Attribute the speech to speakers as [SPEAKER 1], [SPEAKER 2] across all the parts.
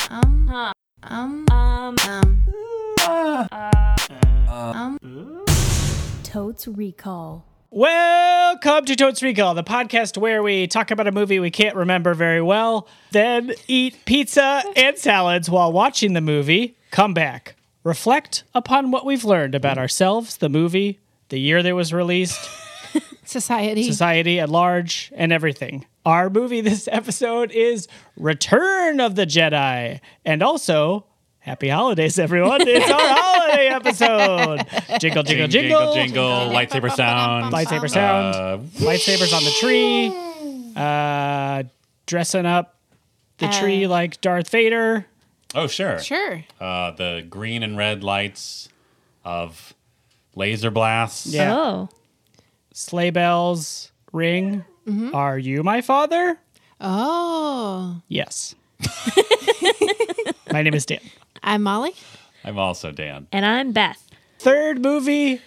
[SPEAKER 1] huh.
[SPEAKER 2] Um.
[SPEAKER 1] Um,
[SPEAKER 2] Um.
[SPEAKER 3] Totes Recall.
[SPEAKER 4] Welcome to Totes Recall, the podcast where we talk about a movie we can't remember very well, then eat pizza and salads while watching the movie, come back, reflect upon what we've learned about ourselves, the movie, the year that it was released,
[SPEAKER 5] Society.
[SPEAKER 4] society at large, and everything. Our movie this episode is Return of the Jedi. And also, happy holidays, everyone. It's our holiday episode. Jingle, jingle, jingle.
[SPEAKER 6] jingle, jingle, lightsaber sound.
[SPEAKER 4] Lightsaber sound.
[SPEAKER 6] Uh,
[SPEAKER 4] lightsabers on the tree, uh, dressing up the
[SPEAKER 5] Uh,
[SPEAKER 4] tree like Darth Vader.
[SPEAKER 6] oh, sure.
[SPEAKER 5] Sure.
[SPEAKER 6] Uh, the green and red lights of laser blasts.
[SPEAKER 4] Yeah.
[SPEAKER 3] Oh.
[SPEAKER 4] Sleigh bells ring.
[SPEAKER 5] Mm-hmm.
[SPEAKER 4] Are you my father?
[SPEAKER 5] Oh.
[SPEAKER 4] Yes. my name is Dan.
[SPEAKER 5] I'm Molly.
[SPEAKER 6] I'm also Dan.
[SPEAKER 3] And I'm Beth.
[SPEAKER 4] Third movie
[SPEAKER 5] And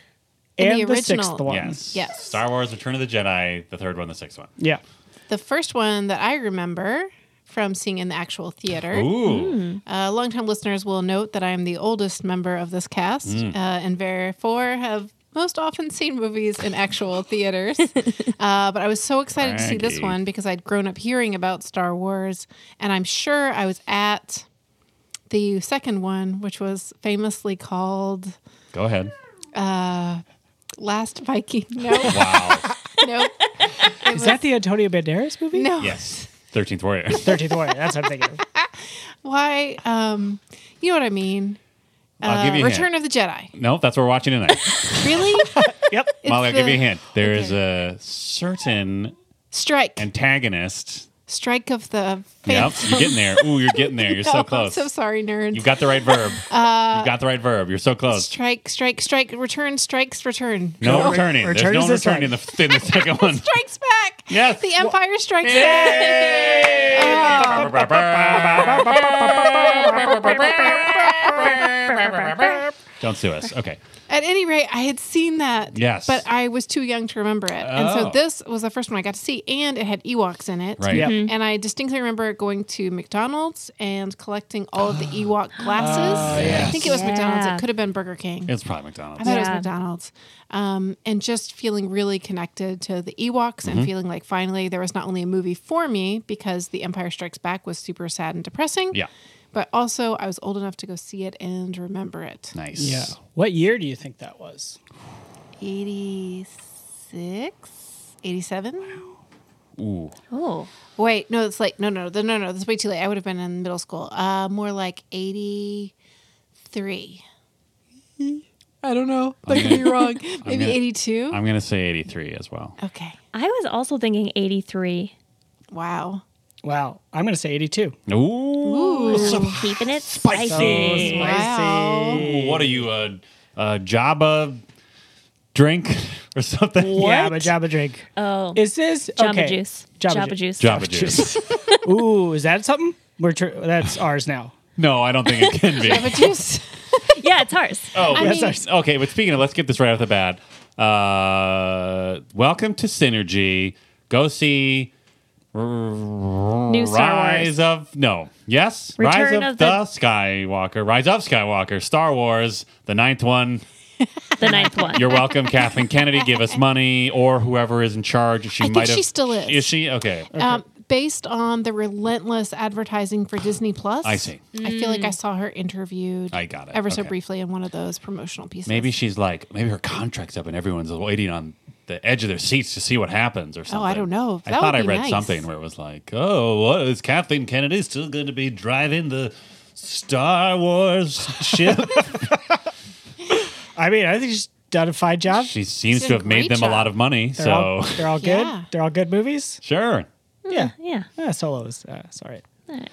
[SPEAKER 4] and
[SPEAKER 5] the
[SPEAKER 4] the,
[SPEAKER 5] original.
[SPEAKER 4] sixth one.
[SPEAKER 6] Yes.
[SPEAKER 5] Yes.
[SPEAKER 6] Star Wars Return of the Jedi, the third one, the sixth one.
[SPEAKER 4] Yeah.
[SPEAKER 5] The first one that I remember from seeing in the actual theater.
[SPEAKER 6] Ooh.
[SPEAKER 5] Uh, longtime listeners will note that I am the oldest member of this cast, uh, and therefore have most often seen movies in actual theaters. uh, but I was so excited to see this
[SPEAKER 6] Craggy.
[SPEAKER 5] one because I'd grown up hearing about Star Wars, and I'm sure I was at the second one, which was famously called
[SPEAKER 6] Go ahead.
[SPEAKER 5] Last Viking. No,
[SPEAKER 6] Wow.
[SPEAKER 5] no,
[SPEAKER 4] Is that the Antonio Banderas movie?
[SPEAKER 5] no.
[SPEAKER 6] yes. 13th Warrior.
[SPEAKER 4] 13th Warrior. That's what I'm thinking. of.
[SPEAKER 5] Why? Um, you know what I mean. Uh,
[SPEAKER 6] I'll give you a
[SPEAKER 5] Return
[SPEAKER 6] hint.
[SPEAKER 5] of the Jedi.
[SPEAKER 6] no, that's what we're watching tonight.
[SPEAKER 5] Really?
[SPEAKER 4] Yep.
[SPEAKER 5] It's
[SPEAKER 6] Molly, I'll give
[SPEAKER 5] the
[SPEAKER 6] you a hint. There is a certain
[SPEAKER 5] Strike.
[SPEAKER 6] antagonist.
[SPEAKER 5] Strike of the
[SPEAKER 6] Yep.
[SPEAKER 5] Phantom.
[SPEAKER 6] You're getting there. Ooh, you're getting there. You're
[SPEAKER 5] Oh,
[SPEAKER 6] so
[SPEAKER 5] I'm
[SPEAKER 6] close.
[SPEAKER 5] so sorry, Uh, nerds.
[SPEAKER 6] You've got the right verb. You've got the right verb. You're so close.
[SPEAKER 5] strike, strike, strike, return, strikes, return.
[SPEAKER 6] No
[SPEAKER 4] No,
[SPEAKER 6] returning.
[SPEAKER 4] return
[SPEAKER 6] There's
[SPEAKER 4] is
[SPEAKER 6] no
[SPEAKER 4] this
[SPEAKER 6] returning in the, in the second one.
[SPEAKER 5] Strikes back.
[SPEAKER 6] Yes.
[SPEAKER 5] The Empire strikes back.
[SPEAKER 6] Don't sue us. Okay.
[SPEAKER 5] Oh. At any rate, I had seen that.
[SPEAKER 6] Yes.
[SPEAKER 5] But I was too young to remember it. And so
[SPEAKER 6] Oh.
[SPEAKER 5] this was the first one I got to see, and it had Ewoks in it.
[SPEAKER 6] Right. Mm-hmm.
[SPEAKER 4] Yep.
[SPEAKER 3] Mm-hmm.
[SPEAKER 5] And I distinctly remember going to McDonald's and collecting all of the Ewok glasses.
[SPEAKER 6] Ah,
[SPEAKER 5] I think it was
[SPEAKER 3] yes.
[SPEAKER 5] McDonald's.
[SPEAKER 3] Yeah.
[SPEAKER 5] It could have been Burger King.
[SPEAKER 6] It's probably
[SPEAKER 5] I
[SPEAKER 6] McDonald's.
[SPEAKER 5] thought it was
[SPEAKER 3] Yeah.
[SPEAKER 5] McDonald's. Um, and just feeling really connected to the Ewoks
[SPEAKER 6] Mm-hmm.
[SPEAKER 5] and feeling like finally there was not only a movie for me because The Empire Strikes Back was super sad and depressing.
[SPEAKER 6] Yeah.
[SPEAKER 5] But also I was old enough to go see it and remember it.
[SPEAKER 6] Nice.
[SPEAKER 4] Yeah. What year do you think that was?
[SPEAKER 5] 86, 87?
[SPEAKER 6] Ooh.
[SPEAKER 3] Oh.
[SPEAKER 5] Wait, no, it's like, no, no, no, no, no, that's way too late. I would have been in middle school. Uh, more like 83. I don't know. That could be wrong. Maybe
[SPEAKER 6] gonna-
[SPEAKER 5] 82?
[SPEAKER 6] I'm going to say 83 as well.
[SPEAKER 5] Okay.
[SPEAKER 3] I was also thinking 83.
[SPEAKER 5] Wow.
[SPEAKER 4] Wow. I'm going to say 82.
[SPEAKER 6] Ooh.
[SPEAKER 3] Keeping it spicy.
[SPEAKER 4] Oh, Spicy.
[SPEAKER 5] Wow.
[SPEAKER 6] What are you, a, a Jabba drink or something?
[SPEAKER 4] Yeah, Jabba Jabba drink.
[SPEAKER 3] Oh.
[SPEAKER 4] Is this
[SPEAKER 3] Jamba
[SPEAKER 4] okay.
[SPEAKER 3] Juice.
[SPEAKER 4] Jabba,
[SPEAKER 3] Jamba
[SPEAKER 4] Ju-
[SPEAKER 3] Juice.
[SPEAKER 6] Jabba juice.
[SPEAKER 4] Ooh, is that something? We're tr- that's ours now.
[SPEAKER 6] no, I don't think it can be.
[SPEAKER 5] But just
[SPEAKER 3] Yeah, it's ours.
[SPEAKER 6] Oh,
[SPEAKER 5] I
[SPEAKER 6] that's
[SPEAKER 5] mean-
[SPEAKER 6] ours. okay. But speaking of, let's get this right off the bat. Uh, welcome to Synergy. Go see
[SPEAKER 3] New Star Wars.
[SPEAKER 6] Rise of no, yes, Rise
[SPEAKER 3] Return
[SPEAKER 6] of,
[SPEAKER 3] of
[SPEAKER 6] the,
[SPEAKER 3] the-
[SPEAKER 6] Skywalker, Rise of Skywalker, Star Wars, the ninth one.
[SPEAKER 3] The ninth one.
[SPEAKER 6] You're welcome, Kathleen Kennedy. Give us money or whoever is in charge. She
[SPEAKER 5] I think
[SPEAKER 6] might have.
[SPEAKER 5] she still is.
[SPEAKER 6] Is she okay?
[SPEAKER 5] um, based on the relentless advertising for Disney Plus.
[SPEAKER 6] I see.
[SPEAKER 5] I feel like I saw her interviewed.
[SPEAKER 6] I got it.
[SPEAKER 5] Ever so
[SPEAKER 6] Okay.
[SPEAKER 5] briefly in one of those promotional pieces.
[SPEAKER 6] Maybe she's like, maybe her contract's up and everyone's waiting on the edge of their seats to see what happens or something.
[SPEAKER 5] Oh, I don't know.
[SPEAKER 6] I
[SPEAKER 5] That
[SPEAKER 6] thought
[SPEAKER 5] would
[SPEAKER 6] I
[SPEAKER 5] be
[SPEAKER 6] read
[SPEAKER 5] nice.
[SPEAKER 6] something where it was like, oh, what is Kathleen Kennedy still going to be driving the Star Wars ship?
[SPEAKER 4] I mean, I think she's done a fine job.
[SPEAKER 6] she seems
[SPEAKER 5] She's
[SPEAKER 6] to
[SPEAKER 5] a
[SPEAKER 6] have made
[SPEAKER 5] great
[SPEAKER 6] them a lot
[SPEAKER 5] job.
[SPEAKER 6] of money.
[SPEAKER 4] They're
[SPEAKER 6] so,
[SPEAKER 4] all, they're all good.
[SPEAKER 5] Yeah.
[SPEAKER 4] They're all good movies.
[SPEAKER 6] sure.
[SPEAKER 4] Yeah,
[SPEAKER 3] yeah.
[SPEAKER 4] yeah. Solos. Uh, sorry.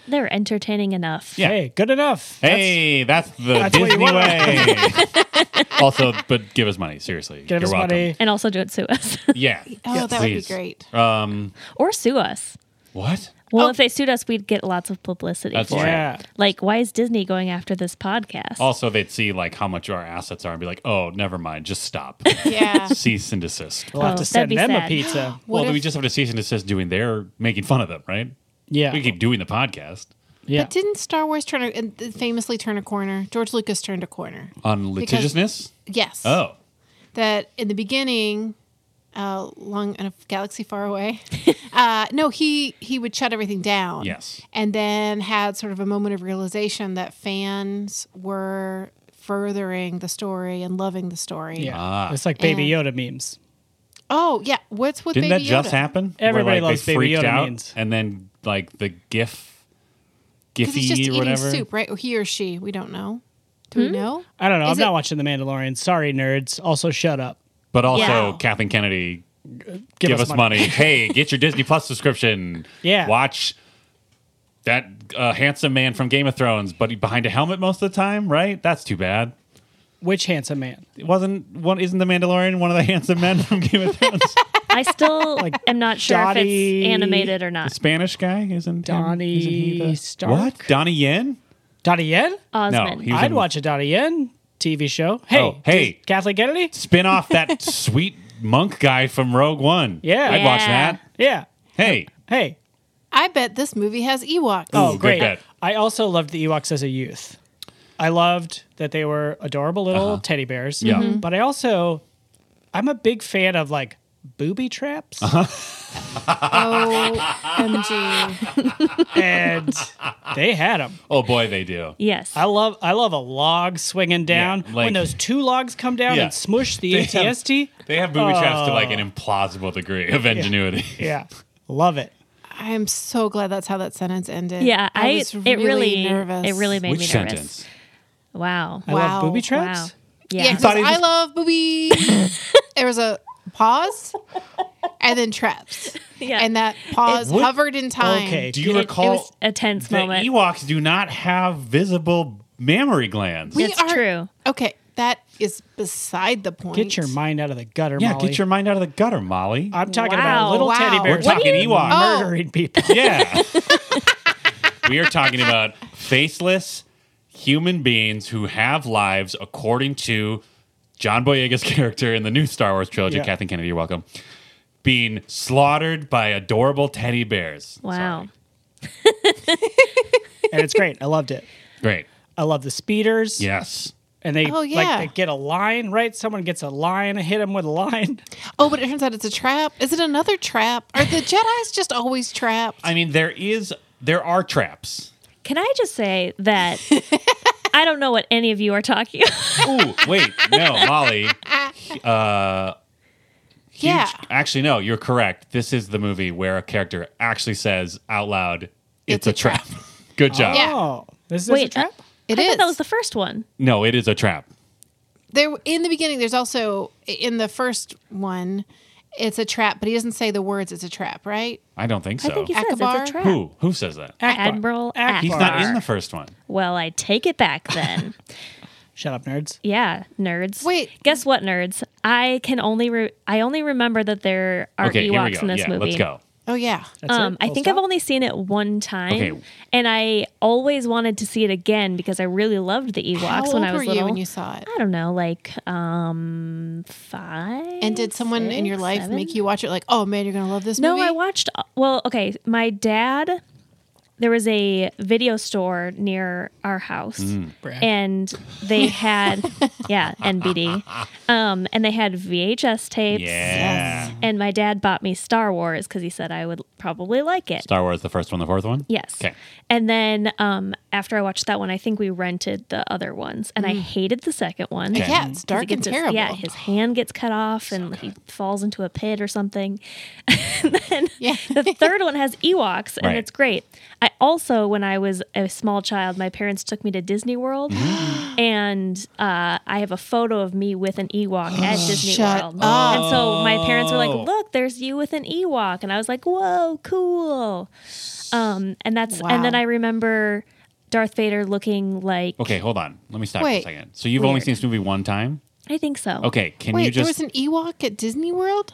[SPEAKER 3] They're entertaining enough.
[SPEAKER 6] Yeah.
[SPEAKER 4] Hey, good enough. That's-
[SPEAKER 6] Hey, that's the
[SPEAKER 4] That's what you
[SPEAKER 6] Disney
[SPEAKER 4] want.
[SPEAKER 6] way. also, but give us money. Seriously.
[SPEAKER 4] give
[SPEAKER 6] You're
[SPEAKER 4] us
[SPEAKER 6] welcome.
[SPEAKER 4] money.
[SPEAKER 3] And also don't sue us.
[SPEAKER 6] Yeah.
[SPEAKER 5] Oh,
[SPEAKER 6] Yeah,
[SPEAKER 5] that would be
[SPEAKER 6] please.
[SPEAKER 5] great.
[SPEAKER 6] Um,
[SPEAKER 3] or sue us.
[SPEAKER 6] what?
[SPEAKER 3] Well, if they sued us, we'd get lots of publicity
[SPEAKER 6] That's
[SPEAKER 3] for
[SPEAKER 6] true.
[SPEAKER 3] it.
[SPEAKER 4] Yeah.
[SPEAKER 3] Like, why is Disney going after this podcast?
[SPEAKER 6] Also, they'd see like how much our assets are and be like, oh, never mind. Just stop.
[SPEAKER 5] yeah.
[SPEAKER 6] cease and desist.
[SPEAKER 4] We'll have
[SPEAKER 3] Oh,
[SPEAKER 4] to
[SPEAKER 3] that'd
[SPEAKER 4] send
[SPEAKER 3] be
[SPEAKER 4] them a
[SPEAKER 3] sad.
[SPEAKER 4] pizza.
[SPEAKER 5] What
[SPEAKER 6] well,
[SPEAKER 5] if-
[SPEAKER 6] we just have to cease and desist doing their making fun of them, right?
[SPEAKER 4] Yeah.
[SPEAKER 6] We keep doing the podcast.
[SPEAKER 4] Yeah.
[SPEAKER 5] But didn't Star Wars turn a, uh, famously turn a corner? George Lucas turned a corner.
[SPEAKER 6] on
[SPEAKER 5] Because-
[SPEAKER 6] litigiousness.
[SPEAKER 5] Yes.
[SPEAKER 6] Oh,
[SPEAKER 5] That in the beginning, uh, long in a galaxy far away. uh, no, he he would shut everything down.
[SPEAKER 6] Yes.
[SPEAKER 5] And then had sort of a moment of realization that fans were furthering the story and loving the story.
[SPEAKER 4] yeah.
[SPEAKER 6] Ah.
[SPEAKER 4] It's like Baby Yoda memes.
[SPEAKER 5] Oh yeah. What's with
[SPEAKER 6] didn't
[SPEAKER 5] Baby
[SPEAKER 6] that just
[SPEAKER 5] Yoda?
[SPEAKER 6] happen?
[SPEAKER 4] Everybody
[SPEAKER 6] Where, like,
[SPEAKER 4] loves
[SPEAKER 6] they
[SPEAKER 4] Baby
[SPEAKER 6] freaked
[SPEAKER 4] Yoda
[SPEAKER 6] out,
[SPEAKER 4] memes.
[SPEAKER 6] and then like the GIF, Giphy
[SPEAKER 5] Because he's just
[SPEAKER 6] or
[SPEAKER 5] eating
[SPEAKER 6] whatever. Hmm?
[SPEAKER 5] soup, right? Or he or she? We don't know. Do we know?
[SPEAKER 4] I don't know. I'm
[SPEAKER 5] Is
[SPEAKER 4] not
[SPEAKER 5] it-
[SPEAKER 4] watching The Mandalorian. Sorry, nerds. Also, shut up.
[SPEAKER 6] But also,
[SPEAKER 5] Yeah.
[SPEAKER 6] Kathleen Kennedy,
[SPEAKER 4] Give
[SPEAKER 6] give,
[SPEAKER 4] us
[SPEAKER 6] us, money. hey, get your Disney Plus subscription.
[SPEAKER 4] Yeah.
[SPEAKER 6] watch that uh, handsome man from Game of Thrones, but he behind a helmet most of the time, right? That's too bad.
[SPEAKER 4] Which handsome man?
[SPEAKER 6] It wasn't one. Isn't the Mandalorian one of the handsome men from Game of Thrones?
[SPEAKER 3] I still am not sure if
[SPEAKER 4] Dottie-
[SPEAKER 3] it's animated or
[SPEAKER 6] the
[SPEAKER 3] not.
[SPEAKER 6] Spanish guy isn't him-
[SPEAKER 4] Donnie
[SPEAKER 6] isn't he the-
[SPEAKER 4] Stark?
[SPEAKER 6] What Donnie Yen?
[SPEAKER 4] Donnie Yen?
[SPEAKER 3] Osmond.
[SPEAKER 6] he was-
[SPEAKER 4] I'd
[SPEAKER 6] in-
[SPEAKER 4] watch a Donnie Yen TV show. Hey,
[SPEAKER 6] Oh, hey.
[SPEAKER 4] does Kathleen Kennedy?
[SPEAKER 6] Spin off that sweet monk guy from Rogue One.
[SPEAKER 4] Yeah.
[SPEAKER 6] I'd watch
[SPEAKER 3] Yeah.
[SPEAKER 6] that.
[SPEAKER 4] Yeah.
[SPEAKER 6] Hey,
[SPEAKER 4] Hey.
[SPEAKER 5] I bet this movie has Ewoks.
[SPEAKER 6] Ooh,
[SPEAKER 4] Oh,
[SPEAKER 6] good
[SPEAKER 4] great.
[SPEAKER 6] bet.
[SPEAKER 4] I also loved the Ewoks as a youth. I loved that they were adorable little teddy bears.
[SPEAKER 6] Uh-huh. Yeah. Mhm.
[SPEAKER 4] But I also, I'm a big fan of like booby traps.
[SPEAKER 6] Uh-huh.
[SPEAKER 5] Oh, OMG.
[SPEAKER 4] And they had them.
[SPEAKER 6] oh boy, they do.
[SPEAKER 3] yes.
[SPEAKER 4] I love I love a log swinging down.
[SPEAKER 6] Yeah, like-
[SPEAKER 4] when those two logs come down
[SPEAKER 6] Yeah.
[SPEAKER 4] and smush the
[SPEAKER 6] They have-
[SPEAKER 4] ATST.
[SPEAKER 6] They have booby traps to like
[SPEAKER 3] Oh.
[SPEAKER 6] an implausible degree of ingenuity.
[SPEAKER 4] Yeah. Love it.
[SPEAKER 5] I'm so glad that's how that sentence ended.
[SPEAKER 3] yeah, I,
[SPEAKER 5] was
[SPEAKER 3] it really
[SPEAKER 5] nervous.
[SPEAKER 3] it really made
[SPEAKER 6] Which
[SPEAKER 3] me nervous.
[SPEAKER 6] sentence?
[SPEAKER 3] Wow.
[SPEAKER 4] I love
[SPEAKER 5] Wow.
[SPEAKER 4] booby traps.
[SPEAKER 3] Wow.
[SPEAKER 5] Yeah,
[SPEAKER 3] Yeah.
[SPEAKER 5] 'cause
[SPEAKER 6] thought he
[SPEAKER 5] I
[SPEAKER 6] just-
[SPEAKER 5] love booby. there was a pause and then traps.
[SPEAKER 3] Yeah.
[SPEAKER 5] And that pause
[SPEAKER 6] What-
[SPEAKER 5] hovered in time.
[SPEAKER 4] Okay.
[SPEAKER 6] Do you
[SPEAKER 3] It-
[SPEAKER 6] recall
[SPEAKER 3] it was a tense
[SPEAKER 6] that
[SPEAKER 3] moment.
[SPEAKER 6] Ewoks do not have visible mammary glands?
[SPEAKER 5] We
[SPEAKER 3] It's
[SPEAKER 5] are-
[SPEAKER 3] true.
[SPEAKER 5] Okay. That is beside the point.
[SPEAKER 4] Get your mind out of the gutter,
[SPEAKER 6] yeah,
[SPEAKER 4] Molly.
[SPEAKER 6] get your mind out of the gutter, Molly.
[SPEAKER 4] I'm talking about
[SPEAKER 3] Wow.
[SPEAKER 4] little
[SPEAKER 5] Wow.
[SPEAKER 4] teddy
[SPEAKER 5] We're
[SPEAKER 4] bears
[SPEAKER 6] talking Ewok.
[SPEAKER 5] Oh.
[SPEAKER 4] murdering people.
[SPEAKER 6] yeah. we are talking about faceless human beings who have lives according to John Boyega's character in the new Star Wars trilogy.
[SPEAKER 4] Yeah.
[SPEAKER 6] Kathleen Kennedy, you're welcome. Being slaughtered by adorable teddy bears.
[SPEAKER 3] Wow.
[SPEAKER 6] Sorry.
[SPEAKER 4] and it's great. I loved it.
[SPEAKER 6] Great.
[SPEAKER 4] I love the speeders.
[SPEAKER 6] Yes.
[SPEAKER 4] And they
[SPEAKER 5] Oh, yeah.
[SPEAKER 4] like they get a line, right? Someone gets a line, hit him with a line.
[SPEAKER 5] Oh, but it turns out it's a trap. Is it another trap? Are the Jedi's just always trapped?
[SPEAKER 6] I mean, there is there are traps.
[SPEAKER 3] Can I just say that I don't know what any of you are talking about.
[SPEAKER 6] Ooh, wait, no, Molly. huge-
[SPEAKER 5] yeah.
[SPEAKER 6] Actually, no, you're correct. This is the movie where a character actually says out loud, "It's, a, trap." Good job.
[SPEAKER 5] Yeah.
[SPEAKER 4] Oh, this is a
[SPEAKER 3] Wait,
[SPEAKER 4] trap.
[SPEAKER 5] It
[SPEAKER 3] I
[SPEAKER 5] is.
[SPEAKER 3] thought that was the first one.
[SPEAKER 6] No, it is a trap.
[SPEAKER 5] there in the beginning there's also in the first one it's a trap but he doesn't say the words it's a trap right
[SPEAKER 6] I don't think so.
[SPEAKER 3] I think he says
[SPEAKER 5] Akbar?
[SPEAKER 3] it's a trap.
[SPEAKER 6] Who? Who says that?
[SPEAKER 3] Admiral Akbar.
[SPEAKER 6] He's not in the first one.
[SPEAKER 3] Well, I take it back then.
[SPEAKER 4] Shut up, nerds.
[SPEAKER 3] yeah, nerds.
[SPEAKER 5] Wait.
[SPEAKER 3] guess what, nerds? I can only re- I only remember that there are
[SPEAKER 6] okay, here we
[SPEAKER 3] Ewoks
[SPEAKER 6] go.
[SPEAKER 3] in this
[SPEAKER 6] yeah,
[SPEAKER 3] movie.
[SPEAKER 6] let's go.
[SPEAKER 5] oh yeah
[SPEAKER 4] That's
[SPEAKER 3] Um,
[SPEAKER 4] it?
[SPEAKER 3] I
[SPEAKER 4] Full
[SPEAKER 3] think
[SPEAKER 4] stop?
[SPEAKER 3] I've only seen it one time,
[SPEAKER 6] Okay.
[SPEAKER 3] and I always wanted to see it again because I really loved the Ewoks
[SPEAKER 5] how old
[SPEAKER 3] when I
[SPEAKER 5] were
[SPEAKER 3] was
[SPEAKER 5] you
[SPEAKER 3] little.
[SPEAKER 5] when you saw it
[SPEAKER 3] I don't know, like um five.
[SPEAKER 5] and did someone in your
[SPEAKER 3] six,
[SPEAKER 5] life
[SPEAKER 3] seven?
[SPEAKER 5] make you watch it like oh man you're gonna love this
[SPEAKER 3] No,
[SPEAKER 5] movie
[SPEAKER 3] I watched. uh, Well, okay. My dad, there was a video store near our house,
[SPEAKER 6] Mm.
[SPEAKER 4] Brad.
[SPEAKER 3] and they had, yeah, NBD, um, and they had VHS tapes.
[SPEAKER 6] Yeah.
[SPEAKER 3] And my dad bought me Star Wars because he said I would probably like it.
[SPEAKER 6] Star Wars, the first one, the fourth one.
[SPEAKER 3] Yes.
[SPEAKER 6] Okay.
[SPEAKER 3] And then um, after I watched that one, I think we rented the other ones, and I hated the second one.
[SPEAKER 6] Okay.
[SPEAKER 5] yeah it's
[SPEAKER 3] 'Cause he
[SPEAKER 5] Mm. dark and
[SPEAKER 3] gets his-
[SPEAKER 5] terrible
[SPEAKER 3] yeah, his hand gets cut off, and he falls into a pit or something.
[SPEAKER 5] yeah
[SPEAKER 3] the third one has Ewoks, and
[SPEAKER 6] Right.
[SPEAKER 3] it's great. I also, when I was a small child, my parents took me to Disney World, and uh, I have a photo of me with an Ewok at Disney
[SPEAKER 5] Shut
[SPEAKER 3] World.
[SPEAKER 5] up.
[SPEAKER 3] And so my parents were like,
[SPEAKER 6] Oh.
[SPEAKER 3] "Look, there's you with an Ewok," and I was like, "Whoa, cool!" Um, and that's
[SPEAKER 5] Wow.
[SPEAKER 3] and then I remember Darth Vader looking like
[SPEAKER 6] Okay, hold on. Let me stop
[SPEAKER 5] Wait.
[SPEAKER 6] for a second. So you've only
[SPEAKER 3] Weird.
[SPEAKER 6] seen this movie one time.
[SPEAKER 3] I think so.
[SPEAKER 6] Okay, can
[SPEAKER 5] wait
[SPEAKER 6] you
[SPEAKER 5] there
[SPEAKER 6] just?
[SPEAKER 5] was an ewok at disney world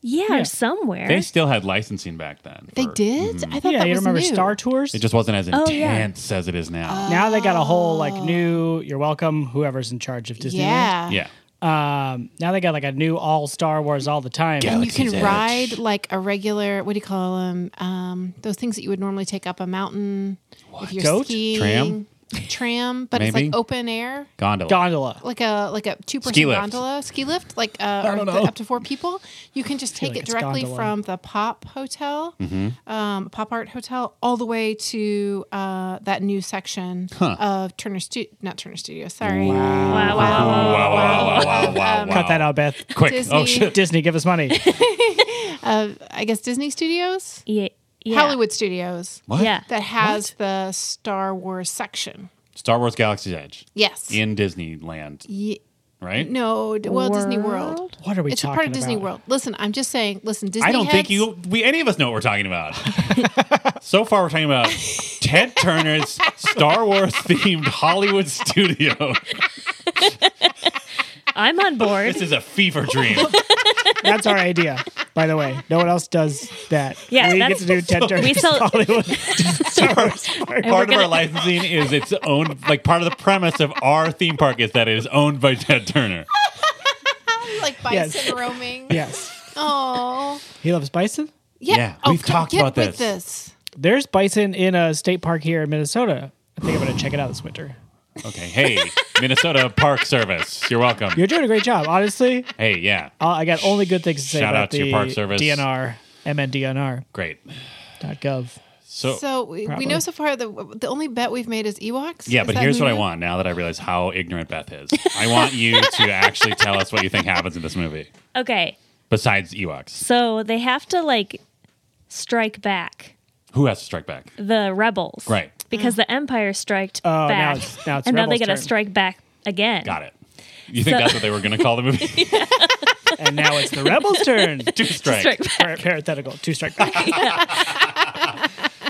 [SPEAKER 3] yeah,
[SPEAKER 4] Yeah.
[SPEAKER 3] or somewhere.
[SPEAKER 6] they still had licensing back then.
[SPEAKER 5] they
[SPEAKER 6] for-
[SPEAKER 5] did i thought
[SPEAKER 4] yeah,
[SPEAKER 5] that
[SPEAKER 4] you
[SPEAKER 5] was
[SPEAKER 4] remember
[SPEAKER 5] new.
[SPEAKER 4] Star Tours?
[SPEAKER 6] It just wasn't as
[SPEAKER 3] Oh,
[SPEAKER 6] intense
[SPEAKER 3] yeah.
[SPEAKER 6] as it is now.
[SPEAKER 5] Uh,
[SPEAKER 4] now they got a whole like new. You're welcome, whoever's in charge of Disney.
[SPEAKER 5] yeah
[SPEAKER 6] yeah.
[SPEAKER 4] Um, now they got like a new all Star Wars all the time.
[SPEAKER 5] And you
[SPEAKER 1] Galaxy's
[SPEAKER 5] can
[SPEAKER 1] Edge.
[SPEAKER 5] ride like a regular, what do you call them? Um, those things that you would normally take up a mountain if you're
[SPEAKER 4] Goat?
[SPEAKER 5] skiing.
[SPEAKER 6] Tram?
[SPEAKER 5] Tram, but it's
[SPEAKER 6] Maybe.
[SPEAKER 5] like open air,
[SPEAKER 6] Gondola.
[SPEAKER 4] Gondola.
[SPEAKER 5] like a like a two person
[SPEAKER 6] Ski lift.
[SPEAKER 5] gondola ski lift, like uh, or the- up to four people. You can just take
[SPEAKER 4] like
[SPEAKER 5] it
[SPEAKER 4] it's
[SPEAKER 5] directly
[SPEAKER 4] gondola.
[SPEAKER 5] from the Pop Hotel,
[SPEAKER 6] Mm-hmm.
[SPEAKER 5] um, Pop Art Hotel, all the way to uh, that new section of Turner Studio, not Turner Studio, sorry,
[SPEAKER 3] Wow, wow, wow.
[SPEAKER 6] wow, wow, wow, wow, wow, wow.
[SPEAKER 4] Cut that out, Beth.
[SPEAKER 6] Quick. Oh,
[SPEAKER 5] Disney.
[SPEAKER 6] shit.
[SPEAKER 4] Disney, give us money.
[SPEAKER 5] I guess Disney Studios,
[SPEAKER 3] Yeah. yeah.
[SPEAKER 5] Hollywood Studios.
[SPEAKER 6] What?
[SPEAKER 3] Yeah.
[SPEAKER 5] that has the Star Wars section.
[SPEAKER 6] Star Wars Galaxy's Edge
[SPEAKER 5] Yes.
[SPEAKER 6] in Disneyland,
[SPEAKER 5] Ye-
[SPEAKER 6] right?
[SPEAKER 5] no, d- well, Disney World.
[SPEAKER 4] What are we
[SPEAKER 5] It's a
[SPEAKER 4] talking
[SPEAKER 5] part of Disney
[SPEAKER 4] about?
[SPEAKER 5] World. Listen, I'm just saying. Listen, Disney.
[SPEAKER 6] I don't think
[SPEAKER 5] heads-
[SPEAKER 6] you, we, any of us know what we're talking about. so far, we're talking about Ted Turner's Star Wars themed Hollywood studio.
[SPEAKER 3] I'm on board.
[SPEAKER 6] This is a fever dream.
[SPEAKER 4] That's our idea, by the way. No one else does that.
[SPEAKER 3] Yeah,
[SPEAKER 4] we get
[SPEAKER 3] that's-
[SPEAKER 4] to do Ted Turner's
[SPEAKER 3] we sell-
[SPEAKER 4] Hollywood Star Wars.
[SPEAKER 6] part
[SPEAKER 3] gonna-
[SPEAKER 6] of our licensing is its own, like part of the premise of our theme park is that it is owned by Ted Turner.
[SPEAKER 5] like
[SPEAKER 4] Yes.
[SPEAKER 5] bison roaming.
[SPEAKER 4] Yes,
[SPEAKER 5] Oh.
[SPEAKER 4] he loves bison.
[SPEAKER 5] Yeah.
[SPEAKER 6] Yeah,
[SPEAKER 5] Oh,
[SPEAKER 6] we've
[SPEAKER 5] come
[SPEAKER 6] talked
[SPEAKER 5] get
[SPEAKER 6] about
[SPEAKER 5] with
[SPEAKER 6] this.
[SPEAKER 5] this.
[SPEAKER 4] There's bison in a state park here in Minnesota. I think I'm gonna check it out this winter.
[SPEAKER 6] Okay, hey, Minnesota Park Service, you're welcome.
[SPEAKER 4] You're doing a great job, honestly.
[SPEAKER 6] hey, yeah,
[SPEAKER 4] Uh, I got only good things to say
[SPEAKER 6] Shout
[SPEAKER 4] about
[SPEAKER 6] out to
[SPEAKER 4] the
[SPEAKER 6] your park service.
[SPEAKER 4] DNR, mndnr.gov.
[SPEAKER 6] great. So,
[SPEAKER 5] So,
[SPEAKER 6] Oh,
[SPEAKER 5] we, we
[SPEAKER 4] Probably.
[SPEAKER 5] know so far that the only bet we've made is Ewoks.
[SPEAKER 6] yeah,
[SPEAKER 5] Is
[SPEAKER 6] but
[SPEAKER 5] that
[SPEAKER 6] here's
[SPEAKER 5] who
[SPEAKER 6] what I
[SPEAKER 5] you-
[SPEAKER 6] want now that I realize how ignorant Beth is. I want you to actually tell us what you think happens in this movie,
[SPEAKER 3] Okay.
[SPEAKER 6] besides Ewoks.
[SPEAKER 3] So they have to like strike back
[SPEAKER 6] Who has to strike back?
[SPEAKER 3] the rebels.
[SPEAKER 6] Right.
[SPEAKER 3] Because the Empire striked
[SPEAKER 4] Oh, now
[SPEAKER 3] back.
[SPEAKER 4] it's- now it's
[SPEAKER 3] and now they
[SPEAKER 4] rebels'
[SPEAKER 3] got to
[SPEAKER 4] turn.
[SPEAKER 3] strike back again.
[SPEAKER 6] Got it. You think that's what they were going to call the movie?
[SPEAKER 4] And now it's the rebels' turn.
[SPEAKER 6] Two strikes.
[SPEAKER 3] Strike back.
[SPEAKER 4] Par- Parenthetical, two strike.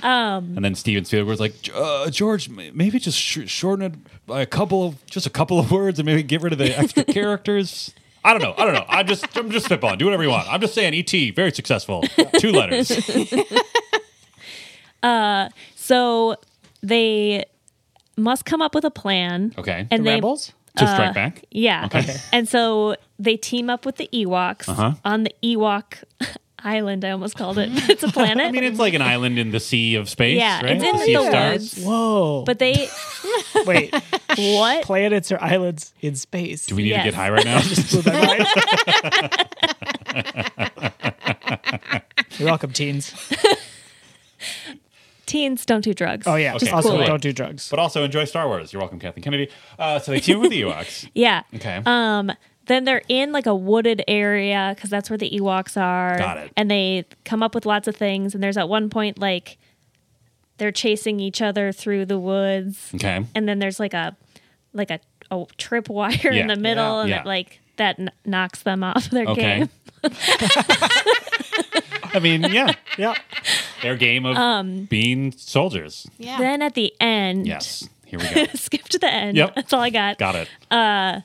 [SPEAKER 6] And then Steven Spielberg was like, "G- uh, George, m- maybe just sh- shorten it by a couple of just a couple of words, and maybe get rid of the extra characters." I don't know. I don't know. I'm just I'm just spitballing. Do whatever you want. I'm just saying. E.T. very successful. Two letters.
[SPEAKER 3] So they must come up with a plan.
[SPEAKER 6] Okay.
[SPEAKER 3] And uh, they
[SPEAKER 4] rebels.
[SPEAKER 6] to strike back.
[SPEAKER 3] Yeah.
[SPEAKER 6] Okay. Uh-huh.
[SPEAKER 3] And so they team up with the Ewoks on the Ewok Island. I almost called it. It's a planet.
[SPEAKER 6] I mean, it's like an island in the sea of space.
[SPEAKER 3] yeah,
[SPEAKER 6] right?
[SPEAKER 3] it's in
[SPEAKER 6] sea
[SPEAKER 3] the
[SPEAKER 6] of stars.
[SPEAKER 3] woods.
[SPEAKER 4] Whoa!
[SPEAKER 3] But they
[SPEAKER 4] wait,
[SPEAKER 3] what?
[SPEAKER 4] planets or islands in space?
[SPEAKER 6] Do we need
[SPEAKER 3] Yes.
[SPEAKER 6] to get high right now?
[SPEAKER 4] Blew my mind. You're welcome, teens.
[SPEAKER 3] Teens don't do drugs.
[SPEAKER 4] Oh yeah.
[SPEAKER 6] Okay,
[SPEAKER 4] also,
[SPEAKER 6] cool.
[SPEAKER 4] don't do drugs.
[SPEAKER 6] but also enjoy Star Wars. You're welcome, Kathleen Kennedy. Uh, so they team with the Ewoks.
[SPEAKER 3] Yeah.
[SPEAKER 6] Okay.
[SPEAKER 3] Um, then they're in like a wooded area because that's where the Ewoks are.
[SPEAKER 6] Got it.
[SPEAKER 3] And they come up with lots of things. And there's at one point like they're chasing each other through the woods.
[SPEAKER 6] okay.
[SPEAKER 3] And then there's like a like a, a trip wire
[SPEAKER 6] Yeah.
[SPEAKER 3] in the middle,
[SPEAKER 6] Yeah.
[SPEAKER 3] and
[SPEAKER 6] Yeah.
[SPEAKER 3] it, like that kn- knocks them off their
[SPEAKER 6] Okay.
[SPEAKER 3] game.
[SPEAKER 6] I mean, yeah,
[SPEAKER 4] Yeah.
[SPEAKER 6] their game of
[SPEAKER 3] Um,
[SPEAKER 6] being soldiers.
[SPEAKER 5] Yeah.
[SPEAKER 3] Then at the end,
[SPEAKER 6] Yes. Here we go.
[SPEAKER 3] skip to the end.
[SPEAKER 6] Yep.
[SPEAKER 3] That's all I got.
[SPEAKER 6] Got it.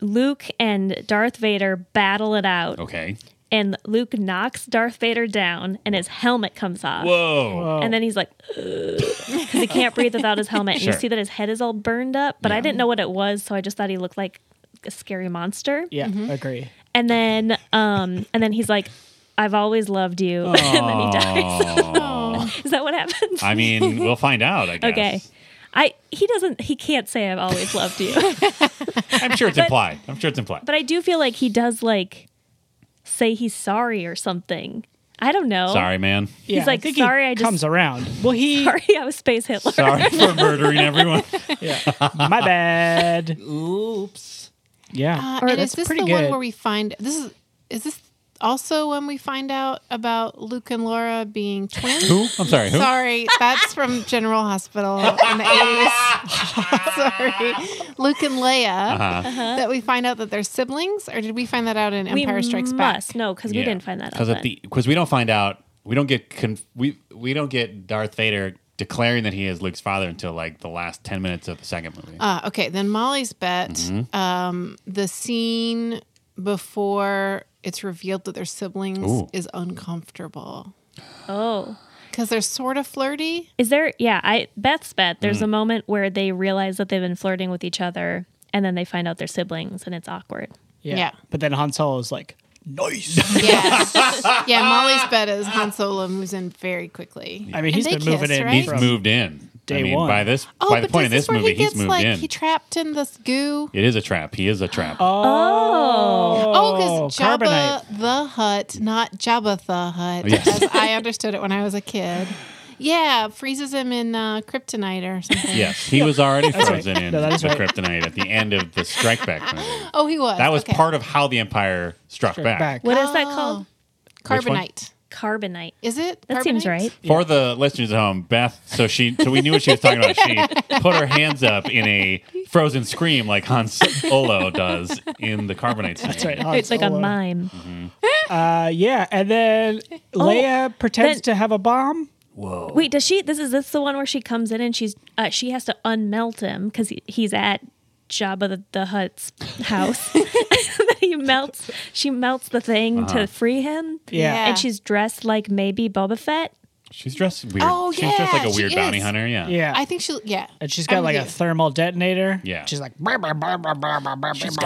[SPEAKER 3] Luke and Darth Vader battle it out,
[SPEAKER 6] Okay.
[SPEAKER 3] and Luke knocks Darth Vader down, and his helmet comes off.
[SPEAKER 6] Whoa.
[SPEAKER 4] Oh,
[SPEAKER 3] And then he's like, because he can't breathe without his helmet. And
[SPEAKER 6] Oh. Sure.
[SPEAKER 3] you see that his head is all burned up, but I didn't know what it was, so I just thought he looked like a scary monster.
[SPEAKER 4] Yeah. Agree.
[SPEAKER 3] And then, um, and then he's like, "I've always loved you," and then he dies. is that what happens?
[SPEAKER 6] I mean, we'll find out, I guess.
[SPEAKER 3] Oh. okay. I he doesn't he can't say I've always loved you,
[SPEAKER 6] I'm sure it's implied. I'm sure it's implied.
[SPEAKER 3] but I do feel like he does like say he's sorry or something. I don't know.
[SPEAKER 6] Sorry, man.
[SPEAKER 4] Yeah,
[SPEAKER 3] like,
[SPEAKER 4] think
[SPEAKER 3] "Sorry,
[SPEAKER 4] he
[SPEAKER 3] I just-
[SPEAKER 4] comes around. Well, he.
[SPEAKER 3] sorry, I was space Hitler.
[SPEAKER 6] Sorry for murdering everyone.
[SPEAKER 4] Yeah. My bad.
[SPEAKER 6] Oops.
[SPEAKER 4] Yeah.
[SPEAKER 5] Uh,
[SPEAKER 3] Or
[SPEAKER 5] and
[SPEAKER 4] that's
[SPEAKER 5] is this the
[SPEAKER 4] pretty
[SPEAKER 5] one
[SPEAKER 4] good.
[SPEAKER 5] where we find this is is this also when we find out about Luke and Laura being twins?
[SPEAKER 6] Who? I'm sorry. Who?
[SPEAKER 5] Sorry, that's from General Hospital in the 80s. Sorry. Luke and Leia.
[SPEAKER 6] Uh-huh.
[SPEAKER 4] Uh-huh.
[SPEAKER 5] That we find out that they're siblings, or did we find that out in
[SPEAKER 3] we
[SPEAKER 5] Empire Strikes
[SPEAKER 3] must
[SPEAKER 5] Back?
[SPEAKER 3] no because we didn't find that out.
[SPEAKER 6] because
[SPEAKER 3] then.
[SPEAKER 6] because we don't find out. We don't get conf- we we don't get Darth Vader declaring that he is Luke's father until like the last ten minutes of the second movie.
[SPEAKER 5] Uh, okay, then Molly's bet
[SPEAKER 6] Mm-hmm.
[SPEAKER 5] um, the scene before it's revealed that they're siblings
[SPEAKER 6] Ooh.
[SPEAKER 5] is uncomfortable
[SPEAKER 3] oh.
[SPEAKER 5] because they're sort of flirty.
[SPEAKER 3] Is there? Yeah, I Beth's bet. There's a moment where they realize that they've been flirting with each other, and then they find out they're siblings, and it's awkward.
[SPEAKER 4] Yeah.
[SPEAKER 5] Yeah.
[SPEAKER 4] But then Han Solo is like, nice.
[SPEAKER 5] Yes. yeah, Molly's bet is Han Solo moves in very quickly.
[SPEAKER 4] I mean, he's
[SPEAKER 5] And
[SPEAKER 4] been
[SPEAKER 5] they
[SPEAKER 4] moving
[SPEAKER 5] kiss,
[SPEAKER 4] in.
[SPEAKER 5] right?
[SPEAKER 6] He's
[SPEAKER 4] from-
[SPEAKER 6] moved in.
[SPEAKER 4] Day
[SPEAKER 6] I mean,
[SPEAKER 4] one.
[SPEAKER 6] by this,
[SPEAKER 5] Oh,
[SPEAKER 6] by the
[SPEAKER 5] but
[SPEAKER 6] point of
[SPEAKER 5] this
[SPEAKER 6] this
[SPEAKER 5] is where
[SPEAKER 6] movie,
[SPEAKER 5] he gets
[SPEAKER 6] he's moved
[SPEAKER 5] like
[SPEAKER 6] in.
[SPEAKER 5] he trapped in this goo.
[SPEAKER 6] it is a trap. He is a trap.
[SPEAKER 3] Oh.
[SPEAKER 5] Oh, because Jabba
[SPEAKER 4] carbonite.
[SPEAKER 5] the Hut, not Jabba the Hut,
[SPEAKER 6] Yes.
[SPEAKER 5] as I understood it when I was a kid. Yeah, freezes him in uh, kryptonite or something.
[SPEAKER 6] Yes, he was already frozen in
[SPEAKER 4] No, that is
[SPEAKER 6] the
[SPEAKER 4] right.
[SPEAKER 6] kryptonite at the end of the Strike Back movie.
[SPEAKER 5] Oh, he was.
[SPEAKER 6] That was
[SPEAKER 5] okay.
[SPEAKER 6] part of how the Empire struck back.
[SPEAKER 4] back.
[SPEAKER 3] What is that
[SPEAKER 5] Oh.
[SPEAKER 3] called?
[SPEAKER 6] one?
[SPEAKER 5] carbonite.
[SPEAKER 3] Carbonite.
[SPEAKER 5] Is it?
[SPEAKER 3] That seems
[SPEAKER 5] Carbonite?
[SPEAKER 3] right.
[SPEAKER 6] For the listeners at home, Beth, so she, so we knew what she was talking about. She put her hands up in a frozen scream like Han Solo does in the Carbonite scene.
[SPEAKER 4] That's right. Han
[SPEAKER 3] It's like a
[SPEAKER 4] Solo.
[SPEAKER 3] mime.
[SPEAKER 4] Uh, yeah. And then Leia pretends
[SPEAKER 3] Oh, then-
[SPEAKER 4] to have a bomb.
[SPEAKER 3] Wait, does she? This is this the one where she comes in and she's uh, she has to unmelt him because he, he's at Jabba the, the Hutt's house. And then he melts. She melts the thing to free him.
[SPEAKER 4] Yeah.
[SPEAKER 5] Yeah.
[SPEAKER 3] and she's dressed like maybe Boba Fett.
[SPEAKER 6] She's dressed weird.
[SPEAKER 5] Oh,
[SPEAKER 6] She's dressed like
[SPEAKER 5] yeah,
[SPEAKER 6] a
[SPEAKER 5] she
[SPEAKER 6] weird bounty
[SPEAKER 5] is.
[SPEAKER 6] hunter. Yeah.
[SPEAKER 4] Yeah.
[SPEAKER 5] I think she. Yeah.
[SPEAKER 4] and she's
[SPEAKER 5] I'm
[SPEAKER 4] got like
[SPEAKER 5] with
[SPEAKER 4] a
[SPEAKER 5] you.
[SPEAKER 4] thermal detonator.
[SPEAKER 6] Yeah.
[SPEAKER 4] She's like,
[SPEAKER 1] She's got a, she's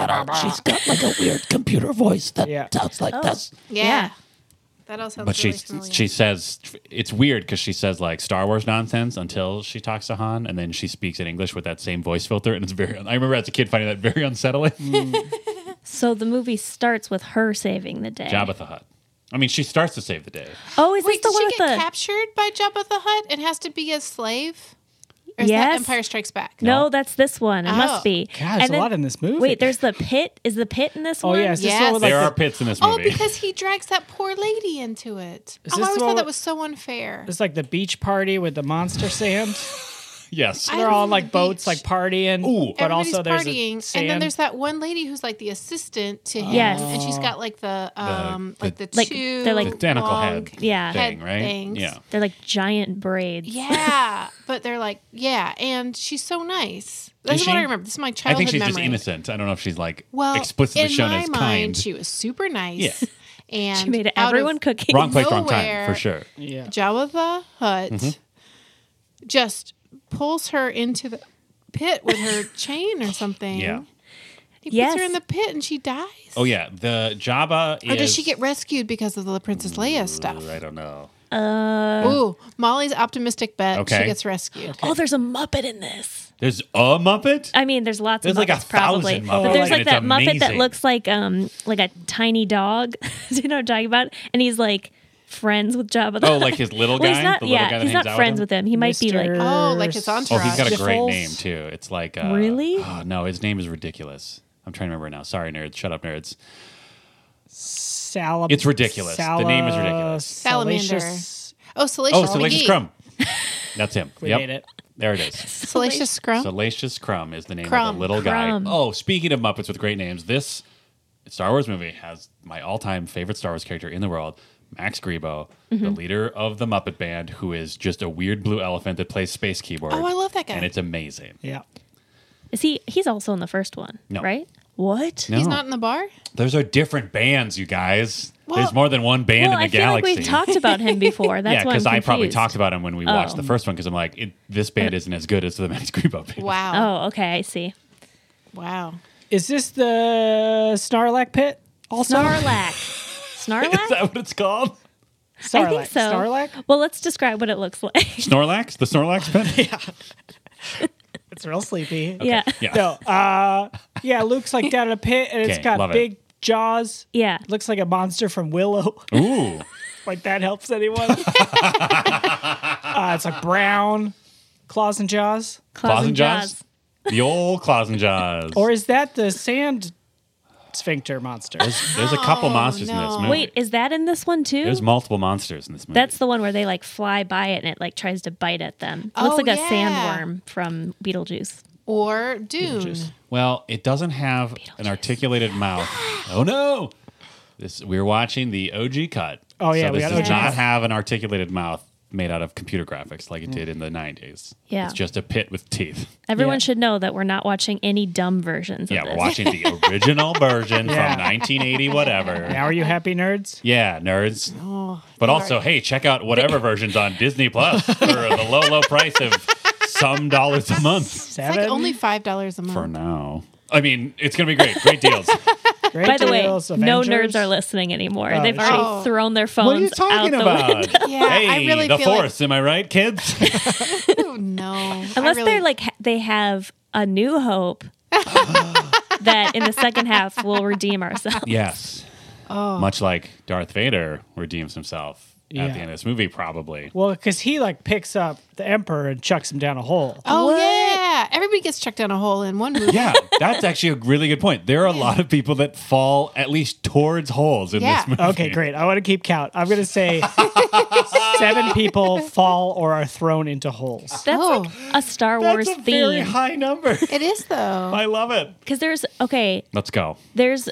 [SPEAKER 1] got like a weird computer voice that
[SPEAKER 4] Yeah. Oh.
[SPEAKER 1] sounds like this.
[SPEAKER 5] Yeah.
[SPEAKER 3] Yeah.
[SPEAKER 5] That all sounds.
[SPEAKER 6] But she
[SPEAKER 5] really familiar.
[SPEAKER 6] she says it's weird because she says like Star Wars nonsense until she talks to Han, and then she speaks in English with that same voice filter, and it's very. I remember as a kid finding that very unsettling.
[SPEAKER 3] So the movie starts with her saving the day.
[SPEAKER 6] Jabba the Hutt. I mean, she starts to save the day.
[SPEAKER 3] Oh, is
[SPEAKER 5] Wait,
[SPEAKER 3] this
[SPEAKER 5] did
[SPEAKER 3] the one
[SPEAKER 5] she
[SPEAKER 3] with
[SPEAKER 5] get
[SPEAKER 3] the?
[SPEAKER 5] captured by Jabba the Hutt and has to be a slave? Or is that
[SPEAKER 3] Yes.
[SPEAKER 5] Empire Strikes Back?
[SPEAKER 3] no, that's this one. It
[SPEAKER 5] Oh.
[SPEAKER 3] must be.
[SPEAKER 4] God, there's
[SPEAKER 3] And
[SPEAKER 4] a
[SPEAKER 3] then-
[SPEAKER 4] lot in this movie.
[SPEAKER 3] Wait, there's the pit. Is the pit in this
[SPEAKER 4] Oh,
[SPEAKER 3] one?
[SPEAKER 4] yeah. Is this the one with,
[SPEAKER 5] Yes.
[SPEAKER 4] like,
[SPEAKER 6] there
[SPEAKER 4] the-
[SPEAKER 6] are pits in this
[SPEAKER 5] Oh,
[SPEAKER 6] movie.
[SPEAKER 5] because he drags that poor lady into it.
[SPEAKER 4] Is
[SPEAKER 5] Oh, I
[SPEAKER 4] this
[SPEAKER 5] always
[SPEAKER 4] the
[SPEAKER 5] thought
[SPEAKER 4] one
[SPEAKER 5] that
[SPEAKER 4] with-
[SPEAKER 5] was so unfair.
[SPEAKER 4] It's like the beach party with the monster sand.
[SPEAKER 6] yes.
[SPEAKER 5] I-
[SPEAKER 4] They're all
[SPEAKER 5] love
[SPEAKER 4] on like
[SPEAKER 5] the
[SPEAKER 4] boats, like
[SPEAKER 5] beach.
[SPEAKER 4] partying.
[SPEAKER 6] Ooh.
[SPEAKER 4] but
[SPEAKER 5] Everybody's
[SPEAKER 4] also there's a
[SPEAKER 5] partying,
[SPEAKER 4] sand.
[SPEAKER 5] and then there's that one lady who's like the assistant to him,
[SPEAKER 3] Yes.
[SPEAKER 5] and she's got like the um
[SPEAKER 6] the-
[SPEAKER 5] like the
[SPEAKER 3] Like,
[SPEAKER 5] two
[SPEAKER 3] they're, like,
[SPEAKER 6] the tentacle
[SPEAKER 5] long-
[SPEAKER 6] head.
[SPEAKER 3] Yeah.
[SPEAKER 6] Thing,
[SPEAKER 5] head
[SPEAKER 6] right?
[SPEAKER 5] things.
[SPEAKER 6] Yeah.
[SPEAKER 3] They're like giant braids.
[SPEAKER 5] Yeah, but they're like yeah, and she's so nice. That's
[SPEAKER 6] Is
[SPEAKER 5] what
[SPEAKER 6] she?
[SPEAKER 5] I remember. This is my
[SPEAKER 6] I
[SPEAKER 5] childhood
[SPEAKER 6] think she's
[SPEAKER 5] memory.
[SPEAKER 6] just innocent. I don't know if she's like
[SPEAKER 5] Well,
[SPEAKER 6] explicitly
[SPEAKER 5] in
[SPEAKER 6] shown
[SPEAKER 5] my
[SPEAKER 6] as
[SPEAKER 5] mind,
[SPEAKER 6] kind.
[SPEAKER 5] she was super nice.
[SPEAKER 6] Yeah.
[SPEAKER 5] and
[SPEAKER 3] She made
[SPEAKER 5] out of
[SPEAKER 3] everyone cooking.
[SPEAKER 6] wrong place, wrong time
[SPEAKER 5] nowhere-
[SPEAKER 6] for sure.
[SPEAKER 4] yeah.
[SPEAKER 5] Jawa the Hutt
[SPEAKER 6] Mm-hmm.
[SPEAKER 5] just pulls her into the pit with her chain or something.
[SPEAKER 6] Yeah.
[SPEAKER 5] He
[SPEAKER 3] Yes.
[SPEAKER 5] puts her in the pit and she dies.
[SPEAKER 6] Oh yeah, the Jabba.
[SPEAKER 5] Or
[SPEAKER 6] is,
[SPEAKER 5] does she get rescued because of the Princess Leia stuff?
[SPEAKER 6] I don't know.
[SPEAKER 5] Ooh, Molly's optimistic bet.
[SPEAKER 6] Uh. Okay.
[SPEAKER 5] She gets rescued.
[SPEAKER 3] Oh, there's a Muppet in this.
[SPEAKER 6] There's a Muppet.
[SPEAKER 3] I mean, there's lots
[SPEAKER 6] There's
[SPEAKER 3] of Muppets
[SPEAKER 6] like a
[SPEAKER 3] probably.
[SPEAKER 6] thousand
[SPEAKER 3] But
[SPEAKER 6] Muppets, Oh,
[SPEAKER 3] there's
[SPEAKER 6] and
[SPEAKER 3] like
[SPEAKER 6] it's
[SPEAKER 3] that Muppet that
[SPEAKER 6] amazing.
[SPEAKER 3] looks like um like a tiny dog. Do you know what I'm talking about? And he's like friends with Jabba. the
[SPEAKER 6] Oh,
[SPEAKER 3] Hutt.
[SPEAKER 6] like his little
[SPEAKER 3] Well,
[SPEAKER 6] guy?
[SPEAKER 3] he's not,
[SPEAKER 6] The little
[SPEAKER 3] yeah,
[SPEAKER 6] guy that hangs
[SPEAKER 3] he's not
[SPEAKER 6] out with
[SPEAKER 3] friends
[SPEAKER 6] him?
[SPEAKER 3] with him. He might be like.
[SPEAKER 5] Oh, like his
[SPEAKER 4] Mr.
[SPEAKER 6] Oh, he's got a
[SPEAKER 5] Shiffles.
[SPEAKER 6] great name too. It's like uh,
[SPEAKER 3] Really?
[SPEAKER 6] Oh, no, his name is ridiculous. I'm trying to remember now. Sorry, nerds. Shut up, nerds.
[SPEAKER 4] Salab-
[SPEAKER 6] It's ridiculous. The name is ridiculous.
[SPEAKER 5] Salamander.
[SPEAKER 4] salacious-
[SPEAKER 5] Oh, Salacious
[SPEAKER 6] Oh, Salacious
[SPEAKER 5] McGee.
[SPEAKER 6] Crumb. That's him.
[SPEAKER 4] We
[SPEAKER 6] yep.
[SPEAKER 4] made it.
[SPEAKER 6] There it is.
[SPEAKER 5] Salacious Crumb.
[SPEAKER 6] Salacious Crumb is the name of
[SPEAKER 5] Crumb.
[SPEAKER 6] the little
[SPEAKER 3] Crumb.
[SPEAKER 6] guy. Oh, speaking of Muppets with great names, this Star Wars movie has my all-time favorite Star Wars character in the world, Max Grebo,
[SPEAKER 5] Mm-hmm.
[SPEAKER 6] the leader of the Muppet Band, who is just a weird blue elephant that plays space keyboard.
[SPEAKER 5] Oh, I love that guy.
[SPEAKER 6] And it's amazing.
[SPEAKER 4] Yeah.
[SPEAKER 3] Is he? He's also in the first one,
[SPEAKER 6] No.
[SPEAKER 3] right? What?
[SPEAKER 6] No.
[SPEAKER 5] He's not in the bar?
[SPEAKER 6] Those are different bands, you guys.
[SPEAKER 5] Well-
[SPEAKER 6] There's more than one band in
[SPEAKER 3] Well,
[SPEAKER 6] the
[SPEAKER 3] I feel
[SPEAKER 6] galaxy.
[SPEAKER 3] like we've talked about him before. That's
[SPEAKER 6] yeah,
[SPEAKER 3] why
[SPEAKER 6] because
[SPEAKER 3] I'm
[SPEAKER 6] I probably
[SPEAKER 3] confused.
[SPEAKER 6] talked about him when we watched the
[SPEAKER 3] Oh.
[SPEAKER 6] first one. Because I'm like, it, this band isn't as good as the Max Grebo band.
[SPEAKER 5] Wow.
[SPEAKER 3] Oh, okay, I see. Oh.
[SPEAKER 5] Wow.
[SPEAKER 4] Is this the Snarlack pit? Also,
[SPEAKER 3] Snarlack.
[SPEAKER 6] Is
[SPEAKER 3] Snarlack.
[SPEAKER 6] that what it's called?
[SPEAKER 4] Snarlack.
[SPEAKER 3] I think so.
[SPEAKER 4] Snarlack.
[SPEAKER 3] Well, let's describe what it looks like.
[SPEAKER 6] Snorlax, the Snorlax band.
[SPEAKER 4] It's real sleepy.
[SPEAKER 3] Yeah.
[SPEAKER 6] yeah,
[SPEAKER 4] No. Uh, yeah, Luke's like down in a pit, and it's
[SPEAKER 6] Okay,
[SPEAKER 4] got
[SPEAKER 6] love it.
[SPEAKER 4] big jaws.
[SPEAKER 3] Yeah.
[SPEAKER 4] Looks like a monster from Willow.
[SPEAKER 6] Ooh,
[SPEAKER 4] like that helps anyone. uh, it's like brown claws and jaws.
[SPEAKER 3] Claws and jaws.
[SPEAKER 6] the old claws and jaws.
[SPEAKER 4] Or is that the sand sphincter monster?
[SPEAKER 6] there's a couple monsters in this
[SPEAKER 5] no.
[SPEAKER 6] movie.
[SPEAKER 3] Oh, Wait, is that in this one too?
[SPEAKER 6] there's multiple monsters in this movie.
[SPEAKER 3] That's the one where they like fly by it and it like tries to bite at them. It looks
[SPEAKER 5] Oh,
[SPEAKER 3] like a
[SPEAKER 5] yeah.
[SPEAKER 3] sandworm from Beetlejuice.
[SPEAKER 5] Or Dune.
[SPEAKER 6] well, it doesn't have an articulated mouth. oh no! This we're watching the OG cut.
[SPEAKER 4] Oh, yeah,
[SPEAKER 6] so
[SPEAKER 4] we
[SPEAKER 6] this
[SPEAKER 4] got
[SPEAKER 6] does
[SPEAKER 3] OG.
[SPEAKER 6] not have an articulated mouth made out of computer graphics like it did in the 90s.
[SPEAKER 3] Yeah.
[SPEAKER 6] it's just a pit with teeth.
[SPEAKER 3] Everyone
[SPEAKER 4] Yeah.
[SPEAKER 3] should know that we're not watching any dumb versions.
[SPEAKER 6] Yeah,
[SPEAKER 3] of
[SPEAKER 6] we're
[SPEAKER 3] this.
[SPEAKER 6] watching the original version
[SPEAKER 4] Yeah.
[SPEAKER 6] from 1980, whatever.
[SPEAKER 4] now are you happy, nerds?
[SPEAKER 6] Yeah, nerds.
[SPEAKER 5] Oh,
[SPEAKER 6] But
[SPEAKER 5] you
[SPEAKER 6] also,
[SPEAKER 5] are-
[SPEAKER 6] hey, check out whatever versions on Disney Plus for the low, low price of some dollars a month
[SPEAKER 5] it's
[SPEAKER 4] Seven.
[SPEAKER 5] like only $5 a month.
[SPEAKER 6] for now. I mean, it's going to be great. Great deals.
[SPEAKER 4] Great
[SPEAKER 3] By the way,
[SPEAKER 4] deals,
[SPEAKER 3] no
[SPEAKER 4] Avengers.
[SPEAKER 3] nerds are listening anymore. They've already
[SPEAKER 5] Oh.
[SPEAKER 3] thrown their phones
[SPEAKER 6] What are you talking
[SPEAKER 3] out the
[SPEAKER 6] about?
[SPEAKER 3] window.
[SPEAKER 5] Yeah, I
[SPEAKER 6] hey,
[SPEAKER 5] really
[SPEAKER 6] the
[SPEAKER 5] feel like-
[SPEAKER 6] force. Am I right, kids?
[SPEAKER 5] Oh, no. I
[SPEAKER 3] Unless
[SPEAKER 5] really-
[SPEAKER 3] they're like ha- they have a new hope that in the second half we'll redeem ourselves.
[SPEAKER 6] yes. Much like Darth Vader redeems himself
[SPEAKER 4] Yeah.
[SPEAKER 6] at the end of this movie, probably.
[SPEAKER 4] Well, because he like picks up the Emperor and chucks him down a hole.
[SPEAKER 5] Oh
[SPEAKER 3] What?
[SPEAKER 5] yeah, everybody gets chucked down a hole in one movie.
[SPEAKER 6] Yeah, that's actually a really good point. There are a lot of people that fall at least towards holes in
[SPEAKER 5] Yeah.
[SPEAKER 6] this movie.
[SPEAKER 4] Okay, great. I want to keep count. I'm going to say seven people fall or are thrown into holes.
[SPEAKER 3] That's
[SPEAKER 5] Oh.
[SPEAKER 3] like a Star
[SPEAKER 6] That's
[SPEAKER 3] Wars
[SPEAKER 6] a very
[SPEAKER 3] theme
[SPEAKER 6] high number.
[SPEAKER 5] It is though.
[SPEAKER 6] I love it.
[SPEAKER 3] because there's okay
[SPEAKER 6] Let's go.
[SPEAKER 3] there's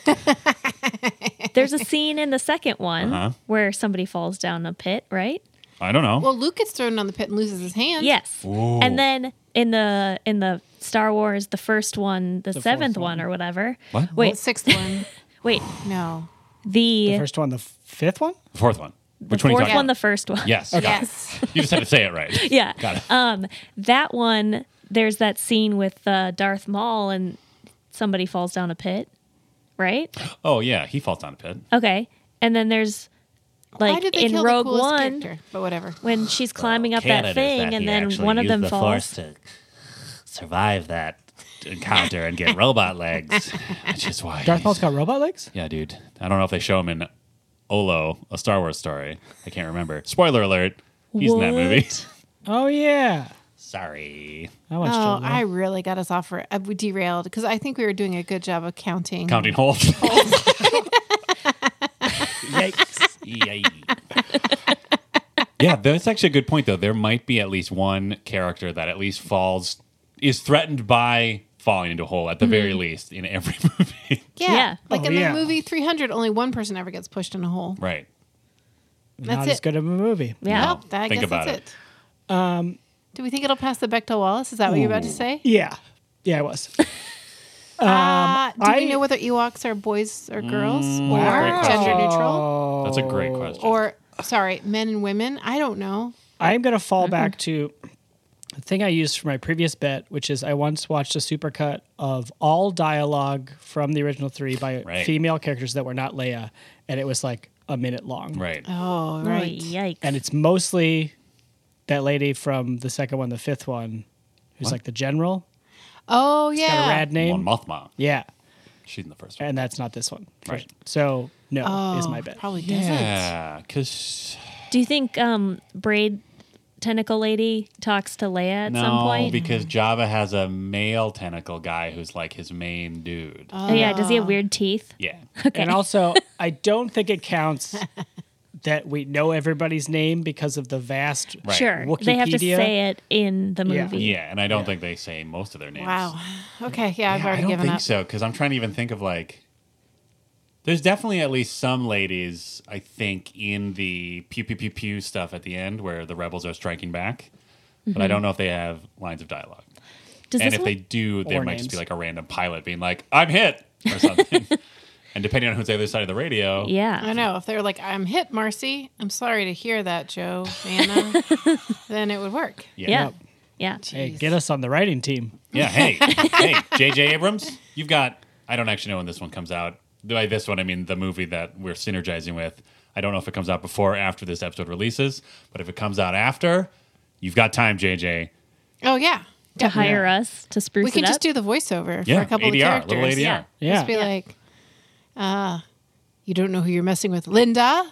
[SPEAKER 3] there's a scene in the second one
[SPEAKER 6] Uh-huh.
[SPEAKER 3] where somebody falls down a pit, right?
[SPEAKER 6] I don't know.
[SPEAKER 5] Well, Luke gets thrown on the pit and loses his hand.
[SPEAKER 3] Yes.
[SPEAKER 6] Ooh.
[SPEAKER 3] And then in the in the Star Wars, the first one, the, seventh one. or whatever.
[SPEAKER 6] What?
[SPEAKER 5] Well,
[SPEAKER 3] Wait,
[SPEAKER 5] sixth one.
[SPEAKER 3] wait.
[SPEAKER 5] No.
[SPEAKER 4] The
[SPEAKER 3] The,
[SPEAKER 4] first one, the f- fifth one?
[SPEAKER 6] the fourth one.
[SPEAKER 3] the
[SPEAKER 6] Which one are you
[SPEAKER 3] fourth
[SPEAKER 6] talking
[SPEAKER 3] one, the
[SPEAKER 6] about?
[SPEAKER 3] first one.
[SPEAKER 6] Yes. got it.
[SPEAKER 5] Yes.
[SPEAKER 6] You just had to say it right.
[SPEAKER 3] yeah.
[SPEAKER 6] Got it.
[SPEAKER 3] Um, that one. There's that scene with uh, Darth Maul and somebody falls down a pit, right?
[SPEAKER 6] Oh, yeah. He falls down a pit.
[SPEAKER 3] Okay. And then there's
[SPEAKER 5] Why
[SPEAKER 3] like
[SPEAKER 5] did they
[SPEAKER 3] in
[SPEAKER 5] kill
[SPEAKER 3] Rogue
[SPEAKER 5] the coolest
[SPEAKER 3] One
[SPEAKER 5] character? But whatever.
[SPEAKER 3] when she's climbing up
[SPEAKER 6] Canada's
[SPEAKER 3] that thing,
[SPEAKER 6] he
[SPEAKER 3] and then
[SPEAKER 6] actually
[SPEAKER 3] one of
[SPEAKER 6] used
[SPEAKER 3] them
[SPEAKER 6] the
[SPEAKER 3] falls.
[SPEAKER 6] Force to survive that encounter and get robot legs, which is why.
[SPEAKER 4] Darth Maul's
[SPEAKER 6] he's-
[SPEAKER 4] got robot legs?
[SPEAKER 6] Yeah, dude. I don't know if they show him in Olo, a Star Wars story. I can't remember. Spoiler alert. He's in that movie.
[SPEAKER 3] What?
[SPEAKER 4] Oh, yeah.
[SPEAKER 6] Sorry.
[SPEAKER 4] I watched
[SPEAKER 5] Oh,
[SPEAKER 4] Olo.
[SPEAKER 5] I really got us off. For, uh, we derailed because I think we were doing a good job of counting.
[SPEAKER 6] Counting holes. Yikes. yeah, that's actually a good point, though. There might be at least one character that at least falls, is threatened by falling into a hole at the very least in every movie.
[SPEAKER 5] Yeah.
[SPEAKER 3] Yeah.
[SPEAKER 5] Like
[SPEAKER 4] Oh,
[SPEAKER 5] in
[SPEAKER 4] yeah.
[SPEAKER 5] the movie 300, only one person ever gets pushed in a hole.
[SPEAKER 6] right.
[SPEAKER 5] That's
[SPEAKER 4] Not
[SPEAKER 5] it.
[SPEAKER 4] as good of a movie.
[SPEAKER 3] Yeah.
[SPEAKER 5] Well, that, Oh, I
[SPEAKER 6] Think
[SPEAKER 5] guess
[SPEAKER 6] about
[SPEAKER 5] that's
[SPEAKER 6] it.
[SPEAKER 5] it. Um, Do we think it'll pass the Bechdel Wallace? Is that what you're about to say?
[SPEAKER 4] Yeah. Yeah, I was.
[SPEAKER 5] Uh, do
[SPEAKER 4] I-
[SPEAKER 5] we know whether Ewoks are boys or girls
[SPEAKER 6] Mm,
[SPEAKER 5] or
[SPEAKER 6] Wow.
[SPEAKER 5] gender neutral
[SPEAKER 6] That's a great question.
[SPEAKER 5] or sorry, men and women? I don't know.
[SPEAKER 4] I am going to fall back to the thing I used for my previous bet, which is I once watched a supercut of all dialogue from the original three by
[SPEAKER 6] Right.
[SPEAKER 4] female characters that were not Leia, and it was like a minute long.
[SPEAKER 6] right.
[SPEAKER 5] Oh,
[SPEAKER 3] Oh,
[SPEAKER 5] right.
[SPEAKER 3] yikes.
[SPEAKER 4] And it's mostly that lady from the second one, the fifth one, who's like the general,
[SPEAKER 5] Oh,
[SPEAKER 4] got a
[SPEAKER 5] yeah.
[SPEAKER 4] rad name.
[SPEAKER 6] Mon Mothma.
[SPEAKER 4] Yeah,
[SPEAKER 6] She's in the first one.
[SPEAKER 4] and that's not this one.
[SPEAKER 6] Right.
[SPEAKER 4] So no
[SPEAKER 5] oh,
[SPEAKER 4] is my bet.
[SPEAKER 5] Probably doesn't.
[SPEAKER 6] Yeah, because
[SPEAKER 3] Do you think um, Braid Tentacle Lady talks to Leia at some
[SPEAKER 6] no,
[SPEAKER 3] point?
[SPEAKER 6] because Java has a male tentacle guy who's like his main dude.
[SPEAKER 3] oh, yeah. Does he
[SPEAKER 5] Ah.
[SPEAKER 3] have weird teeth?
[SPEAKER 6] yeah,
[SPEAKER 4] And also, I don't think it counts that we know everybody's name because of the vast
[SPEAKER 6] Right.
[SPEAKER 3] Sure. They have to
[SPEAKER 4] Wikipedia?
[SPEAKER 3] say it in the
[SPEAKER 4] Yeah.
[SPEAKER 3] movie.
[SPEAKER 6] yeah, and I don't think they say most of their names.
[SPEAKER 5] Wow. Okay. Yeah, I've
[SPEAKER 6] Yeah, I
[SPEAKER 5] already
[SPEAKER 6] don't
[SPEAKER 5] given
[SPEAKER 6] think
[SPEAKER 5] up.
[SPEAKER 6] so because I'm trying to even think of like. There's definitely at least some ladies I think in the pew pew pew pew stuff at the end where the rebels are striking back, but I don't know if they have lines of dialogue.
[SPEAKER 3] Does
[SPEAKER 6] and
[SPEAKER 3] this
[SPEAKER 6] if
[SPEAKER 3] one?
[SPEAKER 6] they do, there
[SPEAKER 4] Or
[SPEAKER 6] might just be
[SPEAKER 4] names.
[SPEAKER 6] like a random pilot being like, "I'm hit" or something. and depending on who's the other side of the radio,
[SPEAKER 5] I
[SPEAKER 3] yeah.
[SPEAKER 5] know. If they're like, I'm hit, Marcy. I'm sorry to hear that, Joe, Anna, then it would work.
[SPEAKER 6] yeah,
[SPEAKER 3] Yeah. Yeah.
[SPEAKER 4] Hey, get us on the writing team.
[SPEAKER 6] Yeah, Hey, hey, JJ Abrams, you've got. I don't actually know when this one comes out. By this one, I mean the movie that we're synergizing with. I don't know if it comes out before or after this episode releases, but if it comes out after, you've got time, JJ.
[SPEAKER 5] Oh, yeah.
[SPEAKER 3] To hire us to spruce
[SPEAKER 5] We can
[SPEAKER 3] it up.
[SPEAKER 5] just do the voiceover
[SPEAKER 6] Yeah,
[SPEAKER 5] for a couple
[SPEAKER 6] ADR,
[SPEAKER 5] of
[SPEAKER 6] little ADR.
[SPEAKER 5] characters.
[SPEAKER 3] Yeah.
[SPEAKER 4] Yeah.
[SPEAKER 5] Just be like, uh, you don't know who you're messing with, Linda.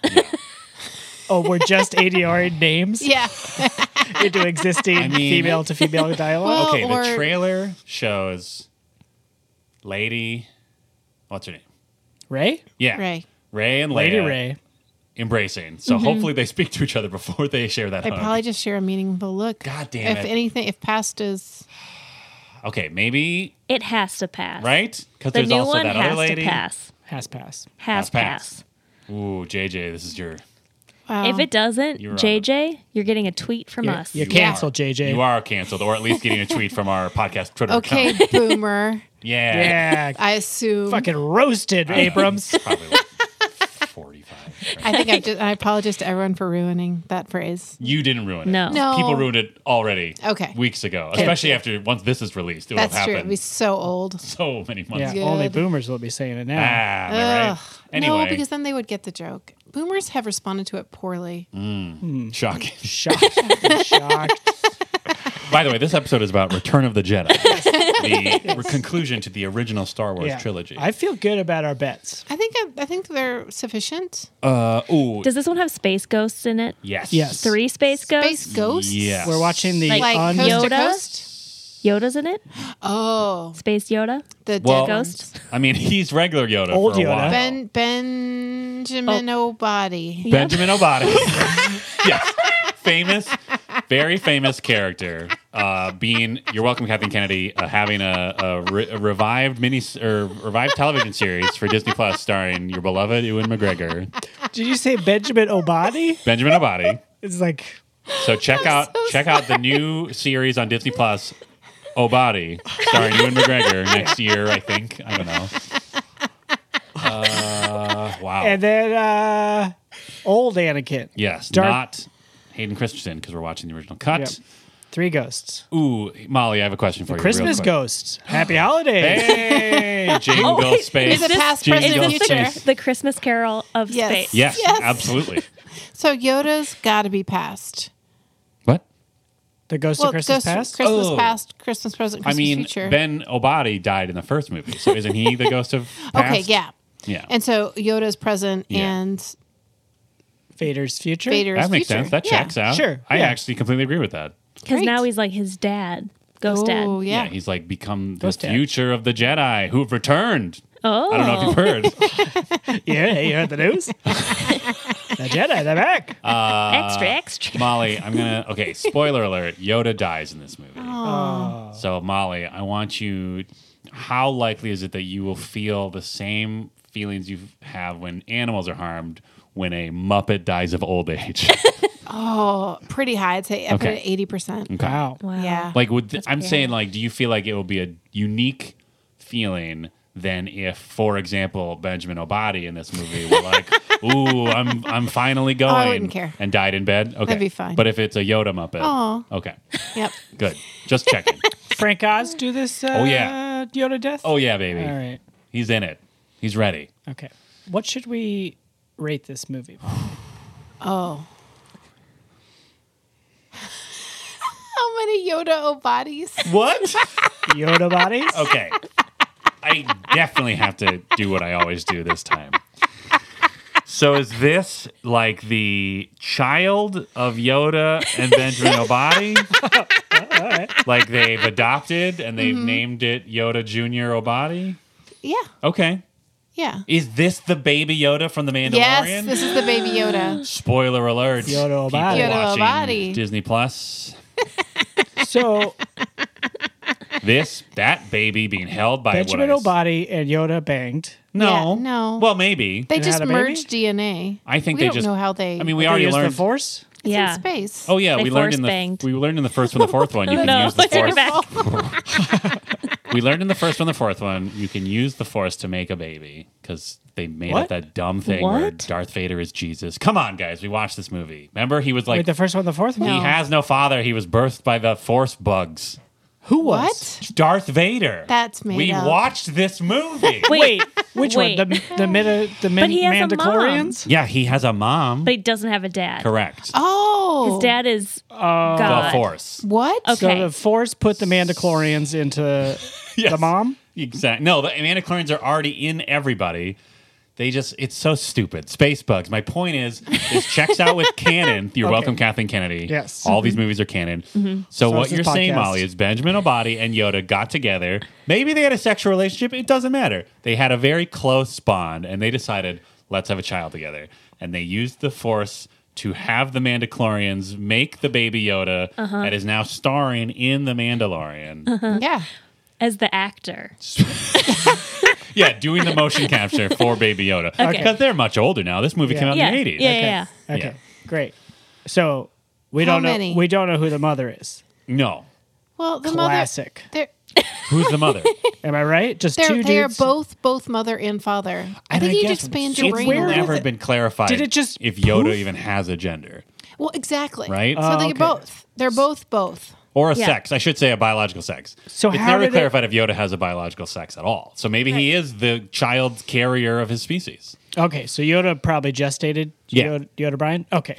[SPEAKER 4] Oh, we're just ADRing names
[SPEAKER 5] yeah.
[SPEAKER 4] into existing
[SPEAKER 6] I mean-
[SPEAKER 4] female to female dialogue.
[SPEAKER 5] Well-
[SPEAKER 6] Okay, the
[SPEAKER 5] or-
[SPEAKER 6] trailer shows Lady. What's her name?
[SPEAKER 4] Ray?
[SPEAKER 6] Yeah,
[SPEAKER 5] Ray. Mm-hmm.
[SPEAKER 6] Ray and
[SPEAKER 4] Lady
[SPEAKER 6] Leia
[SPEAKER 4] Ray.
[SPEAKER 6] embracing. So hopefully they speak to each other before they share that.
[SPEAKER 5] They
[SPEAKER 6] hug.
[SPEAKER 5] probably just share a meaningful look.
[SPEAKER 6] God damn
[SPEAKER 5] If
[SPEAKER 6] it.
[SPEAKER 5] anything, if past is
[SPEAKER 6] Okay, maybe
[SPEAKER 3] it has to pass.
[SPEAKER 6] right because
[SPEAKER 3] The
[SPEAKER 6] there's
[SPEAKER 3] new
[SPEAKER 6] also
[SPEAKER 3] one
[SPEAKER 6] that other
[SPEAKER 3] has
[SPEAKER 6] lady.
[SPEAKER 3] to pass.
[SPEAKER 4] Has pass.
[SPEAKER 3] Has
[SPEAKER 6] Has pass.
[SPEAKER 3] pass.
[SPEAKER 6] Ooh, JJ, this is your.
[SPEAKER 5] wow.
[SPEAKER 3] If it doesn't,
[SPEAKER 6] You're on
[SPEAKER 3] JJ, you're getting a tweet from
[SPEAKER 4] You're,
[SPEAKER 3] us.
[SPEAKER 4] you're
[SPEAKER 6] You
[SPEAKER 4] canceled,
[SPEAKER 6] are-
[SPEAKER 4] JJ.
[SPEAKER 6] You are canceled, or at least getting a tweet from our podcast Twitter
[SPEAKER 5] okay,
[SPEAKER 6] account.
[SPEAKER 5] boomer,
[SPEAKER 6] Yeah.
[SPEAKER 4] Yeah.
[SPEAKER 5] I assume
[SPEAKER 4] Fucking roasted, Abrams.
[SPEAKER 6] Probably. 45.
[SPEAKER 5] I think I just I apologize to everyone for ruining that phrase.
[SPEAKER 6] You didn't ruin it.
[SPEAKER 3] No.
[SPEAKER 5] No.
[SPEAKER 6] People ruined it already.
[SPEAKER 5] Okay.
[SPEAKER 6] Weeks ago, especially after once this is released, it will
[SPEAKER 5] That's true. It'd
[SPEAKER 6] happen
[SPEAKER 5] be so old.
[SPEAKER 6] so many months.
[SPEAKER 4] Yeah,
[SPEAKER 6] ago.
[SPEAKER 4] only
[SPEAKER 5] Good.
[SPEAKER 4] boomers will be saying it now.
[SPEAKER 6] Ah, am I
[SPEAKER 5] Ugh.
[SPEAKER 6] right? Anyway,
[SPEAKER 5] No, because then they would get the joke. Boomers have responded to it poorly.
[SPEAKER 6] Mm. shocking.
[SPEAKER 4] Shocked. Shocked.
[SPEAKER 6] By the way, this episode is about Return of the Jedi, the conclusion to the original Star Wars
[SPEAKER 4] Yeah.
[SPEAKER 6] trilogy.
[SPEAKER 4] I feel good about our bets.
[SPEAKER 5] I think I, I think they're sufficient.
[SPEAKER 6] uh, ooh,
[SPEAKER 3] Does this one have space ghosts in it?
[SPEAKER 6] yes,
[SPEAKER 4] Yes.
[SPEAKER 3] Three space ghosts?
[SPEAKER 5] Space ghosts.
[SPEAKER 6] yes.
[SPEAKER 4] We're watching the
[SPEAKER 5] Like
[SPEAKER 4] un-
[SPEAKER 5] coast to
[SPEAKER 3] Yoda?
[SPEAKER 5] coast.
[SPEAKER 3] Yoda's in it?
[SPEAKER 5] Oh,
[SPEAKER 3] Space Yoda?
[SPEAKER 5] the
[SPEAKER 6] Well-
[SPEAKER 5] dead
[SPEAKER 3] Ghost?
[SPEAKER 5] ghost.
[SPEAKER 6] I mean, he's regular Yoda
[SPEAKER 4] Old
[SPEAKER 6] for a
[SPEAKER 4] Yoda.
[SPEAKER 6] while.
[SPEAKER 5] Ben Benjamin O'Body.
[SPEAKER 6] Benjamin O'Body. yes. Famous, very famous character. Uh, being, you're welcome, Kathleen Kennedy, uh, having a, a, re- a revived mini or revived television series for Disney Plus starring your beloved Ewan McGregor,
[SPEAKER 4] Did you say Benjamin Obadi?
[SPEAKER 6] Benjamin O'Body.
[SPEAKER 4] It's like
[SPEAKER 6] So check out check out the new series on Disney Plus, O'Body, starring Ewan McGregor next year. I think I don't know. Uh, wow.
[SPEAKER 4] and then uh old Anakin.
[SPEAKER 6] yes,
[SPEAKER 4] Dark-
[SPEAKER 6] not Hayden Christensen because we're watching the original cut.
[SPEAKER 4] Yep. Three ghosts.
[SPEAKER 6] Ooh, Molly, I have a question for you. real
[SPEAKER 4] Christmas
[SPEAKER 6] quick.
[SPEAKER 4] ghosts. Happy holidays.
[SPEAKER 6] Hey, jingle
[SPEAKER 3] Oh, wait,
[SPEAKER 6] space.
[SPEAKER 5] Is it past,
[SPEAKER 6] Jingle
[SPEAKER 5] present,
[SPEAKER 3] Is
[SPEAKER 5] future?
[SPEAKER 3] this the, the Christmas Carol of
[SPEAKER 5] Yes.
[SPEAKER 3] space?
[SPEAKER 6] Yes,
[SPEAKER 5] Yes.
[SPEAKER 6] absolutely.
[SPEAKER 5] So Yoda's got to be past.
[SPEAKER 6] What?
[SPEAKER 4] The ghost of Christmas
[SPEAKER 5] Ghost-
[SPEAKER 4] past.
[SPEAKER 5] Christmas
[SPEAKER 6] Oh.
[SPEAKER 5] past, Christmas
[SPEAKER 6] I
[SPEAKER 5] present, Christmas
[SPEAKER 6] mean,
[SPEAKER 5] future.
[SPEAKER 6] Ben Obadi died in the first movie, so isn't he the ghost of? Past?
[SPEAKER 5] okay, yeah.
[SPEAKER 6] Yeah.
[SPEAKER 5] And so Yoda's present
[SPEAKER 6] Yeah.
[SPEAKER 5] and
[SPEAKER 4] Vader's future.
[SPEAKER 5] Vader's
[SPEAKER 6] that makes
[SPEAKER 5] future.
[SPEAKER 6] sense. That
[SPEAKER 5] Yeah.
[SPEAKER 6] checks out.
[SPEAKER 4] Sure,
[SPEAKER 6] I
[SPEAKER 4] yeah.
[SPEAKER 6] actually completely agree with that.
[SPEAKER 3] Because now
[SPEAKER 5] Great.
[SPEAKER 3] he's like his dad, ghost dad.
[SPEAKER 5] Oh,
[SPEAKER 6] Yeah.
[SPEAKER 5] yeah.
[SPEAKER 6] he's like become the
[SPEAKER 4] Ghost dad.
[SPEAKER 6] future of the Jedi who've returned.
[SPEAKER 3] Oh.
[SPEAKER 6] I don't know if you've heard.
[SPEAKER 4] Yeah, you heard the news. the Jedi, they're back.
[SPEAKER 6] Uh,
[SPEAKER 3] extra, extra.
[SPEAKER 6] Molly, I'm gonna okay, spoiler alert, Yoda dies in this movie. So Molly, I want you how likely is it that you will feel the same feelings you have when animals are harmed when a Muppet dies of old age?
[SPEAKER 5] Oh, pretty high. I'd say I put
[SPEAKER 6] Okay.
[SPEAKER 5] it eighty percent.
[SPEAKER 4] wow.
[SPEAKER 3] Wow.
[SPEAKER 5] Yeah.
[SPEAKER 6] Like would I'm saying like do you feel like it will be a unique feeling than if, for example, Benjamin Obadi in this movie were like, Ooh, I'm I'm finally going
[SPEAKER 5] Oh, I wouldn't care.
[SPEAKER 6] and died in bed. Okay.
[SPEAKER 5] be fine.
[SPEAKER 6] But if it's a Yoda Muppet.
[SPEAKER 5] Aw.
[SPEAKER 6] Okay.
[SPEAKER 5] Yep.
[SPEAKER 6] Good. Just checking.
[SPEAKER 4] Frank Oz do this uh,
[SPEAKER 6] Oh, yeah.
[SPEAKER 4] Yoda death?
[SPEAKER 6] oh yeah, baby.
[SPEAKER 4] All right.
[SPEAKER 6] He's in it. He's ready.
[SPEAKER 4] Okay. What should we rate this movie?
[SPEAKER 5] Oh. How many Yoda bodies?
[SPEAKER 6] What?
[SPEAKER 4] Yoda bodies?
[SPEAKER 6] okay. I definitely have to do what I always do this time. So is this like the child of Yoda and Benjamin Obadi? Like they've adopted and they've named it Yoda Junior Obadi?
[SPEAKER 5] Yeah.
[SPEAKER 6] Okay.
[SPEAKER 5] Yeah.
[SPEAKER 6] Is this the baby Yoda from the Mandalorian?
[SPEAKER 5] Yes, this is the baby Yoda.
[SPEAKER 6] Spoiler alert.
[SPEAKER 4] Yoda
[SPEAKER 6] people
[SPEAKER 4] Obadi.
[SPEAKER 5] Yoda
[SPEAKER 6] watching
[SPEAKER 5] Obadi.
[SPEAKER 6] Disney Plus.
[SPEAKER 4] So
[SPEAKER 6] This that baby being held by
[SPEAKER 4] Benjamin
[SPEAKER 6] what I-
[SPEAKER 4] O'Body and Yoda banged.
[SPEAKER 6] No,
[SPEAKER 5] Yeah, no.
[SPEAKER 6] Well, maybe.
[SPEAKER 5] They
[SPEAKER 4] They
[SPEAKER 5] just
[SPEAKER 4] had a baby?
[SPEAKER 5] merged DNA.
[SPEAKER 6] I think
[SPEAKER 5] we
[SPEAKER 6] they
[SPEAKER 5] don't
[SPEAKER 6] just-
[SPEAKER 5] know how they.
[SPEAKER 6] I mean, we
[SPEAKER 4] They
[SPEAKER 6] already
[SPEAKER 4] used
[SPEAKER 6] learned.
[SPEAKER 4] the Force.
[SPEAKER 3] Yeah.
[SPEAKER 5] in space.
[SPEAKER 6] oh yeah,
[SPEAKER 3] They
[SPEAKER 6] we learned in the
[SPEAKER 3] force-banged.
[SPEAKER 6] we learned in the first one, the fourth one. You can
[SPEAKER 3] No,
[SPEAKER 6] use the
[SPEAKER 3] take
[SPEAKER 6] force.
[SPEAKER 3] it back.
[SPEAKER 6] We learned in the first one, the fourth one, you can use the force to make a baby because they made
[SPEAKER 4] What?
[SPEAKER 6] up that dumb thing where
[SPEAKER 4] What?
[SPEAKER 6] Darth Vader is Jesus. Come on, guys, we watched this movie. Remember, he was like
[SPEAKER 4] Wait, the first one, the fourth one?
[SPEAKER 6] he
[SPEAKER 5] No.
[SPEAKER 6] has no father. He was birthed by the force bugs.
[SPEAKER 4] Who was?
[SPEAKER 5] What?
[SPEAKER 6] Darth Vader.
[SPEAKER 5] That's made
[SPEAKER 6] We
[SPEAKER 5] up.
[SPEAKER 6] watched this movie.
[SPEAKER 4] Wait, which
[SPEAKER 3] wait.
[SPEAKER 4] one? The the mid the min,
[SPEAKER 3] he has a mom.
[SPEAKER 4] Mandalorians?
[SPEAKER 6] yeah, he has a mom.
[SPEAKER 3] But he doesn't have a dad.
[SPEAKER 6] Correct.
[SPEAKER 5] Oh.
[SPEAKER 3] His dad is Oh, God.
[SPEAKER 6] the force.
[SPEAKER 5] What?
[SPEAKER 4] So
[SPEAKER 3] Okay.
[SPEAKER 4] the Force put the Mandalorians into the mom.
[SPEAKER 6] Exactly. No, the anticlines are already in everybody. They just, it's so stupid. Space bugs. My point is, this checks out with canon. You're welcome, Kathleen Kennedy.
[SPEAKER 4] Yes.
[SPEAKER 6] All these movies are canon. So,
[SPEAKER 4] So
[SPEAKER 6] what
[SPEAKER 4] is this
[SPEAKER 6] you're saying,
[SPEAKER 4] podcast.
[SPEAKER 6] Molly, is Benjamin Obadi and Yoda got together. Maybe they had a sexual relationship. It doesn't matter. They had a very close bond and they decided, let's have a child together. And they used the force to have the Mandalorians make the baby Yoda
[SPEAKER 4] Uh-huh.
[SPEAKER 6] that is now starring in The Mandalorian.
[SPEAKER 5] Yeah.
[SPEAKER 3] as the actor.
[SPEAKER 6] Yeah, doing the motion capture for Baby Yoda because
[SPEAKER 3] Okay.
[SPEAKER 6] they're much older now. This movie came out
[SPEAKER 3] Yeah.
[SPEAKER 6] in the eighties.
[SPEAKER 3] Yeah, yeah,
[SPEAKER 4] Okay,
[SPEAKER 6] Yeah.
[SPEAKER 4] great. So we
[SPEAKER 5] How
[SPEAKER 4] don't know.
[SPEAKER 5] many?
[SPEAKER 4] We don't know who the mother is.
[SPEAKER 6] No,
[SPEAKER 5] Well, the
[SPEAKER 4] Classic.
[SPEAKER 5] mother. there-
[SPEAKER 6] who's the mother?
[SPEAKER 4] Am I right? Just
[SPEAKER 5] They're,
[SPEAKER 4] two
[SPEAKER 5] they are
[SPEAKER 4] dudes.
[SPEAKER 5] both both mother and father. I
[SPEAKER 6] And
[SPEAKER 5] think you need to
[SPEAKER 6] guess
[SPEAKER 5] expand your
[SPEAKER 6] it's
[SPEAKER 5] brain.
[SPEAKER 4] where
[SPEAKER 5] a little
[SPEAKER 6] never
[SPEAKER 5] bit.
[SPEAKER 6] been clarified.
[SPEAKER 4] Did it just
[SPEAKER 6] if Yoda
[SPEAKER 4] poof?
[SPEAKER 6] even has a gender
[SPEAKER 5] Well, exactly.
[SPEAKER 6] Right?
[SPEAKER 5] So
[SPEAKER 6] Oh,
[SPEAKER 5] they're
[SPEAKER 4] okay.
[SPEAKER 5] both. They're both both.
[SPEAKER 6] or a
[SPEAKER 3] Yeah.
[SPEAKER 6] sex? I should say a biological sex.
[SPEAKER 4] So
[SPEAKER 6] it's
[SPEAKER 4] how
[SPEAKER 6] never
[SPEAKER 4] did it-
[SPEAKER 6] clarified if Yoda has a biological sex at all. So maybe he is the child carrier of his species.
[SPEAKER 4] Okay, so Yoda probably gestated.
[SPEAKER 6] Yeah.
[SPEAKER 4] Yoda, Yoda Brian. Okay,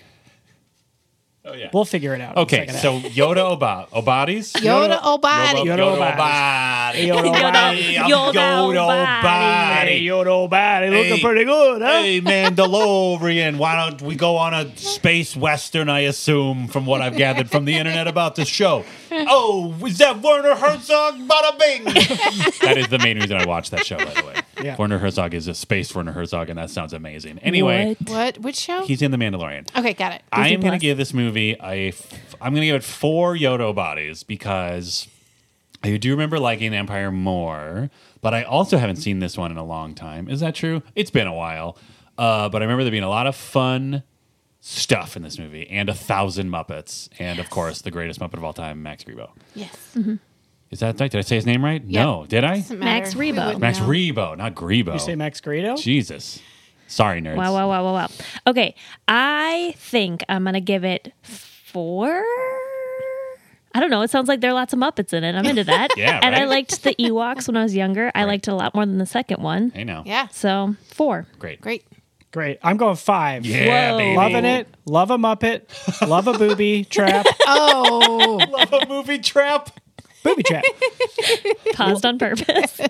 [SPEAKER 6] Oh yeah.
[SPEAKER 4] we'll figure it out. in the
[SPEAKER 6] okay,
[SPEAKER 4] second
[SPEAKER 6] so Yoda Oba- Obadis.
[SPEAKER 5] Yoda
[SPEAKER 6] Yoda,
[SPEAKER 5] Obadi.
[SPEAKER 4] Yoda
[SPEAKER 6] Yoda
[SPEAKER 4] Obadis.
[SPEAKER 6] Obadi.
[SPEAKER 4] half. Yoda Brian.
[SPEAKER 6] Hey,
[SPEAKER 3] Yoda-
[SPEAKER 6] I'm
[SPEAKER 3] Yoda
[SPEAKER 6] Yoda
[SPEAKER 3] Obadi.
[SPEAKER 4] Hey,
[SPEAKER 6] Obadi.
[SPEAKER 4] Yoda Body looking
[SPEAKER 6] Hey.
[SPEAKER 4] pretty good, huh?
[SPEAKER 6] Hey, Mandalorian, why don't we go on a space western, I assume, from what I've gathered from the internet about this show? Oh, is that Werner Herzog? Bada bing! that is the main reason I watched that show, by the way.
[SPEAKER 4] Yeah.
[SPEAKER 6] Werner Herzog is a space Werner Herzog, and that sounds amazing. Anyway,
[SPEAKER 3] What?
[SPEAKER 5] What? Which show?
[SPEAKER 6] he's in The Mandalorian.
[SPEAKER 5] okay, got it.
[SPEAKER 6] I am going to
[SPEAKER 3] Plus.
[SPEAKER 6] give this movie a. F- I'm going to give it four Yodo bodies because I do remember liking Empire more, but I also haven't seen this one in a long time. Is that true? It's been a while, uh, but I remember there being a lot of fun stuff in this movie and a thousand Muppets and of course the greatest Muppet of all time, Max Grebo.
[SPEAKER 5] yes.
[SPEAKER 3] Mm-hmm.
[SPEAKER 6] Is that right? Did I say his name right?
[SPEAKER 5] Yeah.
[SPEAKER 6] No, did I?
[SPEAKER 5] Doesn't
[SPEAKER 3] Max
[SPEAKER 5] matter. We
[SPEAKER 3] Rebo.
[SPEAKER 5] wouldn't
[SPEAKER 6] Max
[SPEAKER 5] know.
[SPEAKER 6] Grebo, not Grebo.
[SPEAKER 4] You say Max Greedo?
[SPEAKER 6] Jesus, sorry, nerds.
[SPEAKER 3] Wow, wow, wow, wow, wow. Okay, I think I'm gonna give it four. I don't know. It sounds like there are lots of Muppets in it. I'm into that.
[SPEAKER 6] Yeah,
[SPEAKER 3] And I
[SPEAKER 6] right?
[SPEAKER 3] liked the Ewoks when I was younger. I liked it a lot more than the second one.
[SPEAKER 6] Hey now,
[SPEAKER 5] Yeah.
[SPEAKER 3] So four.
[SPEAKER 6] great,
[SPEAKER 5] Great.
[SPEAKER 4] Great. I'm going five.
[SPEAKER 6] yeah,
[SPEAKER 3] Whoa.
[SPEAKER 6] baby.
[SPEAKER 4] Loving it. Love a Muppet. Love a booby trap.
[SPEAKER 5] Oh,
[SPEAKER 6] Love a movie trap.
[SPEAKER 4] Booby trap.
[SPEAKER 3] Paused on purpose.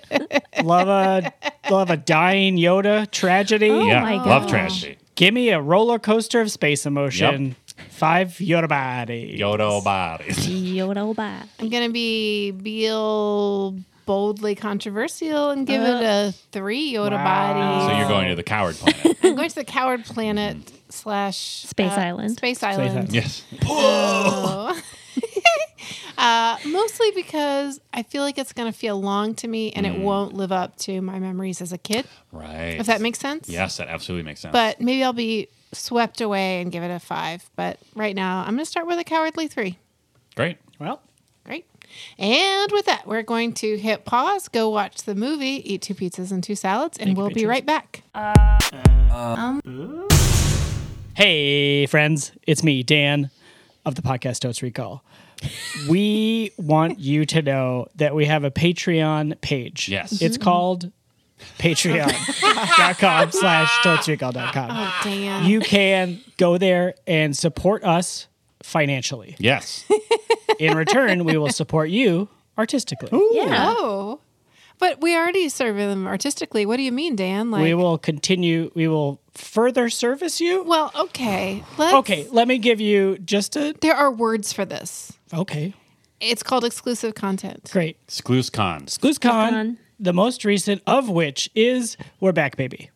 [SPEAKER 4] Love a love a dying Yoda tragedy.
[SPEAKER 6] Oh.
[SPEAKER 5] Oh
[SPEAKER 6] yeah,
[SPEAKER 3] my
[SPEAKER 6] love
[SPEAKER 3] gosh.
[SPEAKER 6] tragedy.
[SPEAKER 4] Give me a roller coaster of space emotion. Five Yoda body.
[SPEAKER 6] Yodo bodies.
[SPEAKER 3] Yoda bye.
[SPEAKER 5] I'm gonna be Beal boldly controversial and give it
[SPEAKER 3] Uh,
[SPEAKER 5] a three Yoda
[SPEAKER 4] Wow.
[SPEAKER 5] body.
[SPEAKER 6] So you're going to the coward planet.
[SPEAKER 5] I'm going to the Coward Planet slash uh,
[SPEAKER 3] Space Island.
[SPEAKER 5] Space Island.
[SPEAKER 4] Island.
[SPEAKER 6] yes.
[SPEAKER 5] So- uh, mostly because I feel like it's going to feel long to me and it won't live up to my memories as a kid,
[SPEAKER 6] Right.
[SPEAKER 5] if that makes sense.
[SPEAKER 6] Yes, that absolutely makes sense.
[SPEAKER 5] But maybe I'll be swept away and give it a five. But right now, I'm going to start with a cowardly three.
[SPEAKER 6] great.
[SPEAKER 4] Well,
[SPEAKER 5] Great. And with that, we're going to hit pause, go watch the movie, eat two pizzas and two salads, and we'll be right back.
[SPEAKER 4] hey friends, it's me, Dan, of the podcast Totes Recall. we want you to know that we have a Patreon page.
[SPEAKER 6] Yes.
[SPEAKER 4] It's called patreon.com slash totesrecall.com.
[SPEAKER 5] Damn.
[SPEAKER 4] you can go there and support us financially.
[SPEAKER 6] Yes.
[SPEAKER 4] In return, we will support you artistically.
[SPEAKER 3] Yeah.
[SPEAKER 5] oh. But we already serve them artistically. What do you mean, Dan? Like,
[SPEAKER 4] We will continue, we will further service you.
[SPEAKER 5] Well, okay. Let's,
[SPEAKER 4] Okay, let me give you just a.
[SPEAKER 5] There are words for this.
[SPEAKER 4] Okay,
[SPEAKER 5] It's called exclusive content.
[SPEAKER 4] great.
[SPEAKER 6] Sclues cons.
[SPEAKER 4] GluesCon,
[SPEAKER 3] Con.
[SPEAKER 4] the most recent of which is We're Back, Baby.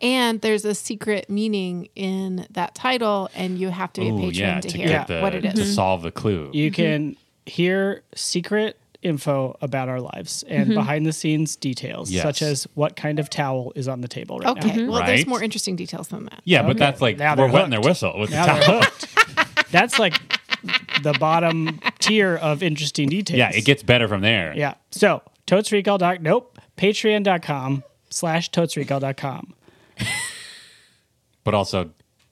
[SPEAKER 5] And there's a secret meaning in that title, and you have to be a
[SPEAKER 6] Ooh,
[SPEAKER 5] patron
[SPEAKER 6] yeah.
[SPEAKER 5] to,
[SPEAKER 6] To
[SPEAKER 5] hear
[SPEAKER 6] get the
[SPEAKER 5] what it
[SPEAKER 6] to
[SPEAKER 5] is.
[SPEAKER 6] solve the clue.
[SPEAKER 4] You
[SPEAKER 5] Mm-hmm.
[SPEAKER 4] can hear secret info about our lives and
[SPEAKER 5] Mm-hmm.
[SPEAKER 4] behind the scenes details,
[SPEAKER 6] Yes.
[SPEAKER 4] such as what kind of towel is on the table Mm-hmm. right
[SPEAKER 5] Okay.
[SPEAKER 4] now.
[SPEAKER 5] Well, there's
[SPEAKER 6] Right?
[SPEAKER 5] more interesting details than that.
[SPEAKER 6] yeah, but that's like
[SPEAKER 4] Now
[SPEAKER 6] we're
[SPEAKER 4] they're
[SPEAKER 6] wetting their whistle with
[SPEAKER 4] Now
[SPEAKER 6] the
[SPEAKER 4] they're
[SPEAKER 6] towel.
[SPEAKER 4] hooked. That's like the bottom tier of interesting details.
[SPEAKER 6] Yeah, it gets better from there.
[SPEAKER 4] Yeah. So totesrecall.com. Nope. Patreon.com slash totesrecall.com.
[SPEAKER 6] But also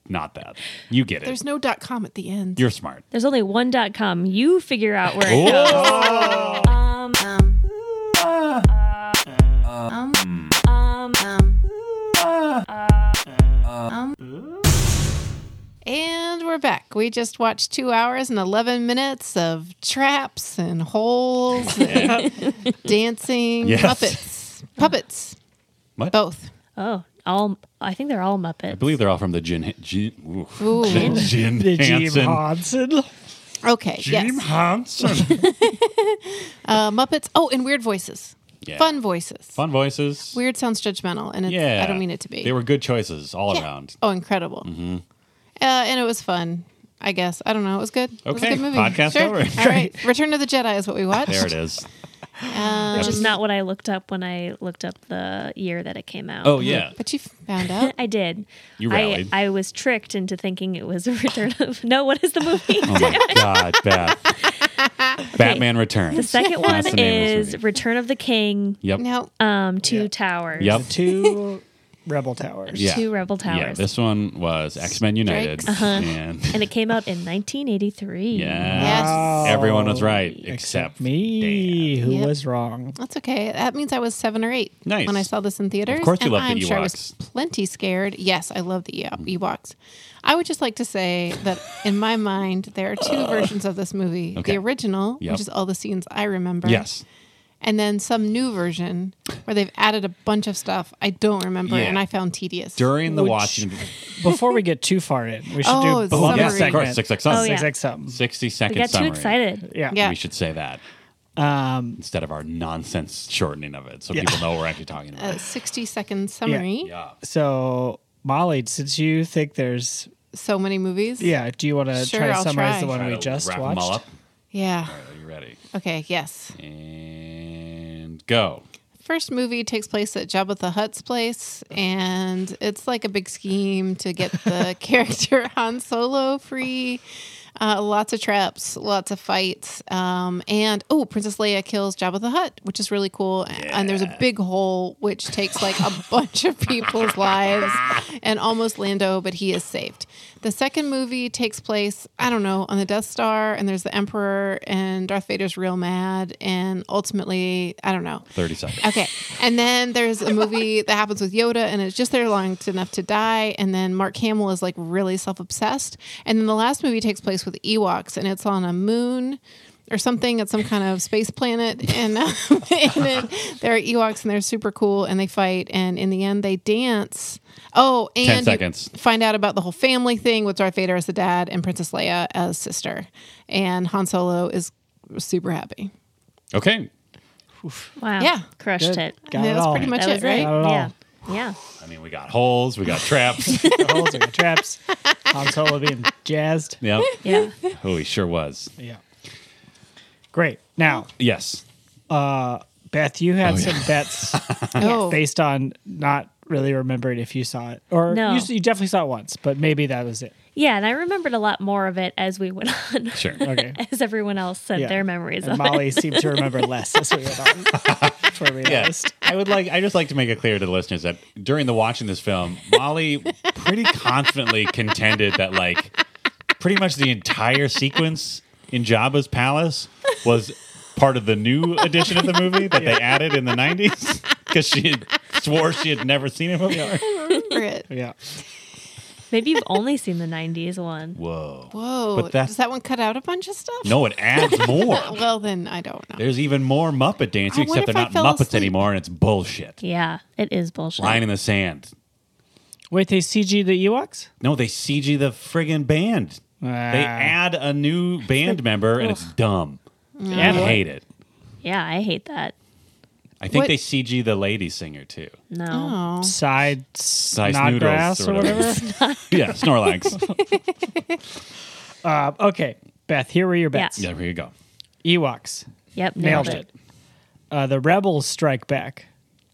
[SPEAKER 6] not that. You get it.
[SPEAKER 5] There's no dot com at the end.
[SPEAKER 6] You're smart.
[SPEAKER 3] There's only one dot com. You figure out where it goes.
[SPEAKER 6] Oh,
[SPEAKER 5] and we're back. We just watched two hours and 11 minutes of traps and holes and dancing
[SPEAKER 6] Yes.
[SPEAKER 5] puppets. Puppets.
[SPEAKER 6] What?
[SPEAKER 5] Both.
[SPEAKER 3] Oh, all I think they're all Muppets.
[SPEAKER 6] I believe they're all from the Jin Jin, oof.
[SPEAKER 5] Ooh.
[SPEAKER 6] Jin, Jin
[SPEAKER 4] The Jim
[SPEAKER 6] Hansen.
[SPEAKER 4] Hodson.
[SPEAKER 5] Okay.
[SPEAKER 6] Jim
[SPEAKER 5] Yes.
[SPEAKER 6] Hansen.
[SPEAKER 5] Uh, Muppets. Oh, and weird voices.
[SPEAKER 6] Yeah.
[SPEAKER 5] Fun voices.
[SPEAKER 6] Fun voices.
[SPEAKER 5] Weird sounds judgmental, and it's,
[SPEAKER 6] Yeah.
[SPEAKER 5] I don't mean it to be.
[SPEAKER 6] They were Mm-hmm. good choices all
[SPEAKER 5] Yeah.
[SPEAKER 6] around.
[SPEAKER 5] Oh, incredible. Uh, and it was fun, I guess. I don't know. It was good. It was a
[SPEAKER 6] Okay,
[SPEAKER 5] good movie.
[SPEAKER 6] podcast
[SPEAKER 5] Sure.
[SPEAKER 6] over.
[SPEAKER 5] All right. Return to the Jedi is what we watched.
[SPEAKER 6] There it is.
[SPEAKER 3] which is not what I looked up when I looked up the year that it came out.
[SPEAKER 6] Oh yeah.
[SPEAKER 5] But you found out.
[SPEAKER 3] I did.
[SPEAKER 6] You
[SPEAKER 3] I,
[SPEAKER 6] rallied.
[SPEAKER 3] I was tricked into thinking it was a return of no. What is the movie?
[SPEAKER 6] Oh my God, Beth. Batman Returns.
[SPEAKER 3] The second one
[SPEAKER 6] That's the name of this
[SPEAKER 3] is
[SPEAKER 6] movie.
[SPEAKER 3] Return of the King,
[SPEAKER 6] Yep.
[SPEAKER 5] No.
[SPEAKER 3] um, Two
[SPEAKER 4] Yeah.
[SPEAKER 3] Towers.
[SPEAKER 6] Yep.
[SPEAKER 4] Two Rebel Towers.
[SPEAKER 6] Yeah.
[SPEAKER 3] Two Rebel Towers. Uh-huh.
[SPEAKER 6] Yeah, this one was X Men United,
[SPEAKER 5] Strikes.
[SPEAKER 6] and
[SPEAKER 3] and it came out in 1983.
[SPEAKER 6] yeah,
[SPEAKER 5] Yes.
[SPEAKER 4] Wow.
[SPEAKER 6] everyone was right except,
[SPEAKER 4] Oh. me, who
[SPEAKER 5] Yep.
[SPEAKER 4] was wrong.
[SPEAKER 5] That's okay. That means I was seven or eight
[SPEAKER 6] Nice.
[SPEAKER 5] when I saw this in theaters.
[SPEAKER 6] Of course you
[SPEAKER 5] and
[SPEAKER 6] love the
[SPEAKER 5] I'm sure I was
[SPEAKER 6] Ewoks. Mm.
[SPEAKER 5] plenty scared. Yes, I love the Ew- Ewoks. I would just like to say that in my mind, there are two versions of this movie.
[SPEAKER 6] Okay.
[SPEAKER 5] The original,
[SPEAKER 6] Yep.
[SPEAKER 5] which is all the scenes I remember.
[SPEAKER 6] Dan. Yes.
[SPEAKER 5] And then some new version where they've added a bunch of stuff I don't remember
[SPEAKER 6] Yeah.
[SPEAKER 5] and I found tedious.
[SPEAKER 6] During the
[SPEAKER 4] Which-
[SPEAKER 6] watching,
[SPEAKER 4] Before we get too far in, we should
[SPEAKER 5] Oh,
[SPEAKER 4] do
[SPEAKER 5] it's
[SPEAKER 4] beloved
[SPEAKER 5] summary.
[SPEAKER 6] yes, of
[SPEAKER 4] segment.
[SPEAKER 6] course, six, six,
[SPEAKER 3] Oh,
[SPEAKER 6] six,
[SPEAKER 3] yeah.
[SPEAKER 4] Zig something.
[SPEAKER 6] sixty second
[SPEAKER 3] We got
[SPEAKER 6] summary.
[SPEAKER 3] too excited.
[SPEAKER 4] Yeah.
[SPEAKER 5] Yeah.
[SPEAKER 6] We should say that
[SPEAKER 4] Um,
[SPEAKER 6] instead of our nonsense shortening of it, so people know what we're actually talking
[SPEAKER 3] Uh,
[SPEAKER 6] about.
[SPEAKER 5] A 60 second summary.
[SPEAKER 6] yeah.
[SPEAKER 4] so, Molly, since you think there's,
[SPEAKER 5] So many movies.
[SPEAKER 4] yeah, do you want to
[SPEAKER 5] Sure,
[SPEAKER 4] try to
[SPEAKER 5] I'll
[SPEAKER 4] summarize
[SPEAKER 5] try.
[SPEAKER 4] the one
[SPEAKER 6] Try
[SPEAKER 4] we
[SPEAKER 6] to
[SPEAKER 4] just
[SPEAKER 6] wrap
[SPEAKER 4] watched?
[SPEAKER 6] them all up.
[SPEAKER 5] Yeah.
[SPEAKER 6] Are you ready?
[SPEAKER 5] Okay. Yes.
[SPEAKER 6] And go.
[SPEAKER 5] first movie takes place at Jabba the Hutt's place, and it's like a big scheme to get the character Han Solo free. Uh, lots of traps, lots of fights, um, and oh, Princess Leia kills Jabba the Hutt, which is really cool. And there's a big hole which takes like a bunch of people's lives, and almost Lando, but he is saved. The second movie takes place, I don't know, on the Death Star, and there's the Emperor, and Darth Vader's real mad, and ultimately, I don't know.
[SPEAKER 6] Thirty seconds.
[SPEAKER 5] Okay. And then there's a movie that happens with Yoda and it's just there long enough to die. And then Mark Hamill is like really self obsessed. And then the last movie takes place with Ewoks and it's on a moon or something at some kind of space planet. And, um, and it, there are Ewoks and they're super cool and they fight. And in the end, they dance. Oh, and you
[SPEAKER 6] seconds.
[SPEAKER 5] find out about the whole family thing with Darth Vader as the dad and Princess Leia as sister. And Han Solo is super happy.
[SPEAKER 3] Uh,
[SPEAKER 6] Okay.
[SPEAKER 3] Wow.
[SPEAKER 5] Yeah.
[SPEAKER 3] Crushed
[SPEAKER 4] Good.
[SPEAKER 3] it.
[SPEAKER 4] Got
[SPEAKER 5] Yeah,
[SPEAKER 4] it
[SPEAKER 5] that's
[SPEAKER 4] all.
[SPEAKER 5] pretty much
[SPEAKER 3] That
[SPEAKER 5] it,
[SPEAKER 3] was
[SPEAKER 5] right?
[SPEAKER 3] it.
[SPEAKER 4] Got it all.
[SPEAKER 3] Yeah. Yeah.
[SPEAKER 6] I mean, we got holes, we got traps.
[SPEAKER 4] the holes and the traps. Han Solo being jazzed.
[SPEAKER 6] yep.
[SPEAKER 3] Yeah.
[SPEAKER 6] Oh, he sure was.
[SPEAKER 4] Yeah. Great. Now,
[SPEAKER 6] Yes.
[SPEAKER 4] Beth, you had some bets
[SPEAKER 5] Oh,
[SPEAKER 4] based on not really remembering if you saw it, or
[SPEAKER 3] No.
[SPEAKER 4] you, you definitely saw it once, but maybe that was it.
[SPEAKER 3] Yeah. And I remembered a lot more of it as we went on,
[SPEAKER 6] Sure.
[SPEAKER 4] Okay.
[SPEAKER 3] as everyone else said
[SPEAKER 4] Yeah.
[SPEAKER 3] their memories
[SPEAKER 4] And
[SPEAKER 3] of it.
[SPEAKER 4] Molly seemed to remember less as we went on. That's where we
[SPEAKER 6] Yes.
[SPEAKER 4] noticed.
[SPEAKER 6] I would like I just like to make it clear to the listeners that during the watching this film, Molly pretty confidently contended that like pretty much the entire sequence in Jabba's palace was part of the new edition of the movie that they added in the 90s because she had swore she had never seen it before.
[SPEAKER 5] Brit.
[SPEAKER 4] Yeah.
[SPEAKER 3] Maybe you've only seen the 90s one.
[SPEAKER 6] Whoa.
[SPEAKER 5] Whoa.
[SPEAKER 6] But that-
[SPEAKER 5] Does that one cut out a bunch of stuff?
[SPEAKER 6] No, it adds more.
[SPEAKER 5] Well, then I don't know.
[SPEAKER 6] There's even more Muppet dancing,
[SPEAKER 5] I wonder
[SPEAKER 6] except they're
[SPEAKER 5] if I
[SPEAKER 6] not
[SPEAKER 5] fell
[SPEAKER 6] Muppets
[SPEAKER 5] asleep.
[SPEAKER 6] anymore, and it's bullshit.
[SPEAKER 3] Yeah. It is bullshit.
[SPEAKER 6] Line in the sand.
[SPEAKER 4] Wait, they CG the Ewoks?
[SPEAKER 6] No, they CG the friggin' band. they add a new band member, and it's dumb. I
[SPEAKER 5] Mm.
[SPEAKER 4] Yeah.
[SPEAKER 6] hate it.
[SPEAKER 3] Yeah. I hate that.
[SPEAKER 6] I think
[SPEAKER 5] What-
[SPEAKER 6] they CG the lady singer too.
[SPEAKER 3] No.
[SPEAKER 5] Oh.
[SPEAKER 4] Side
[SPEAKER 6] Size
[SPEAKER 4] snodgrass or whatever.
[SPEAKER 6] yeah, Snorlax.
[SPEAKER 4] um, okay, Beth, here were your bets.
[SPEAKER 6] yeah, here you go.
[SPEAKER 4] Ewoks.
[SPEAKER 3] Yep. Nailed,
[SPEAKER 4] Nailed it. Uh, the Rebels strike back.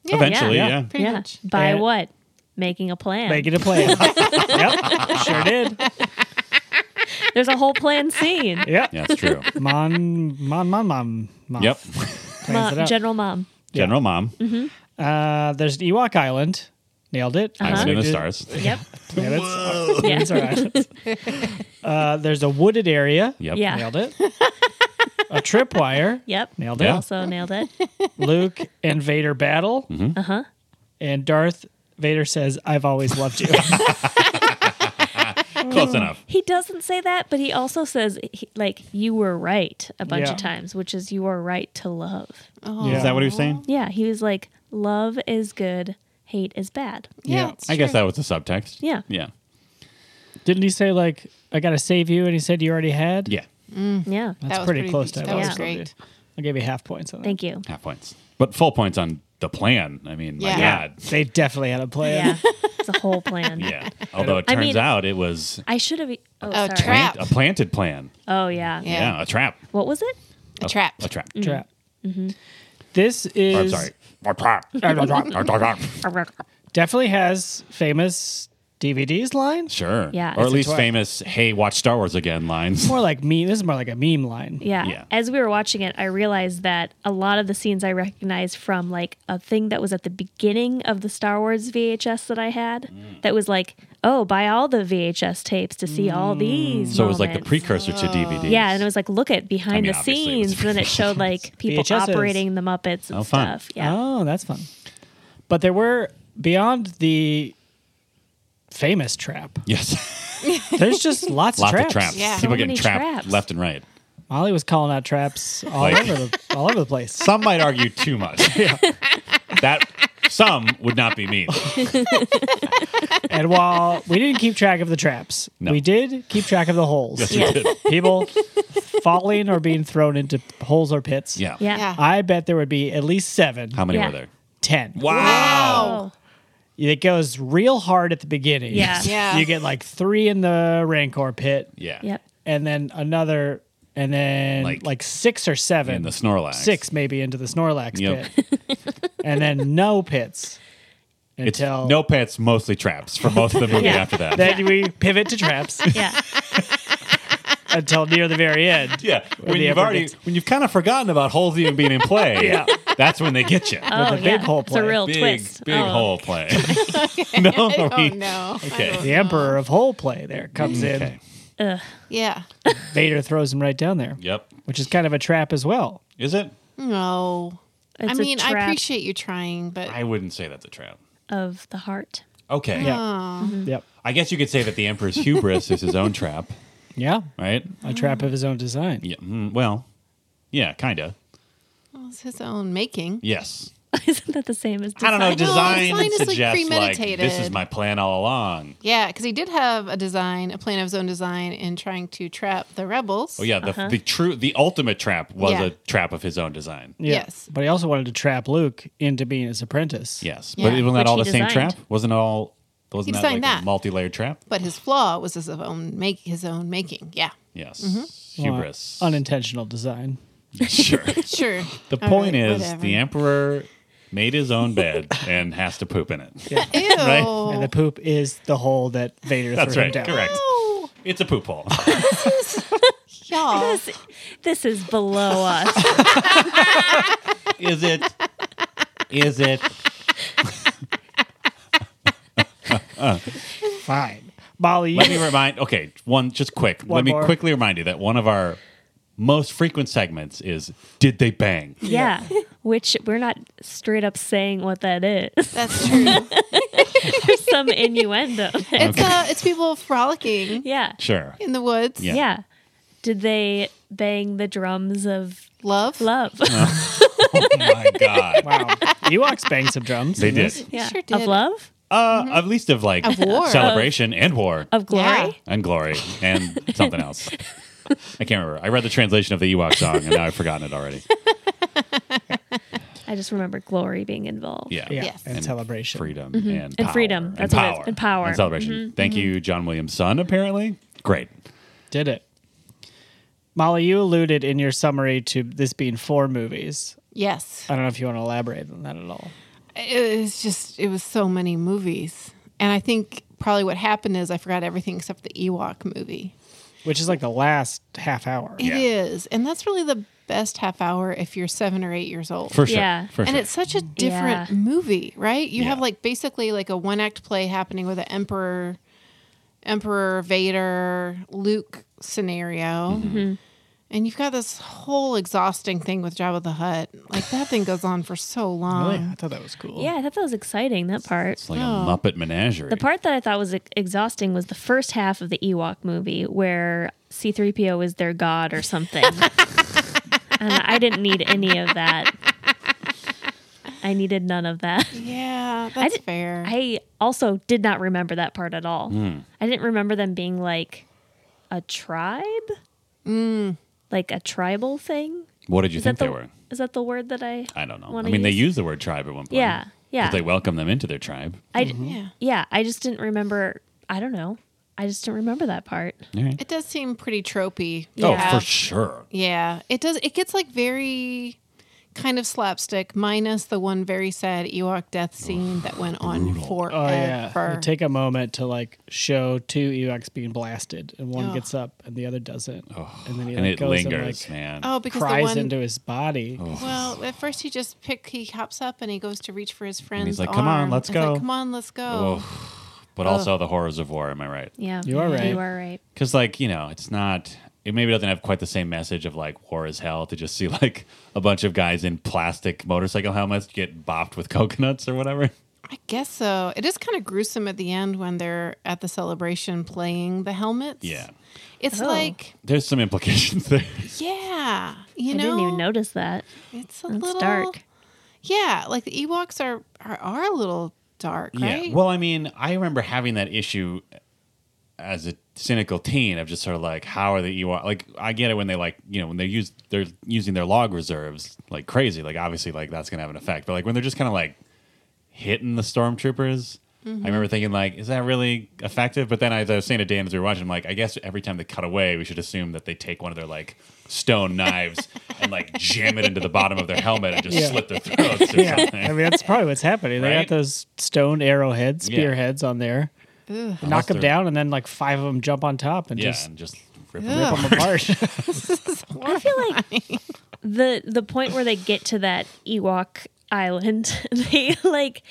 [SPEAKER 5] Yeah,
[SPEAKER 6] Eventually, yeah.
[SPEAKER 4] yeah.
[SPEAKER 5] Pretty
[SPEAKER 3] yeah.
[SPEAKER 5] much.
[SPEAKER 3] By
[SPEAKER 4] And-
[SPEAKER 3] what? Making a plan.
[SPEAKER 4] Make it a plan. yep, sure did.
[SPEAKER 3] There's a whole plan scene.
[SPEAKER 4] Yep.
[SPEAKER 6] Yeah, that's true.
[SPEAKER 4] Mon, mon, mon, mon. mon.
[SPEAKER 6] yep.
[SPEAKER 4] Cleans it
[SPEAKER 3] Mom,
[SPEAKER 4] up.
[SPEAKER 3] General Mom.
[SPEAKER 6] General Mom.
[SPEAKER 5] Uh-huh.
[SPEAKER 4] Uh, there's an Ewok Island. Nailed it.
[SPEAKER 6] I went in the
[SPEAKER 4] Did-
[SPEAKER 6] stars.
[SPEAKER 3] Yep.
[SPEAKER 4] planets are-
[SPEAKER 3] Yeah.
[SPEAKER 4] planets are islands. Uh, there's a wooded area.
[SPEAKER 6] Yep.
[SPEAKER 3] Yeah.
[SPEAKER 4] Nailed it. A tripwire.
[SPEAKER 3] Yep.
[SPEAKER 4] Nailed
[SPEAKER 6] Yeah.
[SPEAKER 4] it.
[SPEAKER 3] Also nailed it.
[SPEAKER 4] Luke and Vader battle.
[SPEAKER 6] Mm-hmm.
[SPEAKER 3] Uh huh.
[SPEAKER 4] And Darth Vader says, I've always loved you.
[SPEAKER 6] Close enough.
[SPEAKER 3] He doesn't say that, but he also says he, like you were right a bunch
[SPEAKER 4] Yeah.
[SPEAKER 3] of times, which is you are right to love.
[SPEAKER 5] Oh.
[SPEAKER 4] Yeah.
[SPEAKER 6] Is that what he was saying?
[SPEAKER 3] Yeah, he was like love is good, hate is bad.
[SPEAKER 5] Yeah,
[SPEAKER 4] Yeah.
[SPEAKER 5] it's
[SPEAKER 6] I guess
[SPEAKER 5] true.
[SPEAKER 6] that was the subtext.
[SPEAKER 3] Yeah.
[SPEAKER 6] Yeah.
[SPEAKER 4] Didn't he say, like, I got to save you? And he said, You already had?
[SPEAKER 6] Yeah.
[SPEAKER 3] Yeah.
[SPEAKER 4] That's
[SPEAKER 5] Mm. That was
[SPEAKER 4] pretty,
[SPEAKER 5] pretty
[SPEAKER 4] close
[SPEAKER 5] deep.
[SPEAKER 4] to
[SPEAKER 5] That
[SPEAKER 4] I've always
[SPEAKER 3] was
[SPEAKER 4] loved you.
[SPEAKER 5] great.
[SPEAKER 4] I'll give you half points on that.
[SPEAKER 3] Thank you.
[SPEAKER 6] Half points. But full points on the plan. I mean, my
[SPEAKER 5] Yeah.
[SPEAKER 6] God.
[SPEAKER 4] They definitely had a plan.
[SPEAKER 3] Yeah. it's a whole plan.
[SPEAKER 6] Yeah. Although it
[SPEAKER 3] I
[SPEAKER 6] turns
[SPEAKER 3] mean-
[SPEAKER 6] out it was
[SPEAKER 3] I should have. Oh,
[SPEAKER 5] A
[SPEAKER 3] sorry.
[SPEAKER 5] trap.
[SPEAKER 6] a planted plan.
[SPEAKER 3] Oh yeah.
[SPEAKER 5] Yeah.
[SPEAKER 6] Yeah, a trap.
[SPEAKER 3] What was it?
[SPEAKER 5] A trap.
[SPEAKER 6] A trap.
[SPEAKER 4] Trap. Mm-hmm. This
[SPEAKER 6] Oh,
[SPEAKER 4] is
[SPEAKER 6] I'm sorry. A trap. A trap.
[SPEAKER 4] definitely has famous DVDs line?
[SPEAKER 6] Sure.
[SPEAKER 3] Yeah.
[SPEAKER 6] Or
[SPEAKER 3] It's
[SPEAKER 6] at
[SPEAKER 3] a
[SPEAKER 6] least
[SPEAKER 4] toy.
[SPEAKER 6] famous, hey, watch Star Wars again lines.
[SPEAKER 4] More like meme. This is more like a meme line.
[SPEAKER 3] Yeah.
[SPEAKER 6] Yeah.
[SPEAKER 3] As we were watching it, I realized that a lot of the scenes I recognized from like a thing that was at the beginning of the Star Wars VHS that I had
[SPEAKER 6] Mm.
[SPEAKER 3] that was like, oh, buy all the VHS tapes to see all these.
[SPEAKER 6] Mm. So it was like the
[SPEAKER 3] moments.
[SPEAKER 6] precursor
[SPEAKER 3] Oh.
[SPEAKER 6] to DVD.
[SPEAKER 3] Yeah, and it was like, look at behind
[SPEAKER 6] mean,
[SPEAKER 3] the
[SPEAKER 6] obviously it was
[SPEAKER 3] scenes. And then it showed like people
[SPEAKER 4] VHSs.
[SPEAKER 3] operating the Muppets and
[SPEAKER 6] Oh, fun.
[SPEAKER 3] stuff. Yeah.
[SPEAKER 4] Oh, that's fun. But there were beyond the famous trap.
[SPEAKER 6] Yes.
[SPEAKER 4] There's just lots,
[SPEAKER 6] Lots
[SPEAKER 4] of traps.
[SPEAKER 6] of traps.
[SPEAKER 5] Yeah.
[SPEAKER 6] People
[SPEAKER 3] So
[SPEAKER 6] getting
[SPEAKER 3] many
[SPEAKER 6] trapped
[SPEAKER 3] traps.
[SPEAKER 6] left and right.
[SPEAKER 4] Molly was calling out traps all
[SPEAKER 6] Like-
[SPEAKER 4] over the all over the place.
[SPEAKER 6] Some might argue too much. That some would not be me.
[SPEAKER 4] And while we didn't keep track of the traps,
[SPEAKER 6] No.
[SPEAKER 4] we did keep track of the holes.
[SPEAKER 6] Yes, you did.
[SPEAKER 4] People falling or being thrown into holes or pits.
[SPEAKER 6] Yeah.
[SPEAKER 3] Yeah.
[SPEAKER 5] Yeah.
[SPEAKER 4] I bet there would be at least seven,
[SPEAKER 6] How many
[SPEAKER 3] Yeah.
[SPEAKER 6] were there?
[SPEAKER 4] ten.
[SPEAKER 6] Wow.
[SPEAKER 3] Oh.
[SPEAKER 4] It goes real hard at the beginning.
[SPEAKER 3] Yeah.
[SPEAKER 5] Yeah.
[SPEAKER 4] You get like three in the Rancor pit.
[SPEAKER 6] Yeah.
[SPEAKER 3] Yep.
[SPEAKER 4] and then another, and then like,
[SPEAKER 6] Like-
[SPEAKER 4] six or seven.
[SPEAKER 6] And the Snorlax.
[SPEAKER 4] Six maybe into the Snorlax
[SPEAKER 6] Yep.
[SPEAKER 4] pit. and then no pits
[SPEAKER 6] It's
[SPEAKER 4] until.
[SPEAKER 6] no pets, mostly traps for most of the movie
[SPEAKER 3] Yeah.
[SPEAKER 6] after that.
[SPEAKER 4] Then we pivot to traps
[SPEAKER 3] Yeah.
[SPEAKER 4] until near the very end.
[SPEAKER 6] yeah. When
[SPEAKER 4] the
[SPEAKER 6] you've
[SPEAKER 4] upper
[SPEAKER 6] already
[SPEAKER 4] gets-
[SPEAKER 6] when you've kind of forgotten about holes even being in play,
[SPEAKER 4] Yeah.
[SPEAKER 6] that's when they get you.
[SPEAKER 3] Oh,
[SPEAKER 4] big
[SPEAKER 3] yeah.
[SPEAKER 4] hole
[SPEAKER 3] It's a
[SPEAKER 4] play.
[SPEAKER 3] real
[SPEAKER 6] big
[SPEAKER 3] twist.
[SPEAKER 6] big
[SPEAKER 3] oh.
[SPEAKER 6] hole play. no,
[SPEAKER 5] Oh no.
[SPEAKER 6] Okay.
[SPEAKER 5] I don't
[SPEAKER 4] The
[SPEAKER 5] know.
[SPEAKER 4] Emperor of Hole Play there comes
[SPEAKER 6] Okay.
[SPEAKER 5] Yeah.
[SPEAKER 4] in. Vader throws him right down there,
[SPEAKER 6] Yep.
[SPEAKER 4] which is kind of a trap as well.
[SPEAKER 6] Is it?
[SPEAKER 5] No.
[SPEAKER 3] It's
[SPEAKER 5] I
[SPEAKER 3] a
[SPEAKER 5] mean, I
[SPEAKER 3] trap
[SPEAKER 5] appreciate you trying, but
[SPEAKER 6] I wouldn't say that's a trap.
[SPEAKER 3] of the heart.
[SPEAKER 6] Okay.
[SPEAKER 4] Yeah.
[SPEAKER 5] oh,
[SPEAKER 4] Yep.
[SPEAKER 6] I guess you could say that the emperor's hubris is his own trap,
[SPEAKER 4] Yeah.
[SPEAKER 6] right?
[SPEAKER 4] A trap of his own design.
[SPEAKER 6] Yeah. mm, well, yeah, kind of.
[SPEAKER 5] it's his own making.
[SPEAKER 6] Yes.
[SPEAKER 3] Isn't that the same as
[SPEAKER 6] I don't know.
[SPEAKER 5] No,
[SPEAKER 6] Design
[SPEAKER 5] design is,
[SPEAKER 6] suggests
[SPEAKER 5] like,
[SPEAKER 6] like, this is
[SPEAKER 5] premeditated.
[SPEAKER 6] my plan all along.
[SPEAKER 5] Yeah, because he did have a design, a plan of his own design, in trying to trap the rebels.
[SPEAKER 6] Oh yeah, the, the true the ultimate trap was
[SPEAKER 5] Uh-huh. Yeah.
[SPEAKER 6] a trap of his own design.
[SPEAKER 4] Yeah.
[SPEAKER 5] Yes.
[SPEAKER 4] But he also wanted to trap Luke into being his apprentice.
[SPEAKER 6] Yes,
[SPEAKER 5] Yeah.
[SPEAKER 6] but wasn't that
[SPEAKER 3] Which
[SPEAKER 6] all
[SPEAKER 3] he
[SPEAKER 6] the same
[SPEAKER 3] designed.
[SPEAKER 6] trap? Wasn't it all wasn't
[SPEAKER 5] He
[SPEAKER 6] that like
[SPEAKER 5] designed
[SPEAKER 6] a
[SPEAKER 5] that.
[SPEAKER 6] multi-layered trap?
[SPEAKER 5] But his flaw was his own make his own making. Yeah.
[SPEAKER 6] Yes,
[SPEAKER 5] Mm-hmm.
[SPEAKER 4] Well, uh,
[SPEAKER 6] hubris.
[SPEAKER 4] unintentional design.
[SPEAKER 6] sure.
[SPEAKER 5] Sure.
[SPEAKER 6] The
[SPEAKER 5] All
[SPEAKER 6] point
[SPEAKER 5] right,
[SPEAKER 6] is,
[SPEAKER 5] whatever.
[SPEAKER 6] the emperor made his own bed and has to poop in it.
[SPEAKER 5] Ew.
[SPEAKER 4] And the poop is the hole that Vader
[SPEAKER 6] That's
[SPEAKER 4] threw
[SPEAKER 6] right.
[SPEAKER 4] him down.
[SPEAKER 6] Correct.
[SPEAKER 5] Oh,
[SPEAKER 6] It's a poop hole.
[SPEAKER 5] y'all.
[SPEAKER 3] This is below us.
[SPEAKER 6] is it? Is it?
[SPEAKER 4] Fine. Molly,
[SPEAKER 6] Let
[SPEAKER 4] you,
[SPEAKER 6] me remind. Okay, one just quick.
[SPEAKER 4] One
[SPEAKER 6] let me
[SPEAKER 4] more.
[SPEAKER 6] quickly remind you that one of our most frequent segments is "Did they bang?"
[SPEAKER 3] yeah. Which we're not straight up saying what that is.
[SPEAKER 5] That's true.
[SPEAKER 3] There's some innuendo.
[SPEAKER 5] It's uh, it's people frolicking
[SPEAKER 3] yeah.
[SPEAKER 6] Sure.
[SPEAKER 5] in the woods.
[SPEAKER 6] Yeah.
[SPEAKER 3] yeah. Did they bang the drums of
[SPEAKER 5] Love.
[SPEAKER 3] love?
[SPEAKER 6] Oh my god.
[SPEAKER 4] wow. Ewoks banged some drums.
[SPEAKER 6] They
[SPEAKER 4] in
[SPEAKER 6] did.
[SPEAKER 4] this.
[SPEAKER 3] yeah.
[SPEAKER 5] Sure
[SPEAKER 3] of
[SPEAKER 5] did.
[SPEAKER 3] love?
[SPEAKER 6] Uh, at least of like
[SPEAKER 5] Of war.
[SPEAKER 6] celebration and war
[SPEAKER 3] Of glory?
[SPEAKER 5] Yeah.
[SPEAKER 6] and glory and something else. I can't remember. I read the translation of the Ewok song and now I've forgotten it already.
[SPEAKER 3] I just remember glory being involved.
[SPEAKER 6] Yeah.
[SPEAKER 4] Yeah.
[SPEAKER 5] Yes.
[SPEAKER 4] And,
[SPEAKER 5] And
[SPEAKER 4] celebration.
[SPEAKER 6] Freedom and
[SPEAKER 3] Mm-hmm. And
[SPEAKER 6] power
[SPEAKER 3] freedom.
[SPEAKER 6] and
[SPEAKER 3] That's what it is.
[SPEAKER 6] power
[SPEAKER 3] And power. Mm-hmm.
[SPEAKER 6] celebration. Thank you, John Williams' son. Apparently, great.
[SPEAKER 4] Did it. Molly, you alluded in your summary to this being four movies.
[SPEAKER 5] Yes.
[SPEAKER 4] I don't know if you want to elaborate on that at all.
[SPEAKER 5] It was just it was so many movies, and I think probably what happened is I forgot everything except the Ewok movie.
[SPEAKER 4] Which is like the last half hour.
[SPEAKER 5] It is, and that's really the best half hour if you're seven or eight years old.
[SPEAKER 6] For sure.
[SPEAKER 3] Yeah.
[SPEAKER 6] For
[SPEAKER 5] and
[SPEAKER 6] sure.
[SPEAKER 5] it's such a different
[SPEAKER 3] Yeah.
[SPEAKER 5] movie, right? You have
[SPEAKER 6] Yeah.
[SPEAKER 5] like basically like a one act play happening with an emperor, emperor Vader, Luke scenario,
[SPEAKER 3] Mm-hmm.
[SPEAKER 5] and you've got this whole exhausting thing with Jabba the Hutt. Like that thing goes on for so long.
[SPEAKER 4] Really? I thought that was cool.
[SPEAKER 3] Yeah, I thought that was exciting, that part.
[SPEAKER 6] it's like a Muppet menagerie.
[SPEAKER 3] oh. The part that I thought was ex- exhausting was the first half of the Ewok movie where C3PO is their god or something. and I didn't need any of that. I needed none of that.
[SPEAKER 5] Yeah, that's
[SPEAKER 3] did-
[SPEAKER 5] fair.
[SPEAKER 3] I also did not remember that part at all.
[SPEAKER 6] Hmm.
[SPEAKER 3] I didn't remember them being like a tribe,
[SPEAKER 5] Mm.
[SPEAKER 3] like a tribal thing.
[SPEAKER 6] what did you
[SPEAKER 3] Is
[SPEAKER 6] think
[SPEAKER 3] that
[SPEAKER 6] they
[SPEAKER 3] the
[SPEAKER 6] were?
[SPEAKER 3] is that the word that I?
[SPEAKER 6] I don't know. I
[SPEAKER 3] wanna
[SPEAKER 6] mean, they
[SPEAKER 3] use-
[SPEAKER 6] used the word tribe at one point.
[SPEAKER 3] Yeah,
[SPEAKER 6] 'Cause
[SPEAKER 3] yeah.
[SPEAKER 6] They welcomed them into their tribe.
[SPEAKER 3] I
[SPEAKER 5] yeah.
[SPEAKER 3] yeah. I just didn't remember. I don't know. I just didn't remember that part.
[SPEAKER 6] All right.
[SPEAKER 5] It does seem pretty tropey.
[SPEAKER 6] Oh,
[SPEAKER 5] Yeah.
[SPEAKER 6] for sure.
[SPEAKER 5] Yeah, it does. It gets like very kind of slapstick, minus the one very sad Ewok death scene that went on forever.
[SPEAKER 4] Oh yeah. They take a moment to like show two Ewoks being blasted, and one
[SPEAKER 5] Ugh.
[SPEAKER 4] gets up and the other doesn't, and then he
[SPEAKER 6] and
[SPEAKER 4] like,
[SPEAKER 6] it
[SPEAKER 4] goes
[SPEAKER 6] lingers,
[SPEAKER 4] and like
[SPEAKER 6] man.
[SPEAKER 5] oh, because the
[SPEAKER 4] cries
[SPEAKER 5] one.
[SPEAKER 4] into his body.
[SPEAKER 5] well, at first he just pick. He hops up and he goes to reach for his friend's
[SPEAKER 6] like,
[SPEAKER 5] arm.
[SPEAKER 6] "Come on, let's
[SPEAKER 5] It's like,
[SPEAKER 6] go."
[SPEAKER 5] Come on, let's go.
[SPEAKER 4] oh.
[SPEAKER 3] Oh.
[SPEAKER 6] But also the horrors of war. Am I right?
[SPEAKER 3] Yeah.
[SPEAKER 4] You are right.
[SPEAKER 3] You are right.
[SPEAKER 6] Because like you know, it's not. It maybe doesn't have quite the same message of like war is hell to just see like a bunch of guys in plastic motorcycle helmets get bopped with coconuts or whatever.
[SPEAKER 5] I guess so. It is kind of gruesome at the end when they're at the celebration playing the helmets.
[SPEAKER 6] Yeah.
[SPEAKER 5] It's
[SPEAKER 3] Oh.
[SPEAKER 5] like,
[SPEAKER 6] There's some implications there.
[SPEAKER 5] yeah, you
[SPEAKER 3] I
[SPEAKER 5] know,
[SPEAKER 3] didn't even notice that.
[SPEAKER 5] it's a
[SPEAKER 3] It's
[SPEAKER 5] little
[SPEAKER 3] dark.
[SPEAKER 5] Yeah, like the Ewoks are are, are a little dark, right?
[SPEAKER 6] Yeah. Well, I mean, I remember having that issue as a cynical teen of just sort of like, how are the Ewok? Like, I get it when they like, you know, when they use they're using their log reserves like crazy. Like, obviously, like that's gonna have an effect. But like when they're just kind of like hitting the stormtroopers.
[SPEAKER 4] Mm-hmm.
[SPEAKER 6] I remember thinking like, is that really effective? But then as I was saying to Dan as we were watching, I'm like, I guess every time they cut away, we should assume that they take one of their like stone knives and like jam it into the bottom of their helmet and just
[SPEAKER 4] Yeah.
[SPEAKER 6] slit their throats or
[SPEAKER 4] Yeah,
[SPEAKER 6] something.
[SPEAKER 4] I mean that's probably what's happening. They
[SPEAKER 6] Right?
[SPEAKER 4] got those stone arrowheads,
[SPEAKER 6] Yeah.
[SPEAKER 4] spearheads on there.
[SPEAKER 5] Ugh.
[SPEAKER 4] knock them
[SPEAKER 6] they're-
[SPEAKER 4] down, and then like five of them jump on top and
[SPEAKER 6] yeah,
[SPEAKER 4] just
[SPEAKER 6] and just rip
[SPEAKER 5] Ugh.
[SPEAKER 6] them
[SPEAKER 4] rip them apart.
[SPEAKER 3] I feel like the the point where they get to that Ewok island, they like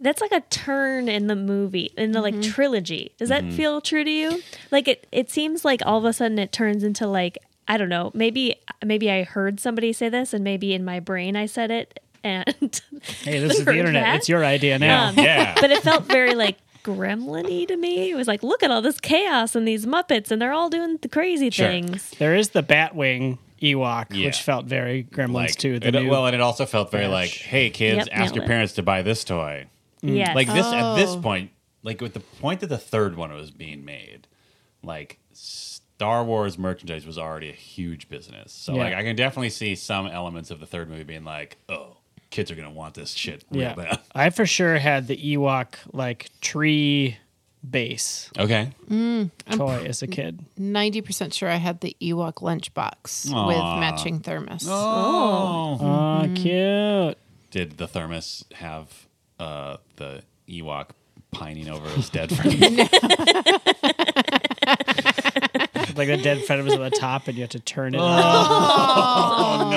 [SPEAKER 3] that's like a turn in the movie in the
[SPEAKER 6] Mm-hmm.
[SPEAKER 3] like trilogy. Does that feel true to you? Like it it seems like all of a sudden it turns into like I don't know. Maybe maybe I heard somebody say this, and maybe in my brain I said it. And
[SPEAKER 4] hey, this is the
[SPEAKER 3] Heard
[SPEAKER 4] internet.
[SPEAKER 3] that?
[SPEAKER 4] It's your idea now.
[SPEAKER 3] Um,
[SPEAKER 6] yeah.
[SPEAKER 3] but it felt very like gremlin-y to me. It was like, look at all this chaos and these Muppets, and they're all doing the crazy
[SPEAKER 6] Sure.
[SPEAKER 3] things.
[SPEAKER 4] There is the Batwing Ewok,
[SPEAKER 6] Yeah.
[SPEAKER 4] which felt very Gremlins
[SPEAKER 6] like
[SPEAKER 4] too. The
[SPEAKER 6] it-
[SPEAKER 4] new,
[SPEAKER 6] well, and it also felt very like, hey kids,
[SPEAKER 3] Yep,
[SPEAKER 6] ask
[SPEAKER 3] nailed
[SPEAKER 6] your
[SPEAKER 3] it.
[SPEAKER 6] parents to buy this toy.
[SPEAKER 3] Yes.
[SPEAKER 6] Mm, Like this at this
[SPEAKER 5] Oh.
[SPEAKER 6] point, like with the point that the third one was being made, like Star Wars merchandise was already a huge business. So
[SPEAKER 4] Yeah.
[SPEAKER 6] like I can definitely see some elements of the third movie being like, oh, kids are gonna want this shit. Real
[SPEAKER 4] yeah,
[SPEAKER 6] bad.
[SPEAKER 4] I for sure had the Ewok like tree base
[SPEAKER 6] Okay.
[SPEAKER 4] toy as a kid.
[SPEAKER 5] Ninety percent sure I had the Ewok lunchbox with
[SPEAKER 6] Aw.
[SPEAKER 5] matching thermos.
[SPEAKER 6] Oh.
[SPEAKER 4] Oh, cute.
[SPEAKER 6] Did the thermos have uh, the Ewok pining over his dead friend?
[SPEAKER 4] Like the dead friend was on the top, and you have to turn it. Oh,
[SPEAKER 6] Oh,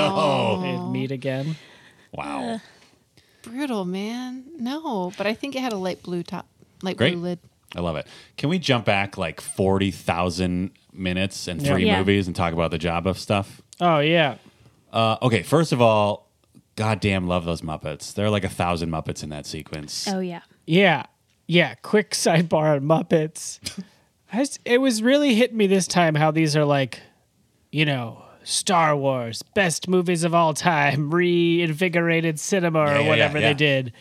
[SPEAKER 6] no.
[SPEAKER 4] and meet again.
[SPEAKER 6] Wow.
[SPEAKER 5] Brutal, man. No, but I think it had a light blue top, light
[SPEAKER 6] Great.
[SPEAKER 5] blue lid.
[SPEAKER 6] I love it. Can we jump back like 40,000 minutes and three
[SPEAKER 3] Yeah.
[SPEAKER 6] movies and talk about the Jabba stuff?
[SPEAKER 4] Oh yeah,
[SPEAKER 6] Uh, okay, first of all, goddamn love those Muppets. There are like a thousand Muppets in that sequence.
[SPEAKER 3] Oh yeah.
[SPEAKER 4] yeah, yeah. Quick sidebar on Muppets. I just, it was really hitting me this time how these are like, you know, Star Wars best movies of all time, reinvigorated cinema
[SPEAKER 6] Yeah,
[SPEAKER 4] or
[SPEAKER 6] yeah,
[SPEAKER 4] whatever
[SPEAKER 6] yeah, yeah.
[SPEAKER 4] they did.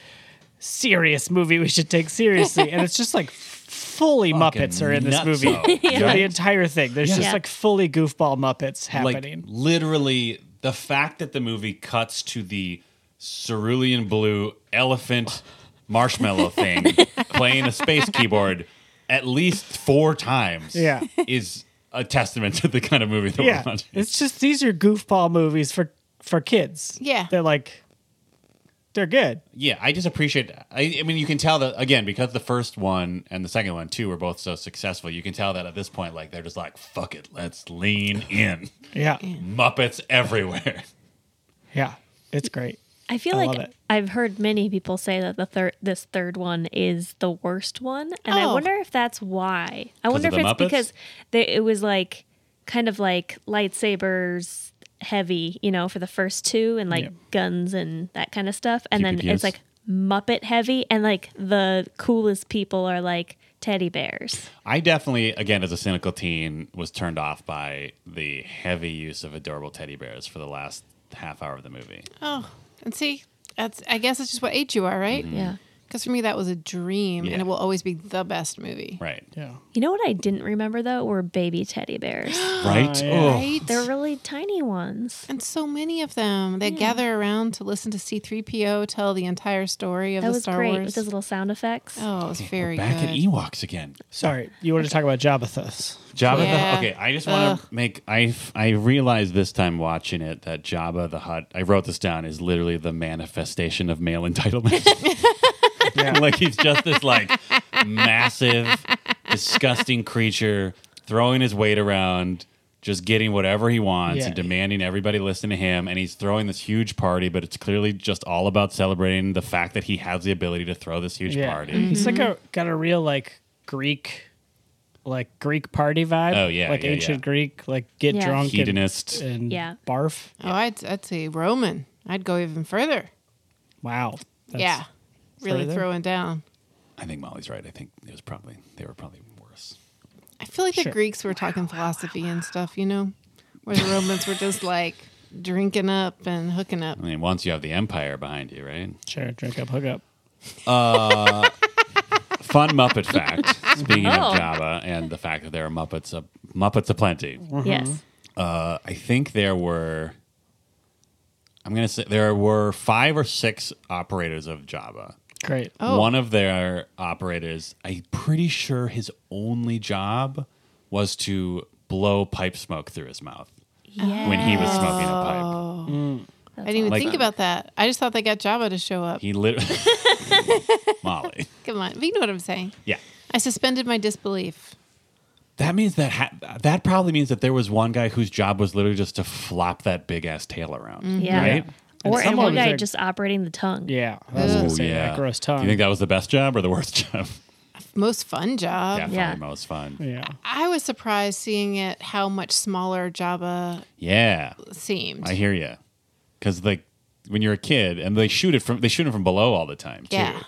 [SPEAKER 4] Serious movie we should take seriously, and it's just like fully
[SPEAKER 6] Fucking
[SPEAKER 4] Muppets are in this
[SPEAKER 6] nutso,
[SPEAKER 4] movie.
[SPEAKER 6] right?
[SPEAKER 4] The entire thing. There's
[SPEAKER 3] Yeah.
[SPEAKER 4] just like fully goofball Muppets
[SPEAKER 6] Like
[SPEAKER 4] happening.
[SPEAKER 6] literally the fact that the movie cuts to the cerulean blue elephant marshmallow thing playing a space keyboard at least four times
[SPEAKER 4] Yeah.
[SPEAKER 6] is a testament to the kind of movie that
[SPEAKER 4] yeah,
[SPEAKER 6] we're watching.
[SPEAKER 4] it's just these are goofball movies for for kids.
[SPEAKER 5] Yeah.
[SPEAKER 4] they're like they're good.
[SPEAKER 6] yeah, I just appreciate. I, I mean, you can tell that again because the first one and the second one too were both so successful. You can tell that at this point, like they're just like, "Fuck it, let's lean in."
[SPEAKER 4] Yeah,
[SPEAKER 6] Muppets everywhere.
[SPEAKER 4] yeah, it's great.
[SPEAKER 3] I feel
[SPEAKER 4] I
[SPEAKER 3] like
[SPEAKER 4] love it.
[SPEAKER 3] I've heard many people say that the third this third one is the worst one, and I
[SPEAKER 5] Oh.
[SPEAKER 3] wonder if that's why. I wonder
[SPEAKER 6] of
[SPEAKER 3] if
[SPEAKER 6] the
[SPEAKER 3] it's
[SPEAKER 6] Muppets?
[SPEAKER 3] because they, it was like kind of like lightsabers heavy, you know, for the first two, and like
[SPEAKER 4] Yeah.
[SPEAKER 3] guns and that kind of stuff, and then
[SPEAKER 6] PPPs?
[SPEAKER 3] it's like Muppet heavy, and like the coolest people are like teddy bears.
[SPEAKER 6] I definitely, again, as a cynical teen, was turned off by the heavy use of adorable teddy bears for the last half hour of the movie.
[SPEAKER 4] Hmm.
[SPEAKER 5] Oh, and see, that's I guess it's just what age you are, right?
[SPEAKER 3] Yeah.
[SPEAKER 5] Because for me, that was a dream,
[SPEAKER 6] Mm-hmm. Yeah.
[SPEAKER 5] and it will always be the best movie.
[SPEAKER 6] Right.
[SPEAKER 4] Yeah.
[SPEAKER 3] You know what I didn't remember though were baby teddy bears.
[SPEAKER 6] Right.
[SPEAKER 4] yeah.
[SPEAKER 6] Oh,
[SPEAKER 5] Right?
[SPEAKER 3] They're really tiny ones.
[SPEAKER 5] and so many of them. They gather around to listen to C3PO tell the entire story of
[SPEAKER 3] That
[SPEAKER 5] the
[SPEAKER 3] was
[SPEAKER 5] Star
[SPEAKER 3] great
[SPEAKER 5] Wars.
[SPEAKER 3] with those little sound effects.
[SPEAKER 5] oh, it was very
[SPEAKER 6] back
[SPEAKER 5] good.
[SPEAKER 6] at Ewoks again.
[SPEAKER 4] Sorry, you wanted to talk about Jabathus.
[SPEAKER 6] Jabba
[SPEAKER 5] Yeah.
[SPEAKER 6] the Okay, I just want to make I I realized this time watching it that Jabba the Hutt. I wrote this down is literally the manifestation of male entitlement. like he's just this like massive, disgusting creature throwing his weight around, just getting whatever he wants
[SPEAKER 4] Yeah.
[SPEAKER 6] and demanding everybody listen to him. And he's throwing this huge party, but it's clearly just all about celebrating the fact that he has the ability to throw this huge party.
[SPEAKER 4] He's like
[SPEAKER 3] Mm-hmm.
[SPEAKER 4] a got a real like Greek, like Greek party vibe.
[SPEAKER 6] Oh, yeah,
[SPEAKER 4] like
[SPEAKER 6] yeah,
[SPEAKER 4] ancient
[SPEAKER 6] yeah.
[SPEAKER 4] Greek, like get
[SPEAKER 3] Yeah.
[SPEAKER 4] drunk
[SPEAKER 6] Hedonist.
[SPEAKER 4] and, and
[SPEAKER 3] Yeah.
[SPEAKER 4] barf.
[SPEAKER 5] Oh, I'd, I'd say Roman. I'd go even further.
[SPEAKER 4] Wow. That's-
[SPEAKER 5] yeah. Really
[SPEAKER 4] further?
[SPEAKER 5] throwing down.
[SPEAKER 6] I think Molly's right. I think it was probably they were probably worse.
[SPEAKER 5] I feel like the
[SPEAKER 4] Sure.
[SPEAKER 5] Greeks were talking philosophy and stuff, you know, where the Romans were just like drinking up and hooking up.
[SPEAKER 6] I mean, once you have the empire behind you, right?
[SPEAKER 4] Sure. Drink up, hook up.
[SPEAKER 6] Fun Muppet fact. Speaking
[SPEAKER 3] Oh.
[SPEAKER 6] of Jabba and the fact that there are Muppets, a, Muppets aplenty.
[SPEAKER 4] Mm-hmm.
[SPEAKER 3] Yes.
[SPEAKER 6] Uh, I think there were. I'm gonna say there were five or six operators of Jabba.
[SPEAKER 4] Great.
[SPEAKER 5] Oh.
[SPEAKER 6] One of their operators, I'm pretty sure his only job was to blow pipe smoke through his mouth
[SPEAKER 3] Yeah.
[SPEAKER 6] when he was smoking a pipe.
[SPEAKER 5] Oh.
[SPEAKER 6] Mm.
[SPEAKER 5] I didn't even
[SPEAKER 6] Like-
[SPEAKER 5] think about that. I just thought they got Jabba to show up.
[SPEAKER 6] He literally. Molly.
[SPEAKER 5] Come on. You know what I'm saying.
[SPEAKER 6] Yeah.
[SPEAKER 5] I suspended my disbelief.
[SPEAKER 6] That means that ha- that probably means that there was one guy whose job was literally just to flop that big ass tail around.
[SPEAKER 5] Mm.
[SPEAKER 3] Yeah.
[SPEAKER 6] Right?
[SPEAKER 4] And
[SPEAKER 3] Or and
[SPEAKER 4] someone
[SPEAKER 3] one
[SPEAKER 4] was
[SPEAKER 3] guy
[SPEAKER 4] like-
[SPEAKER 3] just operating the tongue.
[SPEAKER 4] Yeah. I was gonna
[SPEAKER 6] Ooh,
[SPEAKER 4] say, that gross
[SPEAKER 6] Do
[SPEAKER 4] tongue.
[SPEAKER 6] you think that was the best job or the worst job?
[SPEAKER 5] Most fun job.
[SPEAKER 6] Definitely
[SPEAKER 3] Yeah.
[SPEAKER 6] most fun.
[SPEAKER 4] yeah.
[SPEAKER 5] I was surprised seeing it how much smaller Jabba
[SPEAKER 6] Yeah,
[SPEAKER 5] seemed.
[SPEAKER 6] I hear you. Because like when you're a kid, and they shoot it from they shoot it from below all the time. Too.
[SPEAKER 5] yeah.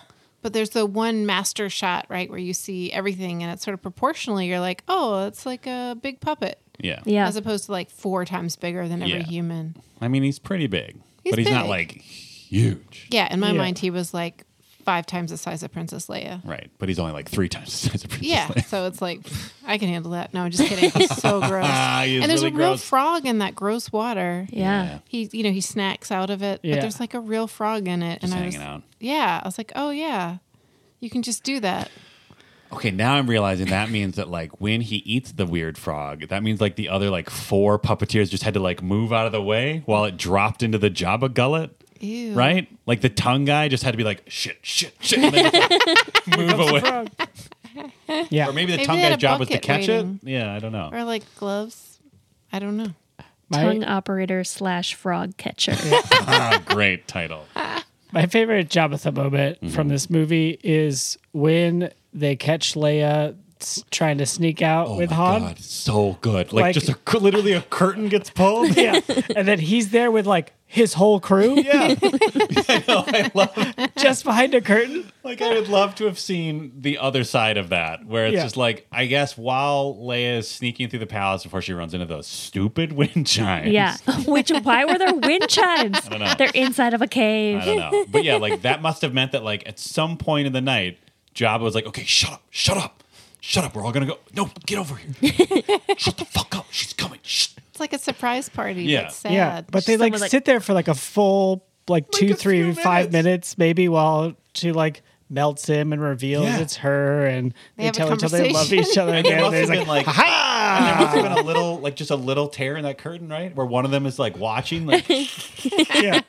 [SPEAKER 5] But there's the one master shot, right, where you see everything and it's sort of proportionally, you're like, oh, it's like a big puppet.
[SPEAKER 6] yeah,
[SPEAKER 3] Yeah.
[SPEAKER 5] As opposed to like four times bigger than every
[SPEAKER 6] Yeah.
[SPEAKER 5] human.
[SPEAKER 6] I mean, he's pretty big,
[SPEAKER 5] He's
[SPEAKER 6] but he's not
[SPEAKER 5] big.
[SPEAKER 6] like huge.
[SPEAKER 5] Yeah, in my
[SPEAKER 4] Yeah.
[SPEAKER 5] mind, he was like five times the size of Princess Leia.
[SPEAKER 6] Right, but he's only like three times the size of Princess
[SPEAKER 5] Yeah,
[SPEAKER 6] Leia.
[SPEAKER 5] so it's like pff, I can handle that. No, I'm just kidding. He's so gross.
[SPEAKER 6] He is
[SPEAKER 5] and there's
[SPEAKER 6] really
[SPEAKER 5] a real
[SPEAKER 6] gross.
[SPEAKER 5] frog in that gross water.
[SPEAKER 3] yeah.
[SPEAKER 6] Yeah.
[SPEAKER 5] He, you know, he snacks out of it,
[SPEAKER 4] Yeah.
[SPEAKER 5] but there's like a real frog in it,
[SPEAKER 6] Just
[SPEAKER 5] and I was,
[SPEAKER 6] hanging out.
[SPEAKER 5] yeah, I was like, oh yeah, you can just do that.
[SPEAKER 6] Okay, now I'm realizing that means that like when he eats the weird frog, that means like the other like four puppeteers just had to like move out of the way while it dropped into the Jabba gullet,
[SPEAKER 5] Ew.
[SPEAKER 6] right? Like the tongue guy just had to be like shit, shit, shit, and then just, like, move away.
[SPEAKER 4] Yeah.
[SPEAKER 6] Or maybe the
[SPEAKER 5] Maybe
[SPEAKER 6] tongue
[SPEAKER 5] they had
[SPEAKER 6] guy's
[SPEAKER 5] a
[SPEAKER 6] job was to
[SPEAKER 5] bucket
[SPEAKER 6] catch
[SPEAKER 5] waiting.
[SPEAKER 6] it. Yeah, I don't know.
[SPEAKER 5] Or like gloves. I don't know.
[SPEAKER 4] My-
[SPEAKER 3] Tongue operator slash frog catcher.
[SPEAKER 6] Ah, great title.
[SPEAKER 4] My favorite Jabba moment
[SPEAKER 6] Mm-hmm.
[SPEAKER 4] from this movie is when they catch Leia s- trying to sneak out
[SPEAKER 6] Oh
[SPEAKER 4] with
[SPEAKER 6] my
[SPEAKER 4] Han.
[SPEAKER 6] god, so good. Like,
[SPEAKER 4] Like-
[SPEAKER 6] just a, cur- literally a curtain gets pulled.
[SPEAKER 4] Yeah. and then he's there with like his whole crew
[SPEAKER 6] Yeah, I know. I love
[SPEAKER 4] just behind a curtain.
[SPEAKER 6] Like I would love to have seen the other side of that, where it's
[SPEAKER 4] Yeah.
[SPEAKER 6] just like I guess while Leia is sneaking through the palace before she runs into those stupid wind chimes.
[SPEAKER 3] yeah. Which why were there wind chimes?
[SPEAKER 6] don't know.
[SPEAKER 3] They're inside of a cave.
[SPEAKER 6] I don't know, but yeah, like that must have meant that like at some point in the night, Jabba was like, "Okay, shut up, shut up, shut up. We're all gonna go. No, get over here. shut the fuck up. She's coming. Shh.
[SPEAKER 5] It's like a surprise party.
[SPEAKER 6] Yeah.
[SPEAKER 5] That's sad.
[SPEAKER 4] Yeah. But they like,
[SPEAKER 3] Someone, like-
[SPEAKER 4] sit there for like a full like, two,
[SPEAKER 6] a
[SPEAKER 4] three,
[SPEAKER 6] few
[SPEAKER 4] five minutes maybe while she like melts him and reveals
[SPEAKER 6] Yeah.
[SPEAKER 4] it's her and they,
[SPEAKER 5] have a
[SPEAKER 4] tell each other they love
[SPEAKER 5] conversation.
[SPEAKER 4] each other
[SPEAKER 6] And there
[SPEAKER 4] again.
[SPEAKER 6] must
[SPEAKER 4] And
[SPEAKER 6] have
[SPEAKER 4] he's
[SPEAKER 6] been
[SPEAKER 4] like,
[SPEAKER 6] like, there must have been a little, like just a little tear in that curtain, right? Where one of them is like watching, like
[SPEAKER 4] yeah.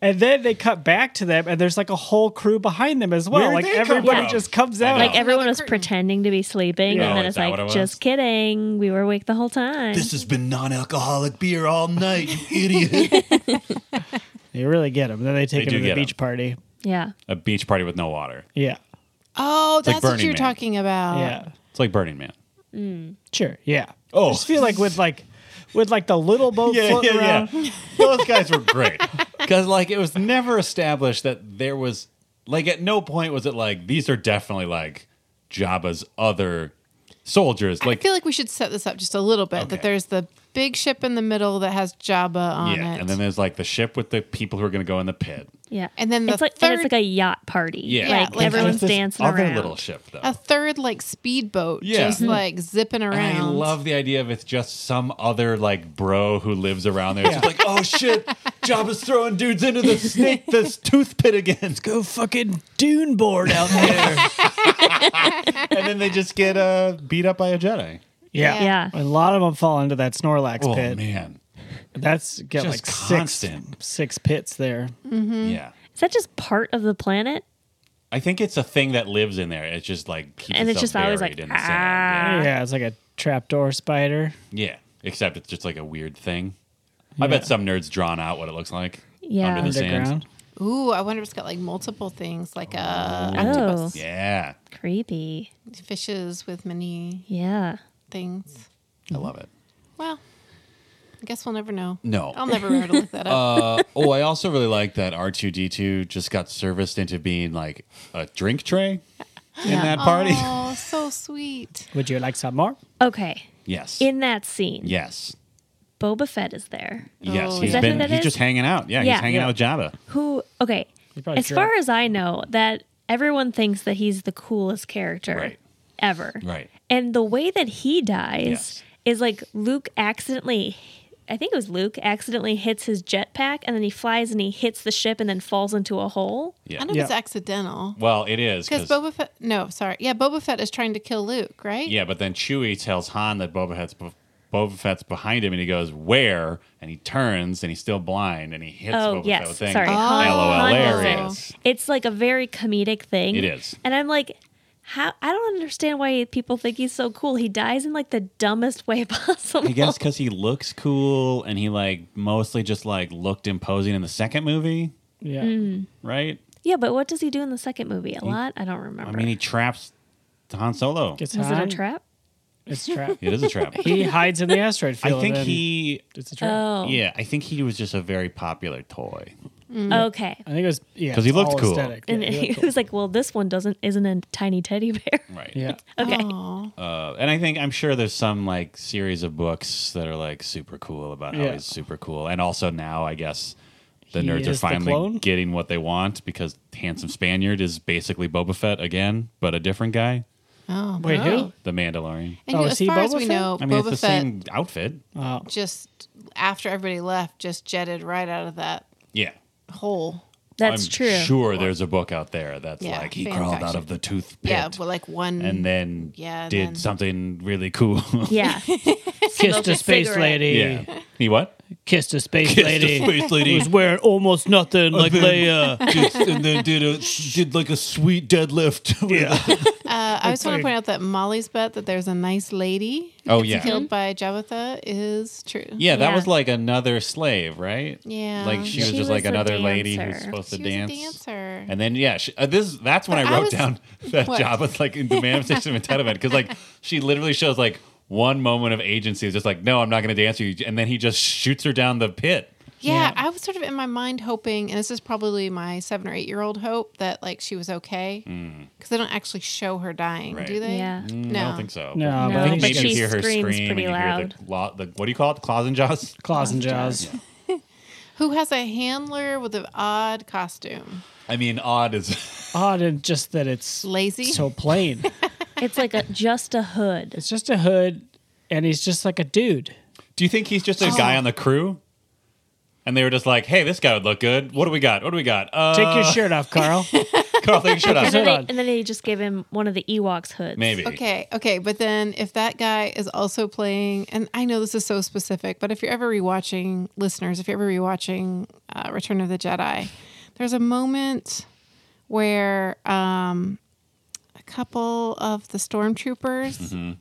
[SPEAKER 4] And then they cut back to them and there's like a whole crew behind them as well.
[SPEAKER 6] Where'd
[SPEAKER 4] like
[SPEAKER 6] they come
[SPEAKER 4] everybody
[SPEAKER 6] from?
[SPEAKER 4] just comes
[SPEAKER 6] I
[SPEAKER 4] out.
[SPEAKER 6] know.
[SPEAKER 3] Like everyone
[SPEAKER 5] Another
[SPEAKER 3] was
[SPEAKER 5] curtain.
[SPEAKER 3] pretending to be sleeping,
[SPEAKER 6] Yeah.
[SPEAKER 3] and then
[SPEAKER 6] Oh, is
[SPEAKER 3] it's
[SPEAKER 6] that what
[SPEAKER 3] like,
[SPEAKER 6] it was?
[SPEAKER 3] just kidding, we were awake the whole time.
[SPEAKER 6] "This has been non-alcoholic beer all night, you idiot."
[SPEAKER 4] They really get him. Then they take
[SPEAKER 6] They do
[SPEAKER 4] him to the
[SPEAKER 6] get 'em.
[SPEAKER 4] beach party.
[SPEAKER 3] yeah,
[SPEAKER 6] a beach party with no water.
[SPEAKER 4] Yeah.
[SPEAKER 5] oh,
[SPEAKER 6] like
[SPEAKER 5] that's what
[SPEAKER 6] Burning
[SPEAKER 5] you're
[SPEAKER 6] Man.
[SPEAKER 5] talking about.
[SPEAKER 4] yeah.
[SPEAKER 6] It's like Burning Man.
[SPEAKER 4] Sure. Yeah.
[SPEAKER 6] Oh.
[SPEAKER 4] I just feel like with like with like the little boat floating around.
[SPEAKER 6] yeah. Those guys were great because like it was never established that there was like at no point was it like these are definitely like Jabba's other soldiers.
[SPEAKER 5] I
[SPEAKER 6] Like
[SPEAKER 5] feel like we should set this up just a little bit
[SPEAKER 6] Okay.
[SPEAKER 5] that there's the big ship in the middle that has Jabba on
[SPEAKER 6] yeah,
[SPEAKER 5] it.
[SPEAKER 6] and then there's like the ship with the people who are going to go in the pit.
[SPEAKER 3] Yeah.
[SPEAKER 5] And then
[SPEAKER 3] it's
[SPEAKER 5] the
[SPEAKER 3] like and it's
[SPEAKER 5] third-
[SPEAKER 3] like a yacht party.
[SPEAKER 6] Yeah,
[SPEAKER 3] Like,
[SPEAKER 5] Yeah, like-
[SPEAKER 3] everyone's
[SPEAKER 6] There's this
[SPEAKER 3] dancing
[SPEAKER 6] other
[SPEAKER 3] around.
[SPEAKER 6] little ship though.
[SPEAKER 5] a third like speedboat
[SPEAKER 6] Yeah.
[SPEAKER 4] Mm-hmm.
[SPEAKER 5] just like zipping around.
[SPEAKER 6] And I love the idea of it's just some other like bro who lives around there. It's just like, oh shit, Jabba's throwing dudes into the snake, this tooth pit again.
[SPEAKER 4] Go fucking dune board out there.
[SPEAKER 6] And then they just get uh, beat up by a Jedi.
[SPEAKER 4] yeah.
[SPEAKER 3] Yeah.
[SPEAKER 4] A lot of them fall into that Snorlax
[SPEAKER 6] Oh
[SPEAKER 4] pit.
[SPEAKER 6] man,
[SPEAKER 4] That's got
[SPEAKER 6] Just
[SPEAKER 4] like
[SPEAKER 6] constant.
[SPEAKER 4] six six pits there.
[SPEAKER 3] Hmm.
[SPEAKER 6] yeah.
[SPEAKER 3] Is that just part of the planet?
[SPEAKER 6] I think it's a thing that lives in there. It's just like keeps
[SPEAKER 3] And it's
[SPEAKER 6] itself
[SPEAKER 3] just always
[SPEAKER 6] buried
[SPEAKER 3] like,
[SPEAKER 6] in the
[SPEAKER 3] Uh-huh.
[SPEAKER 6] sand.
[SPEAKER 4] yeah, it's like a trapdoor spider.
[SPEAKER 3] ah.
[SPEAKER 6] Yeah. yeah, except it's just like a weird thing. I bet some nerds drawn out what it looks like.
[SPEAKER 3] "Ah." Yeah.
[SPEAKER 6] under the sand.
[SPEAKER 4] Underground.
[SPEAKER 5] Ooh, I wonder if it's got like multiple things, like uh,
[SPEAKER 3] Oh,
[SPEAKER 5] octopus
[SPEAKER 6] Yeah,
[SPEAKER 3] creepy.
[SPEAKER 6] Oh.
[SPEAKER 5] fishes with many
[SPEAKER 3] Yeah.
[SPEAKER 5] things.
[SPEAKER 6] I love it.
[SPEAKER 5] Well, I guess we'll never know.
[SPEAKER 6] No,
[SPEAKER 3] Oh
[SPEAKER 5] I'll never remember to look that up.
[SPEAKER 6] Uh, oh, I also really like that R two D two just got serviced into being like a drink tray in that party.
[SPEAKER 5] Oh, so sweet.
[SPEAKER 4] Would you like some more?
[SPEAKER 3] Okay.
[SPEAKER 6] Yes,
[SPEAKER 3] In that scene,
[SPEAKER 6] yes,
[SPEAKER 3] Boba Fett is there.
[SPEAKER 6] yes.
[SPEAKER 5] Is
[SPEAKER 6] He's
[SPEAKER 3] that who
[SPEAKER 6] been
[SPEAKER 3] that
[SPEAKER 6] he's
[SPEAKER 3] Oh, is?
[SPEAKER 6] just hanging out. Yeah,
[SPEAKER 3] Yeah.
[SPEAKER 6] he's hanging out with Jabba.
[SPEAKER 3] Who okay.
[SPEAKER 4] probably
[SPEAKER 3] As far
[SPEAKER 4] drunk.
[SPEAKER 3] as I know, that everyone thinks that he's the coolest character
[SPEAKER 6] Right.
[SPEAKER 3] ever.
[SPEAKER 6] Right.
[SPEAKER 3] And the way that he dies
[SPEAKER 6] Yes.
[SPEAKER 3] is like Luke accidentally I think it was Luke accidentally hits his jetpack and then he flies and he hits the ship and then falls into a hole.
[SPEAKER 5] I
[SPEAKER 6] Yeah.
[SPEAKER 5] don't know if it's
[SPEAKER 4] Yeah.
[SPEAKER 5] accidental.
[SPEAKER 6] Well, it is
[SPEAKER 5] Because
[SPEAKER 6] 'cause-
[SPEAKER 5] Boba Fett, no, sorry. Yeah, Boba Fett is trying to kill Luke, right?
[SPEAKER 6] yeah, but then Chewie tells Han that Boba Fett's be- Boba Fett's behind him, and he goes where? And he turns, and he's still blind, and he hits
[SPEAKER 3] Oh
[SPEAKER 6] Boba Fett.
[SPEAKER 3] yes,
[SPEAKER 6] with thing.
[SPEAKER 3] sorry. Han-
[SPEAKER 6] LOL,
[SPEAKER 3] Han does it.
[SPEAKER 6] hilarious.
[SPEAKER 3] It's like a very comedic thing.
[SPEAKER 6] It is.
[SPEAKER 3] and I'm like, how? I don't understand why people think he's so cool. He dies in like the dumbest way possible.
[SPEAKER 6] I guess because he looks cool, and he like mostly just like looked imposing in the second movie,
[SPEAKER 4] Yeah.
[SPEAKER 3] Mm.
[SPEAKER 6] right?
[SPEAKER 3] yeah, but what does he do in the second movie? A lot? I don't remember.
[SPEAKER 6] I mean, he traps Han Solo.
[SPEAKER 4] Gets
[SPEAKER 3] was it a
[SPEAKER 4] hung.
[SPEAKER 3] trap?
[SPEAKER 4] It's a trap.
[SPEAKER 6] It is a trap.
[SPEAKER 4] he hides in the asteroid
[SPEAKER 6] I
[SPEAKER 4] field.
[SPEAKER 6] think
[SPEAKER 4] and
[SPEAKER 6] he.
[SPEAKER 4] It's a trap.
[SPEAKER 3] Oh,
[SPEAKER 6] Yeah, I think he was just a very popular toy.
[SPEAKER 3] okay.
[SPEAKER 4] I think it was yeah
[SPEAKER 6] 'Cause he
[SPEAKER 4] it's
[SPEAKER 6] looked
[SPEAKER 4] all
[SPEAKER 6] cool.
[SPEAKER 4] aesthetic.
[SPEAKER 3] And
[SPEAKER 4] Yeah,
[SPEAKER 3] he,
[SPEAKER 4] he looked
[SPEAKER 3] was like, "Well, this one doesn't isn't a tiny teddy bear."
[SPEAKER 6] Right.
[SPEAKER 4] cool. yeah.
[SPEAKER 3] Okay,
[SPEAKER 5] Aw.
[SPEAKER 6] Uh, and I think I'm sure there's some like series of books that are like super cool about how
[SPEAKER 4] Yeah.
[SPEAKER 6] he's super cool. And also now I guess the
[SPEAKER 4] He
[SPEAKER 6] nerds are
[SPEAKER 4] is the
[SPEAKER 6] finally
[SPEAKER 4] clone?
[SPEAKER 6] getting what they want because handsome Spaniard is basically Boba Fett again, but a different guy,
[SPEAKER 5] Oh,
[SPEAKER 4] Wait,
[SPEAKER 5] wow.
[SPEAKER 4] who?
[SPEAKER 6] the Mandalorian.
[SPEAKER 5] And
[SPEAKER 4] Oh,
[SPEAKER 5] you-
[SPEAKER 4] is
[SPEAKER 5] as
[SPEAKER 4] he
[SPEAKER 5] far as
[SPEAKER 4] Boba
[SPEAKER 5] we
[SPEAKER 4] Fett?
[SPEAKER 5] know,
[SPEAKER 6] I mean,
[SPEAKER 5] Boba
[SPEAKER 6] it's the
[SPEAKER 5] Fett
[SPEAKER 6] same outfit.
[SPEAKER 4] Uh,
[SPEAKER 5] just after everybody left, just jetted right out of that
[SPEAKER 6] Yeah.
[SPEAKER 5] hole.
[SPEAKER 3] that's
[SPEAKER 6] I'm
[SPEAKER 3] true.
[SPEAKER 6] Sure, there's a book out there that's
[SPEAKER 5] Yeah,
[SPEAKER 6] like he
[SPEAKER 5] fan
[SPEAKER 6] crawled out
[SPEAKER 5] fiction.
[SPEAKER 6] of the tooth pit
[SPEAKER 5] Yeah, well, like one.
[SPEAKER 6] and then
[SPEAKER 5] Yeah,
[SPEAKER 6] did
[SPEAKER 5] then-
[SPEAKER 6] something really cool.
[SPEAKER 3] Yeah,
[SPEAKER 4] Kissed a space
[SPEAKER 3] cigarette.
[SPEAKER 4] lady.
[SPEAKER 6] yeah. He what?
[SPEAKER 4] Kissed a space lady.
[SPEAKER 6] space lady.
[SPEAKER 4] Who's wearing almost nothing like
[SPEAKER 6] uh,
[SPEAKER 4] Leia.
[SPEAKER 6] and then did a did like a sweet deadlift.
[SPEAKER 4] Yeah.
[SPEAKER 5] Uh, I just want
[SPEAKER 4] like-
[SPEAKER 5] to point out that Molly's bet that there's a nice lady
[SPEAKER 6] Oh,
[SPEAKER 5] that's
[SPEAKER 6] yeah.
[SPEAKER 4] Mm-hmm.
[SPEAKER 5] killed by Jabba is true.
[SPEAKER 6] Yeah, that
[SPEAKER 3] Yeah.
[SPEAKER 6] was like another slave, right?
[SPEAKER 5] Yeah.
[SPEAKER 6] Like she was
[SPEAKER 3] She
[SPEAKER 6] just
[SPEAKER 3] was
[SPEAKER 6] like
[SPEAKER 3] the
[SPEAKER 6] another lady who's
[SPEAKER 3] dancer.
[SPEAKER 6] supposed
[SPEAKER 5] she
[SPEAKER 6] to
[SPEAKER 5] was
[SPEAKER 6] dance.
[SPEAKER 5] a dancer.
[SPEAKER 6] And then yeah, she, uh, this that's when
[SPEAKER 5] But
[SPEAKER 6] I
[SPEAKER 5] I
[SPEAKER 6] wrote
[SPEAKER 5] was-
[SPEAKER 6] down that
[SPEAKER 5] What?
[SPEAKER 6] job was like in demand system entitlement because like she literally shows like one moment of agency is just like no, I'm not going to dance with you, and then he just shoots her down the pit.
[SPEAKER 5] yeah, I was sort of in my mind hoping, and this is probably my seven or eight year old hope that like she was okay because they don't actually show her dying,
[SPEAKER 6] Mm. Right.
[SPEAKER 5] do they?
[SPEAKER 3] Yeah.
[SPEAKER 6] Mm,
[SPEAKER 5] No.
[SPEAKER 6] I don't think so.
[SPEAKER 4] No,
[SPEAKER 6] I
[SPEAKER 4] but I
[SPEAKER 6] think
[SPEAKER 4] think she
[SPEAKER 6] maybe you hear her
[SPEAKER 3] screams
[SPEAKER 6] scream and
[SPEAKER 3] pretty
[SPEAKER 6] you hear the,
[SPEAKER 3] loud.
[SPEAKER 6] claw, the what do you call it? The claws and jaws.
[SPEAKER 4] Claws and jaws.
[SPEAKER 5] Who has a handler with an odd costume?
[SPEAKER 6] I mean, odd is.
[SPEAKER 4] Odd and just that it's
[SPEAKER 5] Lazy.
[SPEAKER 4] so plain.
[SPEAKER 3] it's like a just a hood.
[SPEAKER 4] It's just a hood, and he's just like a dude.
[SPEAKER 6] Do you think he's just a
[SPEAKER 5] Oh.
[SPEAKER 6] guy on the crew? And they were just like, "Hey, this guy would look good. What do we got? What do we got? Uh,
[SPEAKER 4] Take your shirt off, Carl.
[SPEAKER 6] Carl, take your shirt
[SPEAKER 3] And
[SPEAKER 6] off.
[SPEAKER 4] Hold
[SPEAKER 3] then, they,
[SPEAKER 4] on.
[SPEAKER 3] and then they just gave him one of the Ewoks hoods.
[SPEAKER 6] Maybe.
[SPEAKER 5] Okay, okay, but then if that guy is also playing, and I know this is so specific, but if you're ever rewatching, listeners, if you're ever rewatching uh, Return of the Jedi, there's a moment where um, a couple of the stormtroopers.
[SPEAKER 6] Mm-hmm.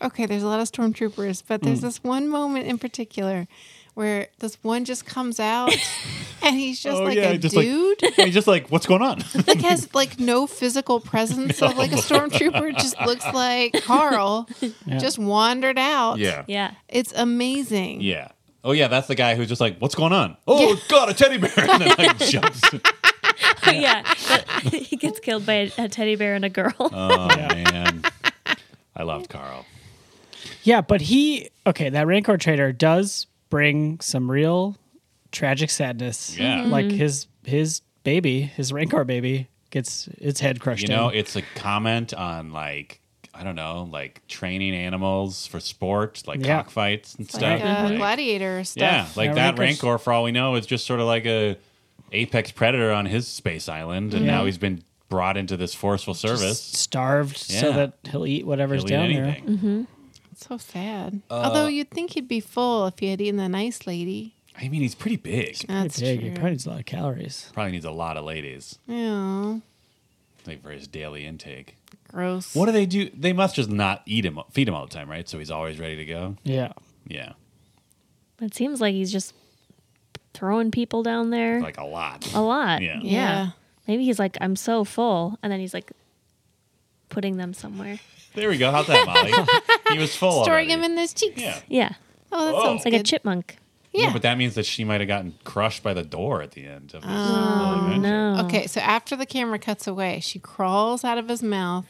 [SPEAKER 5] Okay, there's a lot of stormtroopers, but
[SPEAKER 6] Mm.
[SPEAKER 5] there's this one moment in particular where this one just comes out, and he's just
[SPEAKER 6] Oh,
[SPEAKER 5] like
[SPEAKER 6] yeah,
[SPEAKER 5] a
[SPEAKER 6] just like-
[SPEAKER 5] dude
[SPEAKER 6] And he's just like, what's going on?
[SPEAKER 5] like has like no physical presence. So like a stormtrooper just looks like Carl just wandered out.
[SPEAKER 3] Yeah.
[SPEAKER 5] It's amazing.
[SPEAKER 6] yeah. Oh yeah, that's the guy who's just like, what's going on? Oh God, a teddy bear! And then like jumps.
[SPEAKER 3] yeah. But he gets
[SPEAKER 6] Uh.
[SPEAKER 3] killed by a, a teddy bear and a girl.
[SPEAKER 6] Oh man, I loved Carl.
[SPEAKER 4] Yeah, but he okay. That Rancor trader does bring some real tragic sadness.
[SPEAKER 6] Yeah. Mhm.
[SPEAKER 4] like his his baby, his Rancor baby, gets its head crushed.
[SPEAKER 6] You know,
[SPEAKER 4] in.
[SPEAKER 6] it's a comment on like I don't know, like training animals for sport, like
[SPEAKER 4] Yeah.
[SPEAKER 6] cockfights and
[SPEAKER 5] Like
[SPEAKER 6] stuff.
[SPEAKER 5] uh,
[SPEAKER 6] Like,
[SPEAKER 5] gladiator
[SPEAKER 6] yeah,
[SPEAKER 5] stuff.
[SPEAKER 6] like
[SPEAKER 4] Yeah,
[SPEAKER 6] that
[SPEAKER 4] Rancor's-
[SPEAKER 6] Rancor, for all we know, is just sort of like a apex predator on his space island, and
[SPEAKER 4] Yeah.
[SPEAKER 6] now he's been brought into this forceful service.
[SPEAKER 4] starved so
[SPEAKER 6] Yeah.
[SPEAKER 4] that he'll eat whatever's
[SPEAKER 6] He'll eat
[SPEAKER 4] down there.
[SPEAKER 6] anything.
[SPEAKER 5] So sad.
[SPEAKER 6] Uh,
[SPEAKER 5] Although you'd think he'd be full if he had eaten the nice lady.
[SPEAKER 6] I mean, he's pretty big.
[SPEAKER 5] That's
[SPEAKER 4] Pretty big. He
[SPEAKER 5] true.
[SPEAKER 4] probably needs a lot of calories.
[SPEAKER 6] Probably needs a lot of ladies
[SPEAKER 5] Yeah,
[SPEAKER 6] like for his daily intake.
[SPEAKER 5] gross.
[SPEAKER 6] What do they do? They must just not eat him, feed him all the time, right? So he's always ready to go.
[SPEAKER 4] Yeah.
[SPEAKER 6] Yeah,
[SPEAKER 3] It seems like he's just throwing people down there
[SPEAKER 6] like a lot.
[SPEAKER 3] a lot.
[SPEAKER 6] Yeah.
[SPEAKER 5] Yeah.
[SPEAKER 3] Maybe he's like, I'm so full. And then he's like, putting them somewhere.
[SPEAKER 6] There we go. How's that, Molly? he was full.
[SPEAKER 5] Storing
[SPEAKER 6] already.
[SPEAKER 5] him in his cheeks.
[SPEAKER 6] Yeah.
[SPEAKER 3] Yeah.
[SPEAKER 5] Oh, that
[SPEAKER 6] Oh.
[SPEAKER 5] sounds
[SPEAKER 3] It's like
[SPEAKER 5] good.
[SPEAKER 3] a chipmunk.
[SPEAKER 5] Yeah.
[SPEAKER 6] but that means that she might have gotten crushed by the door at the end of this.
[SPEAKER 3] Oh, no.
[SPEAKER 5] Okay, so after the camera cuts away, she crawls out of his mouth.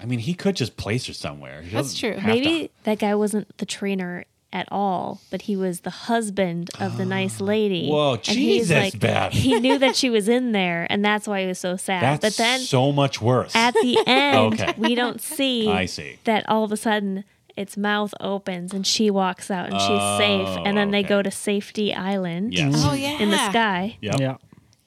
[SPEAKER 6] I mean, he could just place her somewhere. He
[SPEAKER 5] That's
[SPEAKER 6] doesn't
[SPEAKER 5] true.
[SPEAKER 6] have
[SPEAKER 3] Maybe that guy wasn't the trainer at all, but he was the husband of the nice lady.
[SPEAKER 6] Oh. Whoa,
[SPEAKER 3] And he's,
[SPEAKER 6] Jesus, Beth.
[SPEAKER 3] He knew that she was in there, and that's why he was so
[SPEAKER 6] To,
[SPEAKER 3] sad.
[SPEAKER 6] that's
[SPEAKER 3] but then
[SPEAKER 6] so much worse.
[SPEAKER 3] at the end,
[SPEAKER 6] Okay.
[SPEAKER 3] we don't see,
[SPEAKER 6] I see.
[SPEAKER 3] that all of a sudden its mouth opens and she walks out and she's safe. And
[SPEAKER 6] Oh,
[SPEAKER 3] then
[SPEAKER 6] okay.
[SPEAKER 3] they go to Safety Island
[SPEAKER 6] Yes.
[SPEAKER 5] Oh yeah.
[SPEAKER 3] in the sky
[SPEAKER 6] Yep.
[SPEAKER 4] Yeah.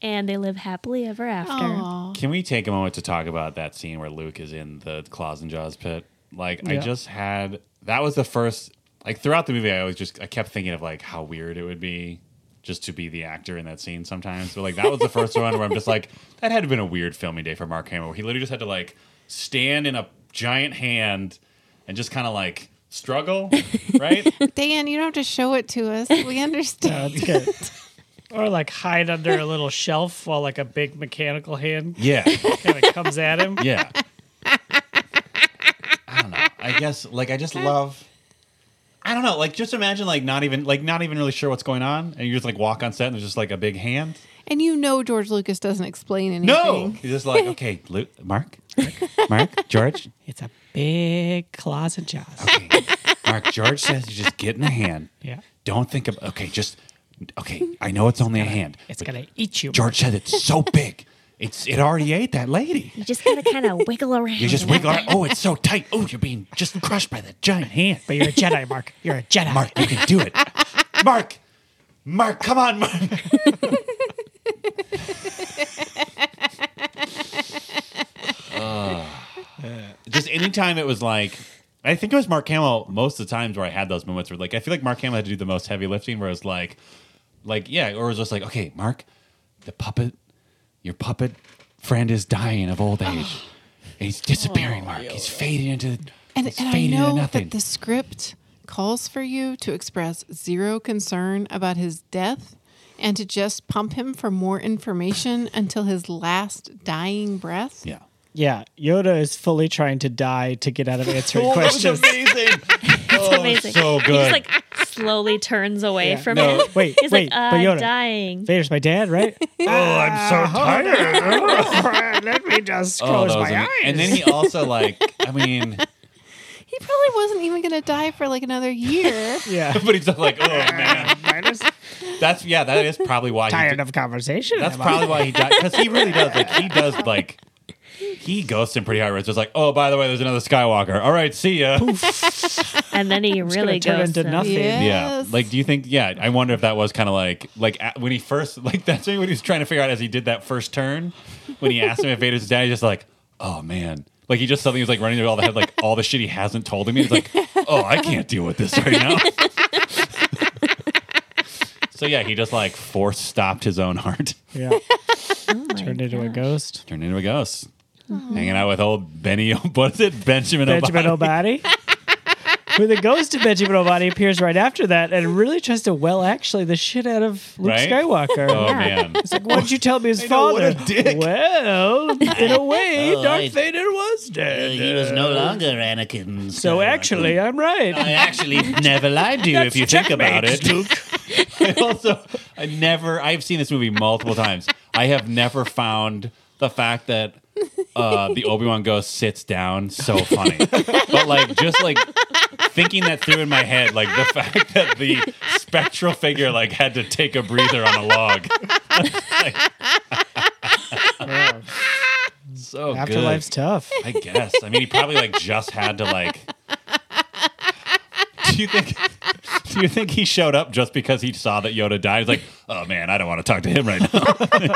[SPEAKER 3] and they live happily ever after.
[SPEAKER 5] Aw.
[SPEAKER 6] Can we take a moment to talk about that scene where Luke is in the claws and jaws pit? Like, I
[SPEAKER 4] Yeah.
[SPEAKER 6] just had that was the first. Like throughout the movie, I always just I kept thinking of like how weird it would be just to be the actor in that scene sometimes. But like that was the first one where I'm just like that had been a weird filming day for Mark Hamill. Where he literally just had to like stand in a giant hand and just kind of like struggle, right?
[SPEAKER 5] Dan, you don't have to show it to us. We understand.
[SPEAKER 4] That's good. or like hide under a little shelf while like a big mechanical hand
[SPEAKER 6] yeah,
[SPEAKER 4] kind of comes at him.
[SPEAKER 6] yeah. I don't know. I guess like I just love. I don't know. Like just imagine like not even like not even really sure what's going on, and you just like walk on set and there's just like a big hand.
[SPEAKER 5] And you know George Lucas doesn't explain anything.
[SPEAKER 6] No, he's just like okay, Lu Mark, Mark, Mark, George,
[SPEAKER 4] It's a big claws and jaws.
[SPEAKER 6] okay. Mark, George says you just get in a hand.
[SPEAKER 4] Yeah.
[SPEAKER 6] Don't think about okay, just okay. I know it's only a hand.
[SPEAKER 4] It's
[SPEAKER 6] but
[SPEAKER 4] gonna eat you.
[SPEAKER 6] George said it's so big. It's it already ate that lady.
[SPEAKER 3] You just gotta kind of wiggle around.
[SPEAKER 6] You just wiggle. around. Oh, it's so tight. Oh, you're being just crushed by that giant hand.
[SPEAKER 4] But you're a Jedi, Mark. You're a Jedi.
[SPEAKER 6] Mark, you can do it. Mark, Mark, come on, Mark. Uh, just anytime it was like, I think it was Mark Hamill most of the times where I had those moments where like, I feel like Mark Hamill had to do the most heavy lifting where it was like, like, yeah, or it was just like, okay, Mark, the puppet, your puppet friend is dying of old age. And he's disappearing, Mark. He's fading into
[SPEAKER 5] And,
[SPEAKER 6] he's
[SPEAKER 5] and I
[SPEAKER 6] fading into
[SPEAKER 5] know
[SPEAKER 6] nothing.
[SPEAKER 5] that the script calls for you to express zero concern about his death and to just pump him for more information until his last dying breath.
[SPEAKER 6] yeah.
[SPEAKER 4] Yeah, Yoda is fully trying to die to get out of answering
[SPEAKER 6] Oh, that was
[SPEAKER 4] questions.
[SPEAKER 6] amazing. Oh,
[SPEAKER 3] It's amazing.
[SPEAKER 6] so
[SPEAKER 3] He
[SPEAKER 6] good.
[SPEAKER 3] just like slowly turns away from
[SPEAKER 6] No,
[SPEAKER 3] it.
[SPEAKER 4] wait,
[SPEAKER 3] He's
[SPEAKER 4] wait,
[SPEAKER 3] like, uh,
[SPEAKER 4] but Yoda-
[SPEAKER 3] dying.
[SPEAKER 4] Vader's my dad, right? Ah.
[SPEAKER 6] oh, I'm so tired.
[SPEAKER 4] Let me
[SPEAKER 6] Oh,
[SPEAKER 4] just close my eyes.
[SPEAKER 6] And then he also like, I mean,
[SPEAKER 5] He probably wasn't even going to die for like another year.
[SPEAKER 4] yeah,
[SPEAKER 6] but he's like, oh man,
[SPEAKER 4] I'm just
[SPEAKER 6] that's yeah, that is probably why. he
[SPEAKER 4] tired
[SPEAKER 6] did-
[SPEAKER 4] of conversation.
[SPEAKER 6] That's
[SPEAKER 4] about
[SPEAKER 6] probably why he died because he really does like he does like he ghosts him pretty hard. Where it's just like, oh, by the way, there's another Skywalker. All right, see ya.
[SPEAKER 3] And then he
[SPEAKER 4] gonna
[SPEAKER 3] really
[SPEAKER 4] turn
[SPEAKER 3] goes
[SPEAKER 4] into
[SPEAKER 3] to
[SPEAKER 4] nothing.
[SPEAKER 5] Yeah.
[SPEAKER 6] Yeah,
[SPEAKER 5] Yes.
[SPEAKER 6] like, do you think? Yeah, I wonder if that was kind of like, like at, when he first, like that's when he was trying to figure out as he did that first turn, when he asked him if Vader's dad, he's just like, oh man, like he just suddenly was like running through all the head, like all the shit he hasn't told him. He's like, oh, I can't deal with this right now. so yeah, he just like force stopped his own heart,
[SPEAKER 4] Yeah,
[SPEAKER 3] Oh my
[SPEAKER 4] turned into a
[SPEAKER 3] gosh.
[SPEAKER 4] ghost.
[SPEAKER 6] turned into a ghost, hanging out with old Benny. What is it, Benjamin?
[SPEAKER 4] Benjamin
[SPEAKER 6] Obadi.
[SPEAKER 4] O'Body. Who the ghost of Benjamin O'Body appears right after that and really tries to well actually the shit out of Luke
[SPEAKER 6] Right?
[SPEAKER 4] Skywalker.
[SPEAKER 6] Oh
[SPEAKER 3] Yeah.
[SPEAKER 6] man.
[SPEAKER 4] What'd you tell me his
[SPEAKER 6] know, what
[SPEAKER 4] father?
[SPEAKER 6] a dick.
[SPEAKER 4] Well, in a way,
[SPEAKER 1] Oh,
[SPEAKER 4] Darth
[SPEAKER 1] I-
[SPEAKER 4] Vader was dead.
[SPEAKER 1] he was no longer Anakin.
[SPEAKER 4] so actually, I'm right.
[SPEAKER 1] I actually never lied to you
[SPEAKER 6] if you think about it. I also, I never, I've seen this movie multiple times. I have never found the fact that uh, the Obi Wan ghost sits down so funny, but like just like thinking that through in my head, like the fact that the spectral figure like had to take a breather on a log.
[SPEAKER 4] Yeah.
[SPEAKER 6] So
[SPEAKER 4] Afterlife's
[SPEAKER 6] Oh, good.
[SPEAKER 4] tough.
[SPEAKER 6] I guess. I mean, he probably like just had to like. Do you think? Do you think he showed up just because he saw that Yoda died? He's like, oh man, I don't want to talk to him right now.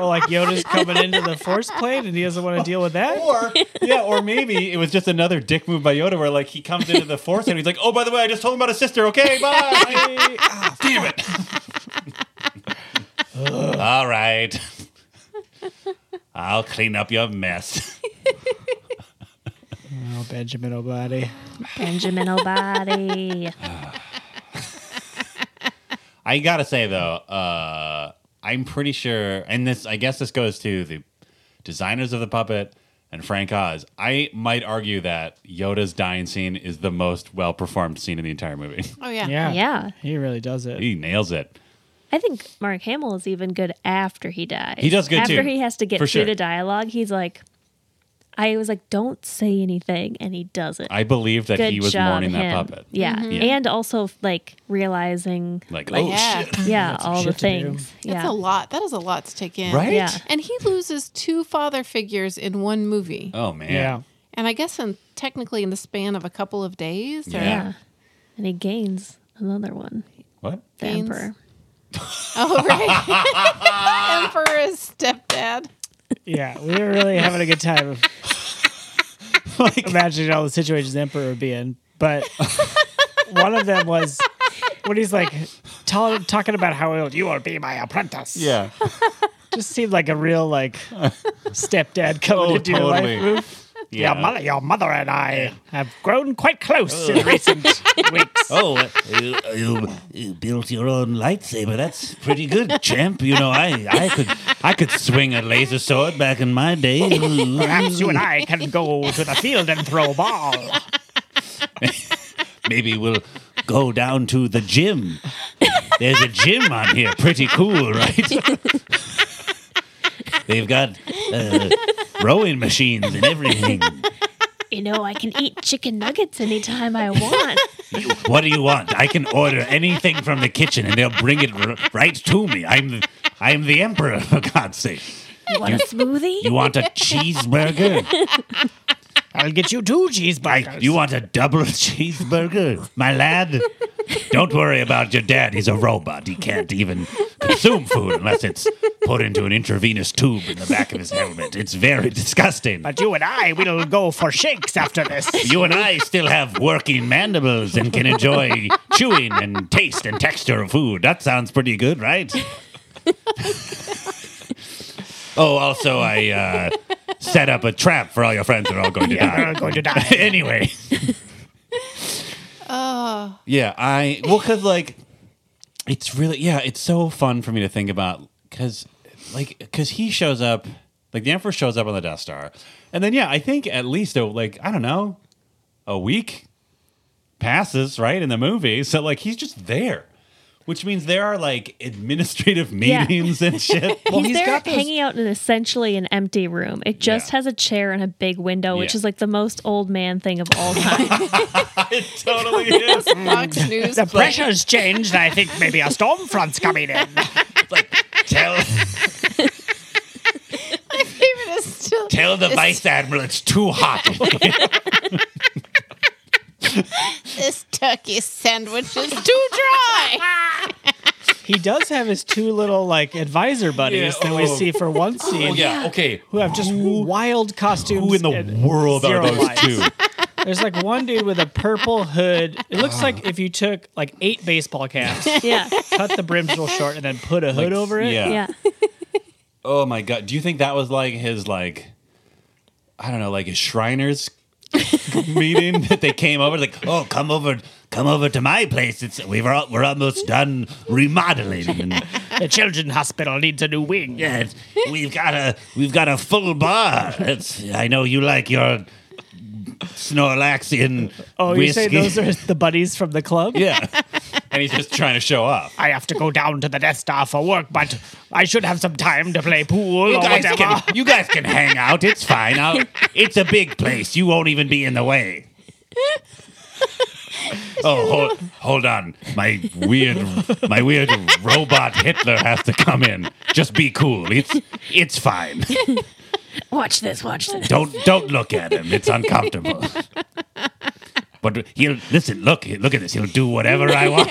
[SPEAKER 4] Or like Yoda's coming into the force plane and he doesn't want to deal with that.
[SPEAKER 6] or yeah, or maybe it was just another dick move by Yoda, where like he comes into the Force and he's like, oh by the way, I just told him about his sister. Okay, bye. Ah, damn it. All right. I'll clean up your mess.
[SPEAKER 4] Oh, Benjamin O'Body.
[SPEAKER 3] Benjamin O'Body.
[SPEAKER 6] I gotta say though, uh, I'm pretty sure, and this I guess this goes to the designers of the puppet and Frank Oz. I might argue that Yoda's dying scene is the most well performed scene in the entire movie.
[SPEAKER 5] Oh yeah.
[SPEAKER 4] Yeah.
[SPEAKER 3] Yeah.
[SPEAKER 4] He really does it.
[SPEAKER 6] he nails it.
[SPEAKER 3] I think Mark Hamill is even good after he dies.
[SPEAKER 6] He does good,
[SPEAKER 3] after
[SPEAKER 6] too.
[SPEAKER 3] he has to get
[SPEAKER 6] For
[SPEAKER 3] through
[SPEAKER 6] sure.
[SPEAKER 3] the dialogue. He's like, I was like, don't say anything, and he doesn't.
[SPEAKER 6] I believe that
[SPEAKER 3] good
[SPEAKER 6] he was
[SPEAKER 3] job,
[SPEAKER 6] mourning
[SPEAKER 3] him.
[SPEAKER 6] that puppet.
[SPEAKER 3] Yeah.
[SPEAKER 5] Mm-hmm.
[SPEAKER 6] Yeah.
[SPEAKER 3] and also like realizing,
[SPEAKER 6] Like,
[SPEAKER 3] Like,
[SPEAKER 6] oh
[SPEAKER 5] yeah.
[SPEAKER 6] shit.
[SPEAKER 3] yeah, all the
[SPEAKER 4] shit to do.
[SPEAKER 3] things.
[SPEAKER 5] That's a
[SPEAKER 3] Yeah,
[SPEAKER 5] lot. That is a lot to take in.
[SPEAKER 6] Right?
[SPEAKER 3] yeah.
[SPEAKER 5] And he loses two father figures in one movie.
[SPEAKER 6] Oh man.
[SPEAKER 4] Yeah.
[SPEAKER 5] And I guess in technically in the span of a couple of days. or-
[SPEAKER 6] Yeah.
[SPEAKER 3] yeah, and he gains another one.
[SPEAKER 6] What?
[SPEAKER 3] The
[SPEAKER 5] Gains.
[SPEAKER 3] emperor.
[SPEAKER 5] Oh, right. Emperor's stepdad.
[SPEAKER 4] Yeah. We were really having a good time of imagining all the situations the Emperor would be in. But one of them was when he's like tell, talking about how old you will be my apprentice.
[SPEAKER 6] Yeah.
[SPEAKER 4] Just seemed like a real like stepdad coming
[SPEAKER 6] Oh,
[SPEAKER 4] to do life
[SPEAKER 6] totally.
[SPEAKER 4] move. Your mother, your mother, and I have grown quite close in recent weeks.
[SPEAKER 6] Oh, uh,
[SPEAKER 1] You, you, you built your own lightsaber. That's pretty good, champ. You know, I, I could
[SPEAKER 6] I could swing a laser sword back in my day.
[SPEAKER 4] Perhaps you and I can go to the field and throw ball.
[SPEAKER 6] Maybe we'll go down to the gym. There's a gym on here. Pretty cool, right? They've got uh, rowing machines and everything.
[SPEAKER 3] You know, I can eat chicken nuggets anytime I want.
[SPEAKER 6] You- What do you want? I can order anything from the kitchen and they'll bring it r- right to me. I'm the, I'm the emperor, for God's sake.
[SPEAKER 3] You want a smoothie?
[SPEAKER 6] You want a cheeseburger?
[SPEAKER 4] I'll get you two
[SPEAKER 6] I,
[SPEAKER 4] cheeseburgers.
[SPEAKER 6] you want a double cheeseburger, my lad? Don't worry about your dad. He's a robot. He can't even consume food unless it's put into an intravenous tube in the back of his helmet. It's very disgusting.
[SPEAKER 4] but you and I will go for shakes after this.
[SPEAKER 6] You and I still have working mandibles and can enjoy chewing and taste and texture of food. That sounds pretty good, right? oh, also, I uh, set up a trap for all your friends who are all going to die.
[SPEAKER 4] You're going to die.
[SPEAKER 6] anyway. Yeah, I well, cause like it's really yeah, it's so fun for me to think about because like cause he shows up like the emperor shows up on the Death Star, and then yeah, I think at least a, like I don't know a week passes right in the movie, so like he's just there. Which means there are like administrative
[SPEAKER 3] Yeah.
[SPEAKER 6] meetings and shit. Well,
[SPEAKER 3] He's, there
[SPEAKER 6] got those-
[SPEAKER 3] hanging out in essentially an empty room. It just
[SPEAKER 6] Yeah.
[SPEAKER 3] has a chair and a big window, which
[SPEAKER 6] Yeah.
[SPEAKER 3] is like the most old man thing of all time.
[SPEAKER 6] It totally is.
[SPEAKER 5] Fox News.
[SPEAKER 4] The pressure's changed. I think maybe a storm front's coming in.
[SPEAKER 6] like tell
[SPEAKER 5] My favorite is still.
[SPEAKER 6] tell the vice admiral it's too hot.
[SPEAKER 5] This turkey sandwich is too dry.
[SPEAKER 4] He does have his two little like advisor buddies
[SPEAKER 6] Yeah,
[SPEAKER 4] that we
[SPEAKER 6] oh.
[SPEAKER 4] see for one scene.
[SPEAKER 6] yeah, okay.
[SPEAKER 4] Who have just wild costumes.
[SPEAKER 6] Who in the
[SPEAKER 4] and
[SPEAKER 6] world are
[SPEAKER 4] zero
[SPEAKER 6] those
[SPEAKER 4] lives.
[SPEAKER 6] two?
[SPEAKER 4] There's like one dude with a purple hood. It looks like if you took like eight baseball caps,
[SPEAKER 3] yeah.
[SPEAKER 4] cut the brims real short, and then put a hood over it.
[SPEAKER 6] Yeah.
[SPEAKER 3] Yeah.
[SPEAKER 6] Oh my god. Do you think that was like his like I don't know, like his Shriners meeting that they came over like, "Oh, come over come over to my place. It's we were all, we're almost done remodeling." And,
[SPEAKER 4] The children's hospital needs a new wing.
[SPEAKER 6] yeah, it's- we've got a we've got a full bar. It's, I know you like your Snorlaxian
[SPEAKER 4] Oh, you
[SPEAKER 6] whiskey.
[SPEAKER 4] say those are the buddies from the club?
[SPEAKER 6] Yeah. And he's just trying to show off.
[SPEAKER 4] I have to go down to the Death Star for work, but I should have some time to play pool
[SPEAKER 6] You
[SPEAKER 4] or
[SPEAKER 6] guys
[SPEAKER 4] whatever.
[SPEAKER 6] can you guys can hang out. It's fine. I'll, it's a big place. You won't even be in the way. Oh, hold, hold on. My weird my weird robot Hitler has to come in. Just be cool. It's it's fine.
[SPEAKER 3] Watch this, watch this.
[SPEAKER 6] Don't don't look at him. It's uncomfortable. But he'll listen, look, look at this. He'll do whatever I want.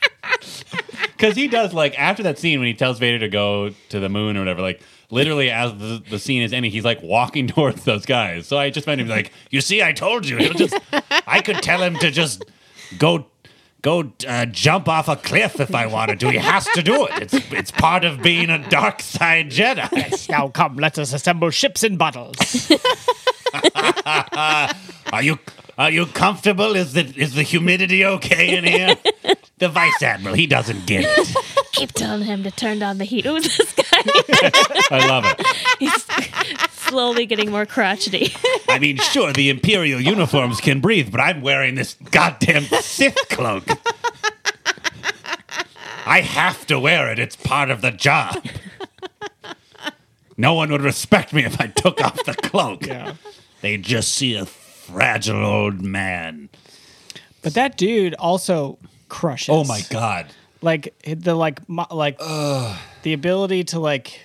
[SPEAKER 6] Cause he does like after that scene when he tells Vader to go to the moon or whatever, like literally as the, the scene is ending, he's like walking towards those guys. So I just meant him like, you see, I told you. He'll just I could tell him to just go go uh, jump off a cliff if I wanted to. He has to do it. It's it's part of being a dark side Jedi.
[SPEAKER 4] Yes, now come, let us assemble ships in bottles.
[SPEAKER 6] Are you are you comfortable? Is the is the humidity okay in here? the vice admiral, he doesn't get it.
[SPEAKER 3] Keep telling him to turn down the heat. Who is this guy?
[SPEAKER 6] I love it.
[SPEAKER 3] He's slowly getting more crotchety.
[SPEAKER 6] I mean, sure, the imperial uniforms can breathe, but I'm wearing this goddamn Sith cloak. I have to wear it. It's part of the job. No one would respect me if I took off the cloak.
[SPEAKER 4] Yeah.
[SPEAKER 6] They just see a fragile old man.
[SPEAKER 4] But that dude also crushes.
[SPEAKER 6] Oh my god.
[SPEAKER 4] Like the like mo- like the ability to like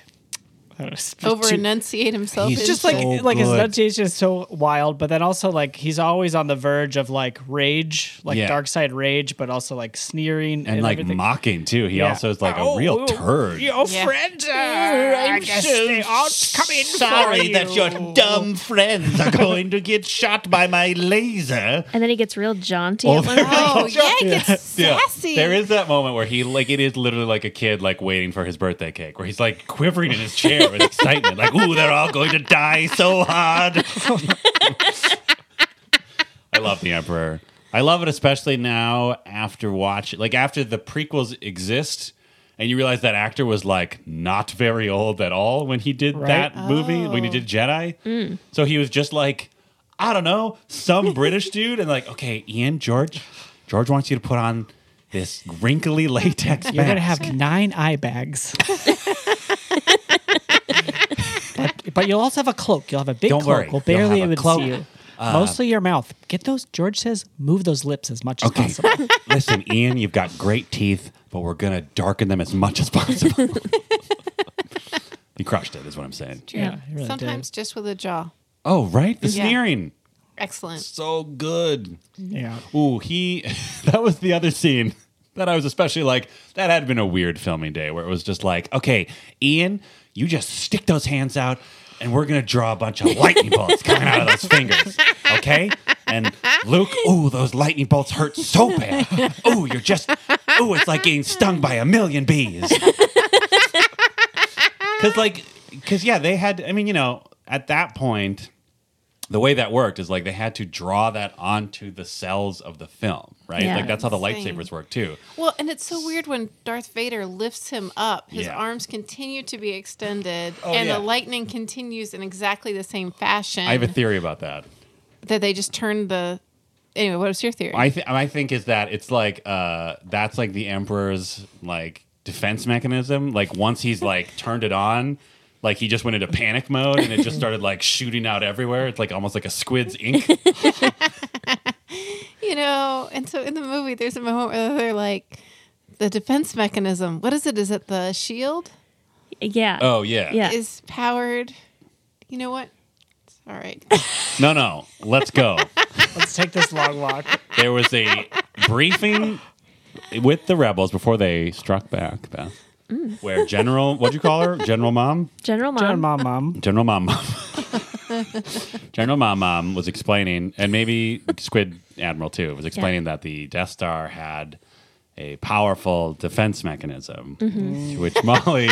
[SPEAKER 4] I don't know, speak
[SPEAKER 5] Over
[SPEAKER 4] to-
[SPEAKER 5] enunciate himself.
[SPEAKER 6] He's
[SPEAKER 5] is
[SPEAKER 4] just like
[SPEAKER 5] the-
[SPEAKER 6] So
[SPEAKER 4] like his
[SPEAKER 6] good.
[SPEAKER 4] enunciation is so wild, but then also like he's always on the verge of like rage, like
[SPEAKER 6] Yeah.
[SPEAKER 4] dark side rage, but also like sneering and,
[SPEAKER 6] And like
[SPEAKER 4] everything.
[SPEAKER 6] mocking too. He
[SPEAKER 4] Yeah.
[SPEAKER 6] also is like
[SPEAKER 4] Oh,
[SPEAKER 6] a real
[SPEAKER 4] oh,
[SPEAKER 6] turd.
[SPEAKER 4] Your
[SPEAKER 5] Yeah.
[SPEAKER 4] friend, uh, I
[SPEAKER 6] I'm
[SPEAKER 4] guess
[SPEAKER 6] so
[SPEAKER 4] they aren't coming for
[SPEAKER 6] Sorry
[SPEAKER 4] you.
[SPEAKER 6] that your dumb friends are going to get shot by my laser.
[SPEAKER 3] And then he gets real jaunty
[SPEAKER 6] Oh,
[SPEAKER 3] at one point.
[SPEAKER 5] oh yeah, it gets sassy.
[SPEAKER 6] There is that moment where he like it is literally like a kid like waiting for his birthday cake, where he's like quivering in his chair with excitement, like "Ooh, they're all going to die so hard." I love the Emperor. I love it especially now after watch like after the prequels exist. And you realize that actor was like not very old at all when he did
[SPEAKER 4] Right.
[SPEAKER 6] that movie, when he did Jedi. So he was just like, I don't know, some British dude, and like, okay, Ian, George, George wants you to put on this wrinkly latex
[SPEAKER 4] You're gonna
[SPEAKER 6] mask.
[SPEAKER 4] have nine eye bags. but, but you'll also have a cloak. You'll have a big
[SPEAKER 6] Don't
[SPEAKER 4] cloak.
[SPEAKER 6] worry.
[SPEAKER 4] We'll barely
[SPEAKER 6] You'll have a
[SPEAKER 4] even
[SPEAKER 6] cloak. Uh,
[SPEAKER 4] see you. Mostly your mouth. Get those. George says, move those lips as much
[SPEAKER 6] Okay.
[SPEAKER 4] as possible.
[SPEAKER 6] Listen, Ian, you've got great teeth, but we're gonna darken them as much as possible. he crushed it, is what I'm saying.
[SPEAKER 3] Yeah.
[SPEAKER 4] It really
[SPEAKER 5] Sometimes just with a jaw.
[SPEAKER 6] Oh, right, the
[SPEAKER 5] Yeah.
[SPEAKER 6] sneering,
[SPEAKER 5] Excellent.
[SPEAKER 6] so good.
[SPEAKER 4] did. Yeah.
[SPEAKER 6] Ooh, he. that was the other scene that I was especially like. That had been a weird filming day where it was just like, okay, Ian, you just stick those hands out, and we're gonna draw a bunch of lightning bolts coming out of those fingers, okay? And Luke, ooh, those lightning bolts hurt so bad. Ooh, you're just, ooh, it's like getting stung by a million bees. Because like, because yeah, they had. I mean, you know, at that point the way that worked is like they had to draw that onto the cells of the film, right?
[SPEAKER 3] Yeah.
[SPEAKER 6] Like that's how the
[SPEAKER 5] Insane.
[SPEAKER 6] lightsabers work too.
[SPEAKER 5] Well, and it's so weird when Darth Vader lifts him up, his
[SPEAKER 6] Yeah.
[SPEAKER 5] arms continue to be extended,
[SPEAKER 6] Oh,
[SPEAKER 5] and
[SPEAKER 6] yeah.
[SPEAKER 5] the lightning continues in exactly the same fashion.
[SPEAKER 6] I have a theory about that.
[SPEAKER 5] that they just turned the. Anyway, what was your theory?
[SPEAKER 6] I th- I think is that it's like uh that's like the emperor's like defense mechanism. Like once he's like turned it on, like he just went into panic mode and it just started like shooting out everywhere. It's like almost like a squid's ink.
[SPEAKER 5] you know, and so in the movie, there's a moment where they're like, the defense mechanism. What is it? Is it the shield?
[SPEAKER 3] Yeah.
[SPEAKER 6] Oh yeah.
[SPEAKER 3] Yeah.
[SPEAKER 5] Is powered. You know what? It's all right.
[SPEAKER 6] No, no. Let's go.
[SPEAKER 4] Let's take this long walk.
[SPEAKER 6] There was a briefing with the rebels before they struck back, Beth. Where General, what'd you call her? General Mom?
[SPEAKER 3] General Mom.
[SPEAKER 4] John, mom, mom.
[SPEAKER 6] General Mom Mom. General Mom Mom was explaining, and maybe Squid Admiral too was explaining that the Death Star had a powerful defense mechanism,
[SPEAKER 3] Mm-hmm.
[SPEAKER 6] to which Molly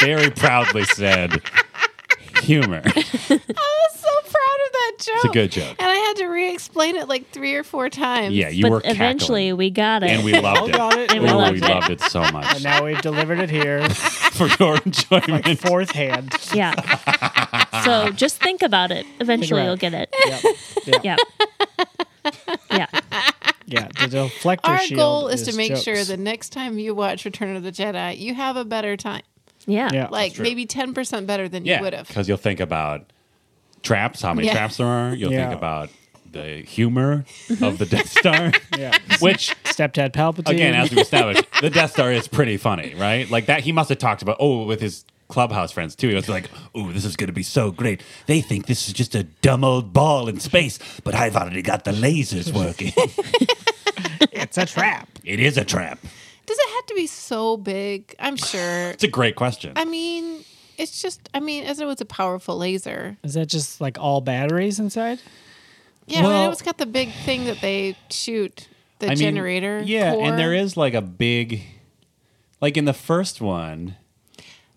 [SPEAKER 6] very proudly said, humor.
[SPEAKER 5] I was so proud of that joke.
[SPEAKER 6] It's a good joke.
[SPEAKER 5] And I had to re explain it like three or four times.
[SPEAKER 6] Yeah, you were
[SPEAKER 3] but
[SPEAKER 6] cackling.
[SPEAKER 3] eventually we got it.
[SPEAKER 6] and we loved it.
[SPEAKER 4] got it.
[SPEAKER 6] Oh,
[SPEAKER 3] And we loved
[SPEAKER 6] we
[SPEAKER 3] it.
[SPEAKER 6] loved it so much.
[SPEAKER 4] Now we've delivered it here.
[SPEAKER 6] for your enjoyment.
[SPEAKER 4] Fourth hand.
[SPEAKER 3] yeah. so just think about it. Eventually
[SPEAKER 4] about
[SPEAKER 3] you'll
[SPEAKER 4] it.
[SPEAKER 3] get
[SPEAKER 4] Yep.
[SPEAKER 3] it.
[SPEAKER 4] Yeah.
[SPEAKER 3] Yeah. yeah.
[SPEAKER 4] Yeah. The deflector
[SPEAKER 5] Our
[SPEAKER 4] shield.
[SPEAKER 5] goal is, to make
[SPEAKER 4] jokes.
[SPEAKER 5] sure the next time you watch Return of the Jedi, you have a better time.
[SPEAKER 3] Yeah.
[SPEAKER 4] Yeah.
[SPEAKER 5] Like
[SPEAKER 6] true.
[SPEAKER 5] maybe 10% better than you would have.
[SPEAKER 6] because you'll think about traps, how many
[SPEAKER 5] Yeah.
[SPEAKER 6] traps there are. You'll
[SPEAKER 4] Yeah.
[SPEAKER 6] think about the humor
[SPEAKER 5] Mm-hmm.
[SPEAKER 6] of the Death Star,
[SPEAKER 4] Yeah.
[SPEAKER 6] which
[SPEAKER 4] Stepdad Palpatine.
[SPEAKER 6] again, as we established, the Death Star is pretty funny, right? Like that, he must have talked about oh with his clubhouse friends too. He was like, oh,
[SPEAKER 1] Ooh, this is going to be so great. They think this is just a dumb old ball in space, but I've already got the lasers working.
[SPEAKER 4] it's a trap.
[SPEAKER 1] it is a trap.
[SPEAKER 5] Does it have to be so big? I'm sure.
[SPEAKER 6] "It's a great question."
[SPEAKER 5] I mean, it's just. I mean, as it was a powerful laser.
[SPEAKER 4] Is that just like all batteries inside?
[SPEAKER 5] Yeah, well,
[SPEAKER 6] Well-
[SPEAKER 5] it's got the big thing that they shoot the
[SPEAKER 6] I mean,
[SPEAKER 5] generator.
[SPEAKER 6] yeah,
[SPEAKER 5] core.
[SPEAKER 6] and there is like a big, like in the first one.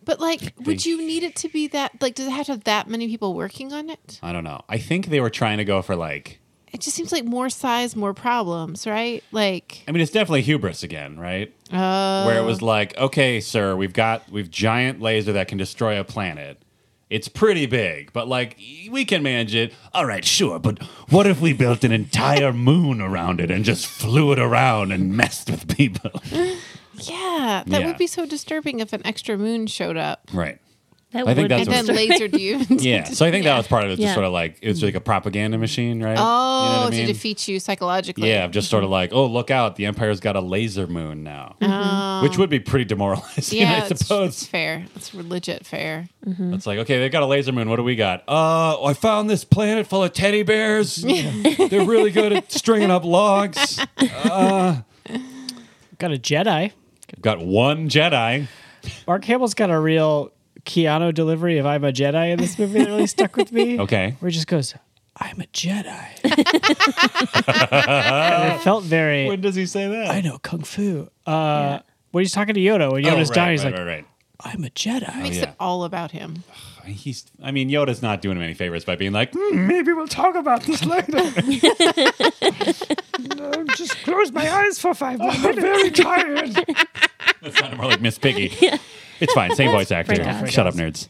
[SPEAKER 5] But like, would you need it to be that? Like, does it have to have that many people working on it?
[SPEAKER 6] I don't know. I think they were trying to go for like.
[SPEAKER 5] It just seems like more size, more problems, right? Like,
[SPEAKER 6] I mean, it's definitely hubris again, right?
[SPEAKER 5] uh,
[SPEAKER 6] where it was like, okay, sir, we've got we've giant laser that can destroy a planet. It's pretty big, but like we can manage it.
[SPEAKER 1] All right, sure, but what if we built an entire moon around it and just flew it around and messed with people?
[SPEAKER 5] yeah, that
[SPEAKER 6] Yeah.
[SPEAKER 5] would be so disturbing if an extra moon showed up
[SPEAKER 6] Right.
[SPEAKER 3] That
[SPEAKER 6] I think
[SPEAKER 3] would be
[SPEAKER 6] that's
[SPEAKER 5] and then
[SPEAKER 6] what-
[SPEAKER 3] disturbing.
[SPEAKER 5] lasered you.
[SPEAKER 6] Yeah. So I think that was part of it. Just
[SPEAKER 3] Yeah.
[SPEAKER 6] sort of like it was like a propaganda machine, right? You know
[SPEAKER 5] Oh,
[SPEAKER 6] what I
[SPEAKER 5] to
[SPEAKER 6] mean?
[SPEAKER 5] defeat you psychologically.
[SPEAKER 6] Yeah, I'm just sort of like, oh, look out! The Empire's got a laser moon now, which would be pretty demoralizing,
[SPEAKER 5] Uh-huh. Uh, Yeah,
[SPEAKER 6] I
[SPEAKER 5] that's- that's
[SPEAKER 6] suppose.
[SPEAKER 5] fair. That's legit fair.
[SPEAKER 4] Mm-hmm.
[SPEAKER 6] It's like, okay, they got a laser moon. What do we got? Uh, I found this planet full of teddy bears. They're really good at stringing up logs.
[SPEAKER 4] Got a Jedi.
[SPEAKER 6] Got one Jedi.
[SPEAKER 4] Mark Hamill's got a real Keanu delivery of "I'm a Jedi" in this movie that really stuck with me.
[SPEAKER 6] Okay.
[SPEAKER 4] where he just goes, "I'm a Jedi," and it felt very.
[SPEAKER 6] does he say that?
[SPEAKER 4] I know kung fu. Uh, When he's talking to Yoda, when Yoda's dying, he's like,
[SPEAKER 6] Oh, right,
[SPEAKER 4] "I'm a Jedi."
[SPEAKER 5] Makes
[SPEAKER 6] Oh, yeah.
[SPEAKER 5] it all about him.
[SPEAKER 6] right. He's. I mean, Yoda's not doing him any favors by being like, "Hmm, maybe we'll talk about this later.
[SPEAKER 4] Just close my eyes for five minutes.
[SPEAKER 6] I'm very tired. That sounded more like Miss Piggy. It's fine. Same voice actor.
[SPEAKER 3] Frank Oz.
[SPEAKER 6] Shut up, nerds.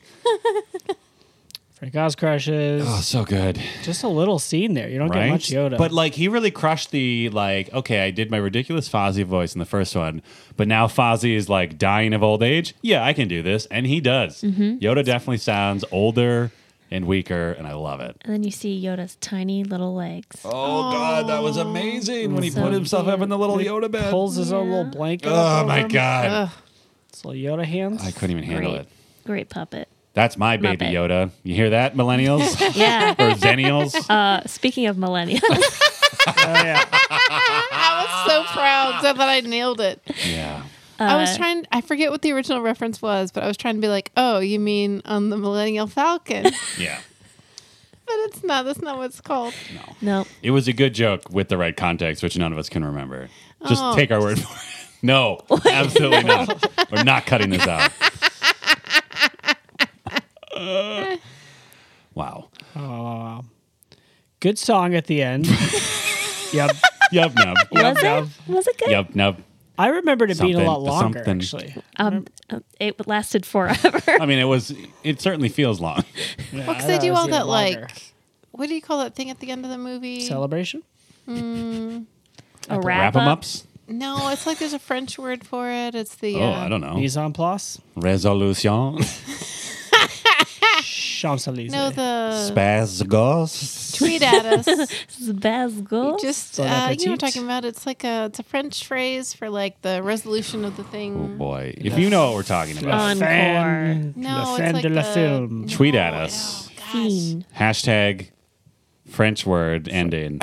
[SPEAKER 4] Frank Oz crushes.
[SPEAKER 6] Oh, so good.
[SPEAKER 4] Just a little scene there. You don't
[SPEAKER 6] right?
[SPEAKER 4] get much Yoda.
[SPEAKER 6] But like he really crushed the like, okay, I did my ridiculous Fozzie voice in the first one, but now Fozzie is like dying of old age. Yeah, I can do this, and he does.
[SPEAKER 3] Mm-hmm.
[SPEAKER 6] Yoda definitely sounds older and weaker, and I love it.
[SPEAKER 3] and then you see Yoda's tiny little legs.
[SPEAKER 6] Oh god, that was amazing when he
[SPEAKER 3] So put himself up in
[SPEAKER 6] the little Yoda
[SPEAKER 4] pulls his own little blanket. up
[SPEAKER 6] Oh
[SPEAKER 4] over
[SPEAKER 6] my
[SPEAKER 4] him.
[SPEAKER 6] god.
[SPEAKER 5] Ugh.
[SPEAKER 4] His little Yoda hands.
[SPEAKER 6] I couldn't even handle
[SPEAKER 3] Great,
[SPEAKER 6] it.
[SPEAKER 3] great puppet.
[SPEAKER 6] That's my baby
[SPEAKER 3] bad.
[SPEAKER 6] Yoda. You hear that, millennials?
[SPEAKER 3] Yeah.
[SPEAKER 6] or zennials?
[SPEAKER 3] Uh, speaking of millennials,
[SPEAKER 4] Oh,
[SPEAKER 5] I
[SPEAKER 6] Ah.
[SPEAKER 5] was so proud that I nailed it.
[SPEAKER 6] yeah.
[SPEAKER 5] I was trying. I forget what the original reference was, but I was trying to be like, "Oh, you mean on the Millennial Falcon?" but
[SPEAKER 6] Yeah.
[SPEAKER 5] it's not. That's not what it's called.
[SPEAKER 6] No.
[SPEAKER 3] no,
[SPEAKER 6] It was a good joke with the right context, which none of us can remember. Just
[SPEAKER 5] Oh.
[SPEAKER 6] take our word for it. No, absolutely not. We're not cutting this out. wow.
[SPEAKER 4] Good song at the end. yep.
[SPEAKER 6] Yub nub.
[SPEAKER 4] Yep.
[SPEAKER 3] was
[SPEAKER 4] yep.
[SPEAKER 3] it? Was it good?
[SPEAKER 6] Yub nub.
[SPEAKER 4] I remembered it being a lot
[SPEAKER 6] Something-
[SPEAKER 4] longer,
[SPEAKER 6] something.
[SPEAKER 4] actually.
[SPEAKER 3] Um, uh, it lasted forever.
[SPEAKER 6] I mean, it was, it certainly feels long.
[SPEAKER 5] Well, because
[SPEAKER 4] I
[SPEAKER 5] they
[SPEAKER 4] thought it
[SPEAKER 5] do
[SPEAKER 4] was
[SPEAKER 5] all
[SPEAKER 4] even
[SPEAKER 5] that
[SPEAKER 4] longer.
[SPEAKER 5] like, what do you call that thing at the end of the movie?
[SPEAKER 4] Celebration?
[SPEAKER 3] a
[SPEAKER 6] Wrap
[SPEAKER 3] wrap,
[SPEAKER 6] em
[SPEAKER 3] up.
[SPEAKER 6] ups?
[SPEAKER 5] no, it's like there's a French word for it. It's the. uh,
[SPEAKER 6] Oh, I don't know.
[SPEAKER 4] Mise en place?
[SPEAKER 6] Resolution.
[SPEAKER 3] Uh.
[SPEAKER 4] Champs-Élysées.
[SPEAKER 5] No, the
[SPEAKER 1] Spazgos.
[SPEAKER 5] tweet at us.
[SPEAKER 3] Zbazgo.
[SPEAKER 5] Just
[SPEAKER 4] Bon
[SPEAKER 5] uh, you know
[SPEAKER 4] appetit.
[SPEAKER 5] what I'm talking about. It's like a it's a French phrase for like the resolution of the
[SPEAKER 6] Oh
[SPEAKER 5] thing.
[SPEAKER 6] boy. If you know what we're talking about,
[SPEAKER 3] Encore.
[SPEAKER 4] Fan,
[SPEAKER 5] No,
[SPEAKER 4] the
[SPEAKER 5] it's
[SPEAKER 4] fan
[SPEAKER 5] like
[SPEAKER 4] de la
[SPEAKER 5] the-
[SPEAKER 4] film.
[SPEAKER 3] Oh,
[SPEAKER 6] tweet at us.
[SPEAKER 3] Fiend.
[SPEAKER 6] Hashtag French word ending.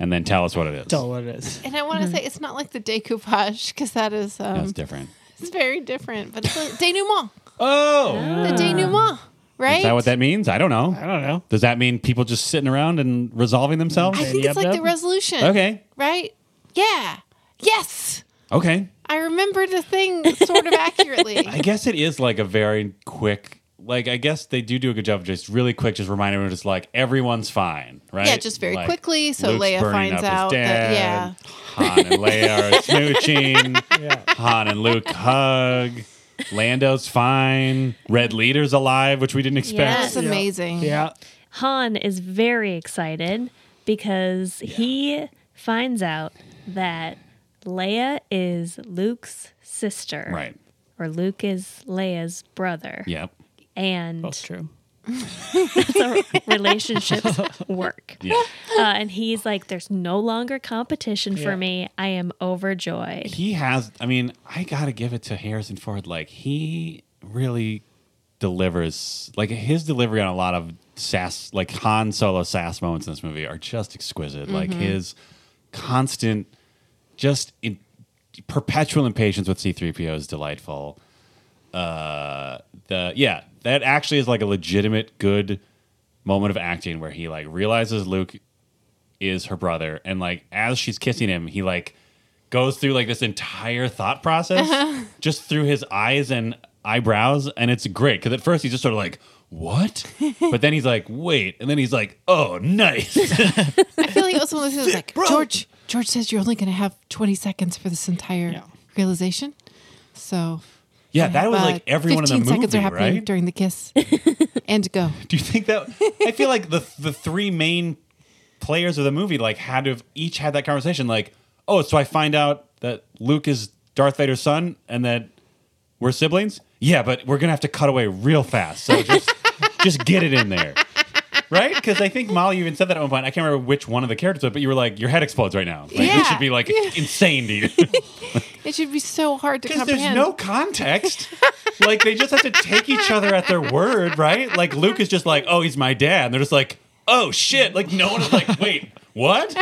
[SPEAKER 6] And then tell us what it is.
[SPEAKER 4] Tell what it is.
[SPEAKER 5] And I want to say it's not like the decoupage because that is um,
[SPEAKER 6] That's different.
[SPEAKER 5] it's very different. But it's like denouement.
[SPEAKER 6] Oh.
[SPEAKER 5] The denouement, right?
[SPEAKER 6] Is that what that means? I don't
[SPEAKER 4] I
[SPEAKER 6] know.
[SPEAKER 4] don't know.
[SPEAKER 6] Does that mean people just sitting around and resolving themselves?
[SPEAKER 5] I think
[SPEAKER 4] Yep,
[SPEAKER 5] it's like
[SPEAKER 4] yep.
[SPEAKER 5] the resolution.
[SPEAKER 6] Okay.
[SPEAKER 5] Right? Yeah. Yes.
[SPEAKER 6] Okay.
[SPEAKER 5] I remember the thing sort of accurately.
[SPEAKER 6] I guess it is like a very quick. Like I guess they do do a good job of just really quick, just reminding everyone, just like everyone's fine, right?
[SPEAKER 5] Yeah, just very
[SPEAKER 6] Like,
[SPEAKER 5] quickly, so
[SPEAKER 6] Luke's
[SPEAKER 5] Leia
[SPEAKER 6] burning up
[SPEAKER 5] finds
[SPEAKER 6] his
[SPEAKER 5] out that-
[SPEAKER 6] dad,
[SPEAKER 5] yeah.
[SPEAKER 6] Han and Leia are smooching.
[SPEAKER 4] Yeah.
[SPEAKER 6] Han and Luke hug. Lando's fine. Red leader's alive, which we didn't expect.
[SPEAKER 5] That's
[SPEAKER 3] Yeah.
[SPEAKER 5] amazing.
[SPEAKER 4] Yeah.
[SPEAKER 3] Han is very excited because he finds out that Leia is Luke's sister.
[SPEAKER 6] Right.
[SPEAKER 3] Or Luke is Leia's brother.
[SPEAKER 6] Yep.
[SPEAKER 3] And
[SPEAKER 4] That's true.
[SPEAKER 3] That's how relationships work.
[SPEAKER 6] Yeah.
[SPEAKER 3] Uh, and he's like, "There's no longer competition for
[SPEAKER 4] Yeah.
[SPEAKER 3] me. I am overjoyed."
[SPEAKER 6] He has, I mean, I got to give it to Harrison Ford. Like, he really delivers. Like, his delivery on a lot of sass, like Han Solo sass moments in this movie are just exquisite. Like, his constant, just in, perpetual impatience with C3PO is delightful. Uh, the yeah, that actually is like a legitimate good moment of acting where he like realizes Luke is her brother and like as she's kissing him he like goes through like this entire thought process just through his eyes and eyebrows and it's great because at first he's just sort of like what but then he's like wait and then he's like oh nice
[SPEAKER 5] I feel like it was one of those things like
[SPEAKER 6] Bro.
[SPEAKER 5] George. George says you're only going to have 20 seconds for this entire
[SPEAKER 4] Yeah.
[SPEAKER 5] realization. So
[SPEAKER 6] yeah that was
[SPEAKER 5] uh,
[SPEAKER 6] like everyone in the
[SPEAKER 5] 15
[SPEAKER 6] movie
[SPEAKER 5] seconds are happening
[SPEAKER 6] right
[SPEAKER 5] during the kiss and go.
[SPEAKER 6] do you think that i feel like the the three main players of the movie like had to have each had that conversation like oh so i find out that luke is darth vader's son and that we're siblings yeah but we're gonna have to cut away real fast so just just get it in there right because i think molly even said that at one point i can't remember which one of the characters but you were like your head explodes right now like
[SPEAKER 5] Yeah.
[SPEAKER 6] this should be like insane to you
[SPEAKER 5] It should be so hard to
[SPEAKER 6] because
[SPEAKER 5] comprehend.
[SPEAKER 6] there's no context. like they just have to take each other at their word, right? Like Luke is just like, "Oh, he's my dad," and they're just like, "Oh shit!" Like no one is like, "Wait, what?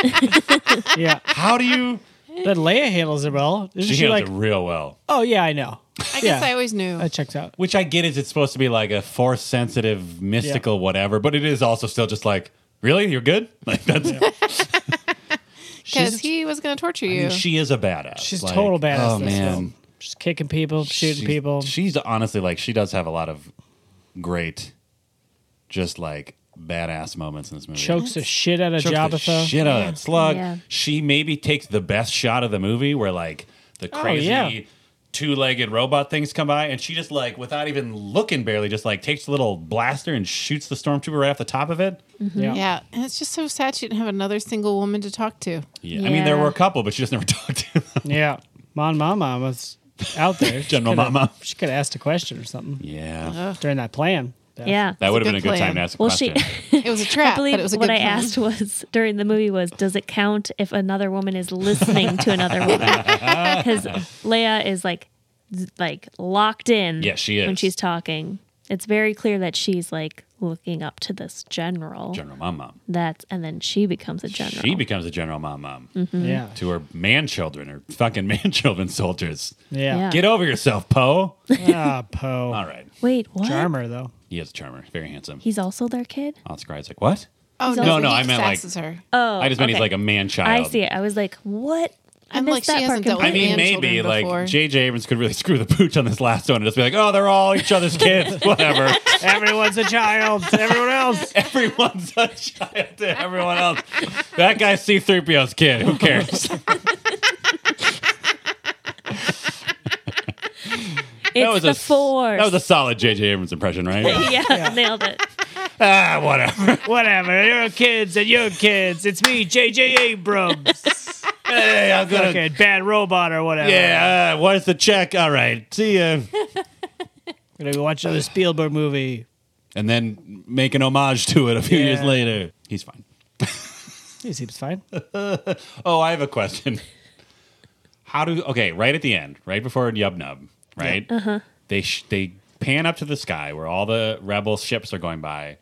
[SPEAKER 4] Yeah.
[SPEAKER 6] How do you?"
[SPEAKER 4] Then Leia handles it well. Isn't
[SPEAKER 6] She
[SPEAKER 4] she,
[SPEAKER 6] handles
[SPEAKER 4] like,
[SPEAKER 6] it real well,
[SPEAKER 4] oh, yeah, I know.
[SPEAKER 5] I
[SPEAKER 4] yeah.
[SPEAKER 5] guess I always knew.
[SPEAKER 4] That checks out.
[SPEAKER 6] which I get is it's supposed to be like a force sensitive, mystical whatever, but it is also still just like, "Really, you're good?" Like that's
[SPEAKER 5] Because he was going to torture you.
[SPEAKER 6] she is a badass.
[SPEAKER 4] She's
[SPEAKER 6] Like,
[SPEAKER 4] total badass.
[SPEAKER 6] Oh
[SPEAKER 4] in this
[SPEAKER 6] man,
[SPEAKER 4] film. She's kicking people, shooting
[SPEAKER 6] she's-
[SPEAKER 4] people.
[SPEAKER 6] She's honestly like she does have a lot of great, just like badass moments in this movie.
[SPEAKER 4] chokes the shit out of
[SPEAKER 6] Chokes the
[SPEAKER 4] Jabba.
[SPEAKER 6] shit out of that slug.
[SPEAKER 3] Yeah.
[SPEAKER 6] She maybe takes the best shot of the movie where like the
[SPEAKER 4] Oh,
[SPEAKER 6] crazy
[SPEAKER 4] yeah.
[SPEAKER 6] two-legged robot things come by, and she just like without even looking, barely just like takes the little blaster and shoots the stormtrooper right off the top of it.
[SPEAKER 4] Yeah.
[SPEAKER 5] yeah. And it's just so sad she didn't have another single woman to talk to.
[SPEAKER 6] Yeah. I mean there
[SPEAKER 3] Yeah.
[SPEAKER 6] were a couple, but she just never talked to them.
[SPEAKER 4] Yeah. Mon Mama was out there. She
[SPEAKER 6] General
[SPEAKER 4] coulda-
[SPEAKER 6] Mama.
[SPEAKER 4] She could have asked a question or something
[SPEAKER 6] Yeah,
[SPEAKER 4] during that plan.
[SPEAKER 3] Yeah.
[SPEAKER 6] that would have
[SPEAKER 5] good
[SPEAKER 6] been a good
[SPEAKER 5] plan.
[SPEAKER 6] time to ask a
[SPEAKER 3] well, she.
[SPEAKER 6] question.
[SPEAKER 5] It was a trap,
[SPEAKER 3] I believe
[SPEAKER 5] but it was a
[SPEAKER 3] what
[SPEAKER 5] good
[SPEAKER 3] I
[SPEAKER 5] plan.
[SPEAKER 3] asked was during the movie was, does it count if another woman is listening to another woman? Because Leia is like, z- like locked in.
[SPEAKER 6] Yeah, she
[SPEAKER 3] when
[SPEAKER 6] is.
[SPEAKER 3] she's talking. It's very clear that she's like looking up to this general.
[SPEAKER 6] General Mom Mom.
[SPEAKER 3] That's and then she becomes a general.
[SPEAKER 6] She becomes a General Mom Mom.
[SPEAKER 4] Yeah.
[SPEAKER 6] to her man children, her fucking man children soldiers.
[SPEAKER 4] Yeah.
[SPEAKER 3] Yeah.
[SPEAKER 6] Get over yourself, Poe.
[SPEAKER 4] Ah, Poe.
[SPEAKER 6] All right.
[SPEAKER 3] Wait, what?
[SPEAKER 4] Charmer, though.
[SPEAKER 6] He is a charmer, very handsome.
[SPEAKER 3] He's also their kid.
[SPEAKER 6] Oscar Isaac's like, what?
[SPEAKER 5] Oh,
[SPEAKER 3] No,
[SPEAKER 6] no,
[SPEAKER 5] he
[SPEAKER 6] I meant, like-
[SPEAKER 5] sasses her.
[SPEAKER 3] Oh,
[SPEAKER 6] I just meant he's
[SPEAKER 3] okay.
[SPEAKER 6] like a man child.
[SPEAKER 3] I see it. I was like, what? I
[SPEAKER 5] I'm
[SPEAKER 3] missed
[SPEAKER 5] like, she
[SPEAKER 3] that
[SPEAKER 5] hasn't
[SPEAKER 3] part
[SPEAKER 5] dealt with
[SPEAKER 6] I
[SPEAKER 3] completely.
[SPEAKER 6] mean,
[SPEAKER 5] Man
[SPEAKER 6] maybe
[SPEAKER 5] children
[SPEAKER 6] like
[SPEAKER 5] before.
[SPEAKER 6] J.J. Abrams could really screw the pooch on this last one and just be like, oh, they're all each other's kids, whatever.
[SPEAKER 4] Everyone's a child to everyone else.
[SPEAKER 6] Everyone's a child to everyone else. That guy's C3PO's kid. Who cares?
[SPEAKER 3] it's
[SPEAKER 6] was
[SPEAKER 3] the
[SPEAKER 6] a,
[SPEAKER 3] force.
[SPEAKER 6] That was a solid J.J. Abrams impression, right?
[SPEAKER 3] yeah, nailed it.
[SPEAKER 6] ah, whatever.
[SPEAKER 4] Whatever. Your kids and your kids. It's me, J.J. Abrams.
[SPEAKER 6] Hey, I'm gonna
[SPEAKER 4] Fucking bad robot or whatever.
[SPEAKER 6] Yeah, uh, where's the check? All right, see ya.
[SPEAKER 4] Gonna go watch another Spielberg movie.
[SPEAKER 6] and then make an homage to it a few
[SPEAKER 4] Yeah.
[SPEAKER 6] years later. He's fine.
[SPEAKER 4] He seems fine.
[SPEAKER 6] Oh, I have a question. How do okay? Right at the end, right before Yub Nub, right? Uh-huh. They sh- they pan up to the sky where all the rebel ships are going by,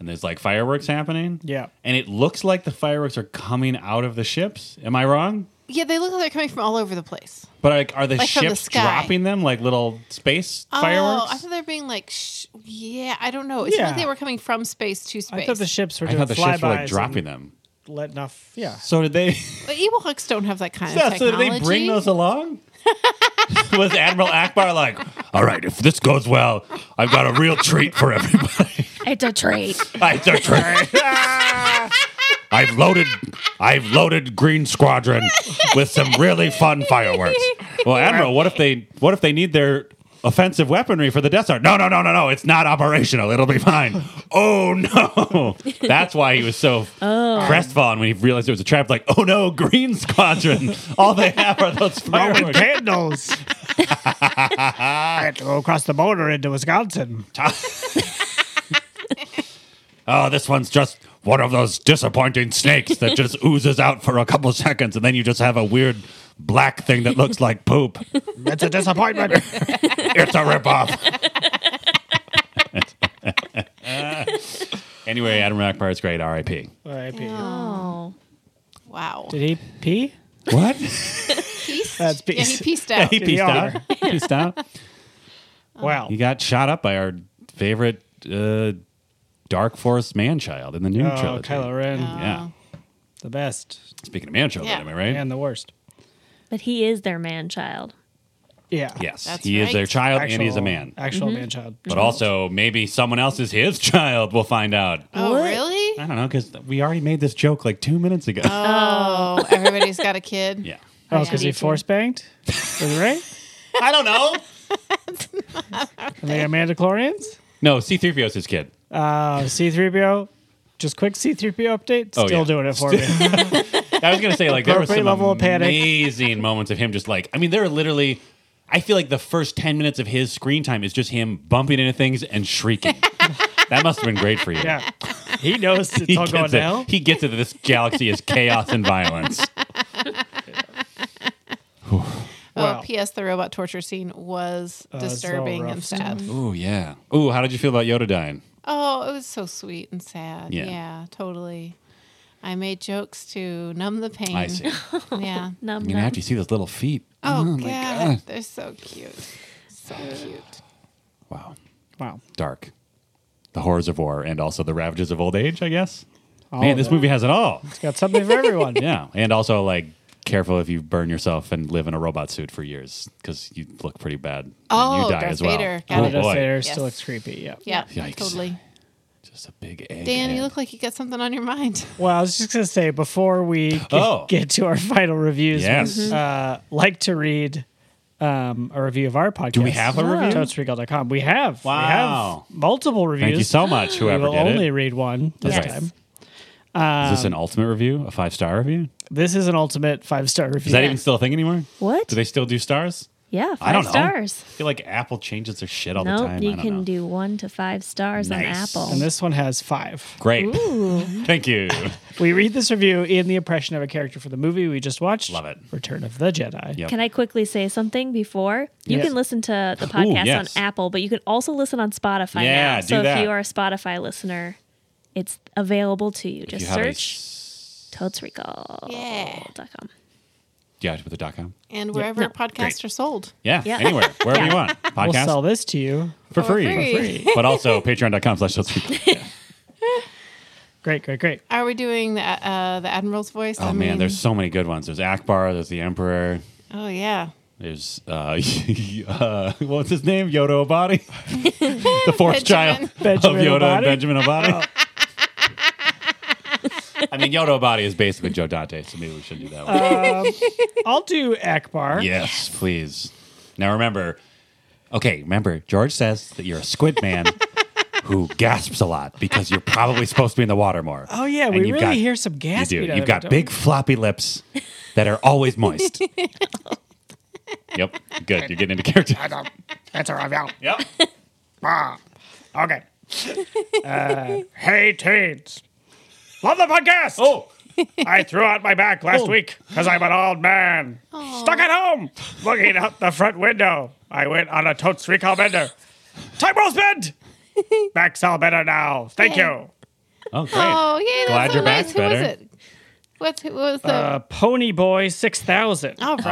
[SPEAKER 6] and there's like fireworks happening.
[SPEAKER 4] Yeah.
[SPEAKER 6] and it looks like the fireworks are coming out of the ships. Am I wrong?
[SPEAKER 5] Yeah, they look like they're coming from all over the place.
[SPEAKER 6] But like, are the
[SPEAKER 5] Like from the
[SPEAKER 6] ships
[SPEAKER 5] sky.
[SPEAKER 6] dropping them like little space
[SPEAKER 5] Oh, I
[SPEAKER 6] fireworks?
[SPEAKER 5] thought they were being like, sh- yeah, I don't know. It seemed
[SPEAKER 4] Yeah.
[SPEAKER 5] like they were coming from space to
[SPEAKER 4] I
[SPEAKER 5] space.
[SPEAKER 4] thought the ships were
[SPEAKER 6] I
[SPEAKER 4] doing
[SPEAKER 6] thought the ships were
[SPEAKER 4] flybys
[SPEAKER 6] like dropping
[SPEAKER 4] and
[SPEAKER 6] them.
[SPEAKER 4] Letting off. Yeah.
[SPEAKER 6] So did they?
[SPEAKER 5] but Ewoks don't have that kind
[SPEAKER 6] Yeah,
[SPEAKER 5] of
[SPEAKER 6] so did
[SPEAKER 5] technology.
[SPEAKER 6] they bring those along? Was Admiral Akbar like, all right, if this goes well, I've got a real treat for everybody.
[SPEAKER 3] It's a treat.
[SPEAKER 6] it's a treat. I've loaded I've loaded Green Squadron with some really fun fireworks. Well, Admiral, what if they what if they need their offensive weaponry for the Death Star? No, no, no, no, no. It's not operational. It'll be fine. Oh no. That's why he was so crestfallen when he realized it was a trap. Like, oh no, Green Squadron. All they have are those
[SPEAKER 4] Roman
[SPEAKER 6] fireworks.
[SPEAKER 4] candles. I had to go across the border into Wisconsin.
[SPEAKER 1] oh, this one's just one of those disappointing snakes that just oozes out for a couple seconds, and then you just have a weird black thing that looks like poop.
[SPEAKER 4] That's a disappointment.
[SPEAKER 1] It's a ripoff.
[SPEAKER 6] Anyway, Adam Rockbar is great. R.I.P.
[SPEAKER 4] R.I.P.
[SPEAKER 3] Oh.
[SPEAKER 5] Wow.
[SPEAKER 4] Did he pee?
[SPEAKER 1] What?
[SPEAKER 4] That's
[SPEAKER 5] Yeah,
[SPEAKER 4] peace.
[SPEAKER 5] he pieced out.
[SPEAKER 6] He
[SPEAKER 4] the
[SPEAKER 6] peaced out.
[SPEAKER 4] honor.
[SPEAKER 6] Peaced out.
[SPEAKER 4] Wow.
[SPEAKER 6] He got shot up by our favorite uh, Dark Force man-child in the new
[SPEAKER 4] Oh,
[SPEAKER 6] trilogy.
[SPEAKER 4] Kylo Ren,
[SPEAKER 6] Yeah.
[SPEAKER 4] the best
[SPEAKER 6] Speaking of man-child,
[SPEAKER 5] Yeah.
[SPEAKER 6] am I right?
[SPEAKER 4] and the worst.
[SPEAKER 3] But he is their man child.
[SPEAKER 4] Yeah.
[SPEAKER 6] yes,
[SPEAKER 5] That's
[SPEAKER 6] he is
[SPEAKER 5] right.
[SPEAKER 6] their child and he's a man.
[SPEAKER 4] Actual man child.
[SPEAKER 6] But also, maybe someone else is his child. We'll find out.
[SPEAKER 5] Oh,
[SPEAKER 3] What?
[SPEAKER 5] really?
[SPEAKER 6] I don't know because we already made this joke like two minutes ago.
[SPEAKER 5] Oh, everybody's got a kid.
[SPEAKER 6] Uh, yeah.
[SPEAKER 4] Oh, because he force banged? Is it right?
[SPEAKER 6] I don't know.
[SPEAKER 4] Are they Mandalorians?
[SPEAKER 6] No, C-3PO's his kid.
[SPEAKER 4] Uh, C3PO, just quick C3PO update.
[SPEAKER 6] Oh,
[SPEAKER 4] Still
[SPEAKER 6] yeah.
[SPEAKER 4] doing it for me.
[SPEAKER 6] I was gonna say like there were
[SPEAKER 4] Appropriate
[SPEAKER 6] some
[SPEAKER 4] level of panic.
[SPEAKER 6] amazing moments of him just like I mean there are literally I feel like the first ten minutes of his screen time is just him bumping into things and shrieking. that must have been great for you.
[SPEAKER 4] Yeah. He knows it's
[SPEAKER 6] He
[SPEAKER 4] all going
[SPEAKER 6] gets,
[SPEAKER 4] to hell.
[SPEAKER 6] it. he gets it that this galaxy is chaos and violence.
[SPEAKER 5] Oh,
[SPEAKER 4] Wow.
[SPEAKER 5] P.S. Oh, The robot torture scene was
[SPEAKER 6] Oh,
[SPEAKER 4] so
[SPEAKER 5] disturbing
[SPEAKER 4] rough
[SPEAKER 5] and sad.
[SPEAKER 6] Ooh yeah. Ooh, how did you feel about Yoda dying?
[SPEAKER 5] Oh, it was so sweet and sad.
[SPEAKER 6] Yeah.
[SPEAKER 5] Yeah. totally. I made jokes to numb the pain.
[SPEAKER 6] I see. I
[SPEAKER 5] Yeah.
[SPEAKER 3] Num,
[SPEAKER 6] mean,
[SPEAKER 3] num.
[SPEAKER 6] after you see those little feet,
[SPEAKER 5] Oh,
[SPEAKER 6] my
[SPEAKER 5] God.
[SPEAKER 6] God.
[SPEAKER 5] They're so cute. So cute.
[SPEAKER 6] wow,
[SPEAKER 4] Wow.
[SPEAKER 6] dark, the horrors of war, and also the ravages of old age. I guess.
[SPEAKER 4] All
[SPEAKER 6] Man,
[SPEAKER 4] of
[SPEAKER 6] this
[SPEAKER 4] it.
[SPEAKER 6] movie has it all.
[SPEAKER 4] It's got something for everyone.
[SPEAKER 6] Yeah, and also like careful if you burn yourself and live in a robot suit for years because you look pretty bad. and
[SPEAKER 5] Oh,
[SPEAKER 6] you die
[SPEAKER 5] Darth
[SPEAKER 6] as well.
[SPEAKER 5] Vader. Got
[SPEAKER 6] Oh
[SPEAKER 5] it.
[SPEAKER 4] Darth
[SPEAKER 6] boy,
[SPEAKER 4] Vader
[SPEAKER 5] Yes.
[SPEAKER 4] still looks creepy. Yeah.
[SPEAKER 5] Yeah.
[SPEAKER 6] Yikes.
[SPEAKER 5] Totally.
[SPEAKER 6] just a big egg.
[SPEAKER 5] Dan,
[SPEAKER 6] head.
[SPEAKER 5] you look like you got something on your mind.
[SPEAKER 4] Well, I was just going to say before we g-
[SPEAKER 6] Oh.
[SPEAKER 4] get to our final reviews,
[SPEAKER 6] Yes.
[SPEAKER 4] we'd, uh, like to read um, a review of our podcast. Do
[SPEAKER 6] we have a review?
[SPEAKER 4] Toadsregal.com. We have.
[SPEAKER 6] Wow.
[SPEAKER 4] We have multiple reviews.
[SPEAKER 6] Thank you so much,
[SPEAKER 4] We
[SPEAKER 6] whoever
[SPEAKER 4] will
[SPEAKER 6] did
[SPEAKER 4] only
[SPEAKER 6] it.
[SPEAKER 4] read one this
[SPEAKER 3] Yes.
[SPEAKER 4] time.
[SPEAKER 6] Is this an ultimate review? A five star review?
[SPEAKER 4] This is an ultimate five star review.
[SPEAKER 6] Is that even still a thing anymore?
[SPEAKER 3] What?
[SPEAKER 6] Do they still do stars?
[SPEAKER 3] yeah, five
[SPEAKER 6] I don't know.
[SPEAKER 3] stars.
[SPEAKER 6] I feel like Apple changes their shit all the
[SPEAKER 3] Nope,
[SPEAKER 6] time. I
[SPEAKER 3] you
[SPEAKER 6] don't
[SPEAKER 3] can
[SPEAKER 6] know.
[SPEAKER 3] do one to five stars
[SPEAKER 6] Nice.
[SPEAKER 3] on
[SPEAKER 4] and
[SPEAKER 3] Apple.
[SPEAKER 4] this one has five.
[SPEAKER 6] Great.
[SPEAKER 3] Ooh.
[SPEAKER 6] Thank you.
[SPEAKER 4] We read this review in the impression of a character for the movie we just watched.
[SPEAKER 6] Love it.
[SPEAKER 4] Return of the Jedi.
[SPEAKER 6] Yep.
[SPEAKER 3] Can I quickly say something before? You
[SPEAKER 4] Yes.
[SPEAKER 3] can listen to the podcast
[SPEAKER 6] yes.
[SPEAKER 3] on Apple, but you can also listen on Spotify
[SPEAKER 6] Yeah,
[SPEAKER 3] now.
[SPEAKER 6] do
[SPEAKER 3] so if
[SPEAKER 6] that.
[SPEAKER 3] you are a Spotify listener, it's available to you.
[SPEAKER 6] You
[SPEAKER 3] Just
[SPEAKER 6] have a
[SPEAKER 3] search
[SPEAKER 6] s-
[SPEAKER 3] totesrecall.com.
[SPEAKER 5] Yeah.
[SPEAKER 6] yeah, with the dot com.
[SPEAKER 5] And wherever
[SPEAKER 3] No,
[SPEAKER 5] podcasts
[SPEAKER 6] great.
[SPEAKER 5] are sold.
[SPEAKER 6] Yeah,
[SPEAKER 3] Yeah. Oh,
[SPEAKER 6] anywhere, wherever you want. Podcast
[SPEAKER 4] We'll sell this to you.
[SPEAKER 6] for,
[SPEAKER 5] For
[SPEAKER 6] free.
[SPEAKER 5] free.
[SPEAKER 6] For free. but also patreon.com slash Toadspeak.
[SPEAKER 4] Great, great, great.
[SPEAKER 5] Are we doing the uh, the admiral's voice?
[SPEAKER 6] Oh man, there's so many good ones. There's Akbar, there's the Emperor,
[SPEAKER 5] Oh yeah.
[SPEAKER 6] there's uh, uh what's his name? Yoda Obadi. the fourth
[SPEAKER 5] Benjamin.
[SPEAKER 6] child
[SPEAKER 4] Benjamin
[SPEAKER 6] of Yoda and
[SPEAKER 4] Obadi? Oh.
[SPEAKER 6] Benjamin Obadi. I mean Yoda Obadi is basically Joe Dante, so maybe we should do that one.
[SPEAKER 4] Oh. I'll do Akbar.
[SPEAKER 6] yes, please. Now remember okay, remember, George says that you're a squid man who gasps a lot because you're probably supposed to be in the water more.
[SPEAKER 4] Oh yeah,
[SPEAKER 6] And
[SPEAKER 4] we
[SPEAKER 6] you've
[SPEAKER 4] really
[SPEAKER 6] got-
[SPEAKER 4] hear some gas.
[SPEAKER 6] You do. You've got big floppy lips that are always moist. yep. Good. You're getting into character.
[SPEAKER 4] That's a review.
[SPEAKER 6] Yep.
[SPEAKER 4] Okay. Uh, hey teens, love the podcast. Oh, I threw out my back last week because I'm an old man stuck at home, looking out the front window. I went on a totes recall bender. Time rolls bend. Back's all better now. Thank you.
[SPEAKER 6] Oh, great.
[SPEAKER 5] Oh
[SPEAKER 6] Glad
[SPEAKER 5] yeah. that's so
[SPEAKER 6] your
[SPEAKER 5] nice.
[SPEAKER 6] back's
[SPEAKER 5] Who was
[SPEAKER 6] better. Um,
[SPEAKER 5] it? What's who was the?
[SPEAKER 4] Uh, Pony Boy six thousand.
[SPEAKER 5] All right.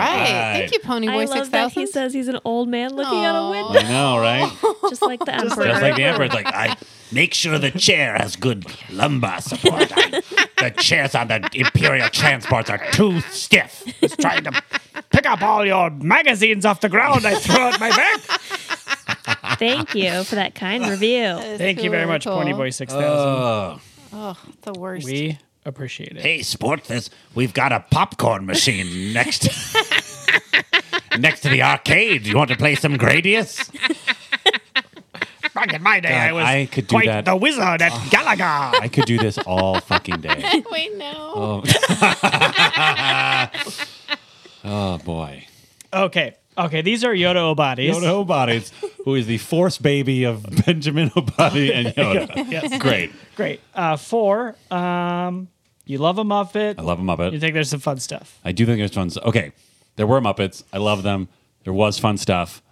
[SPEAKER 5] Thank you, Pony
[SPEAKER 3] I
[SPEAKER 5] Boy
[SPEAKER 3] love
[SPEAKER 5] Six
[SPEAKER 3] that he
[SPEAKER 5] Thousand.
[SPEAKER 3] says he's an old man looking out a
[SPEAKER 5] Aw.
[SPEAKER 3] window,
[SPEAKER 6] I know, right?
[SPEAKER 3] just like the emperor.
[SPEAKER 6] Just like the emperor, it's like I
[SPEAKER 1] Make sure the chair has good lumbar support. I- the chairs on the imperial transports are too stiff.
[SPEAKER 4] trying to pick up all your magazines off the ground. I threw out my back.
[SPEAKER 3] Thank you for that kind review.
[SPEAKER 4] Thank you very much, Pony Boy six thousand.
[SPEAKER 6] Uh,
[SPEAKER 5] The worst.
[SPEAKER 4] we appreciate it.
[SPEAKER 1] Hey, sport, this we've got a popcorn machine next next to the arcade. You want to play some Gradius?
[SPEAKER 4] Back in my day, I was
[SPEAKER 6] I could do
[SPEAKER 4] quite
[SPEAKER 6] that.
[SPEAKER 4] the wizard at Galaga.
[SPEAKER 6] I could do this all fucking day.
[SPEAKER 5] Wait, no.
[SPEAKER 6] Oh, oh boy.
[SPEAKER 4] Okay. Okay. These are Yoda Obadis.
[SPEAKER 6] Yoda bodies. who is the force baby of Benjamin Obadi and Yoda.
[SPEAKER 4] Yes.
[SPEAKER 6] Great.
[SPEAKER 4] Great. Uh, four. Um, you love a Muppet.
[SPEAKER 6] I love a Muppet.
[SPEAKER 4] You think there's some fun stuff.
[SPEAKER 6] I do think there's fun. Stuff. Okay, there were Muppets. I love them. There was fun stuff.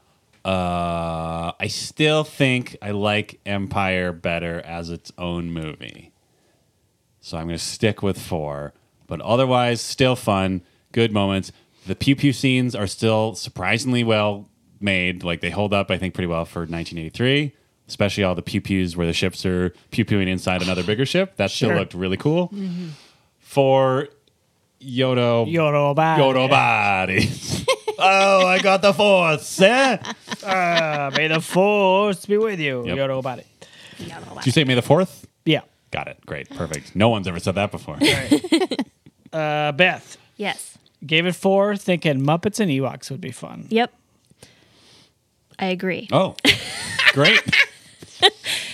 [SPEAKER 6] Uh, I still think I like Empire better as its own movie. So I'm going to stick with four, but otherwise, still fun, good moments. The pew pew scenes are still surprisingly well made. Like they hold up, I think, pretty well for 1983. Especially all the pew pews where the ships are pew pewing inside another bigger ship. That
[SPEAKER 4] Sure.
[SPEAKER 6] still looked really cool. For Yodo,
[SPEAKER 4] Yodo bye.
[SPEAKER 6] Yodo bodies. oh, I got the force. Eh? Did
[SPEAKER 4] Uh, may the force be with you.
[SPEAKER 6] Yep.
[SPEAKER 4] Yodo body.
[SPEAKER 6] you say May the Fourth?
[SPEAKER 4] Yeah.
[SPEAKER 6] Got it. Great. Perfect. No one's ever said that before.
[SPEAKER 4] Uh, Beth
[SPEAKER 3] Yes.
[SPEAKER 4] gave it four, thinking Muppets and Ewoks would be fun.
[SPEAKER 3] Yep. I agree.
[SPEAKER 6] Oh, great.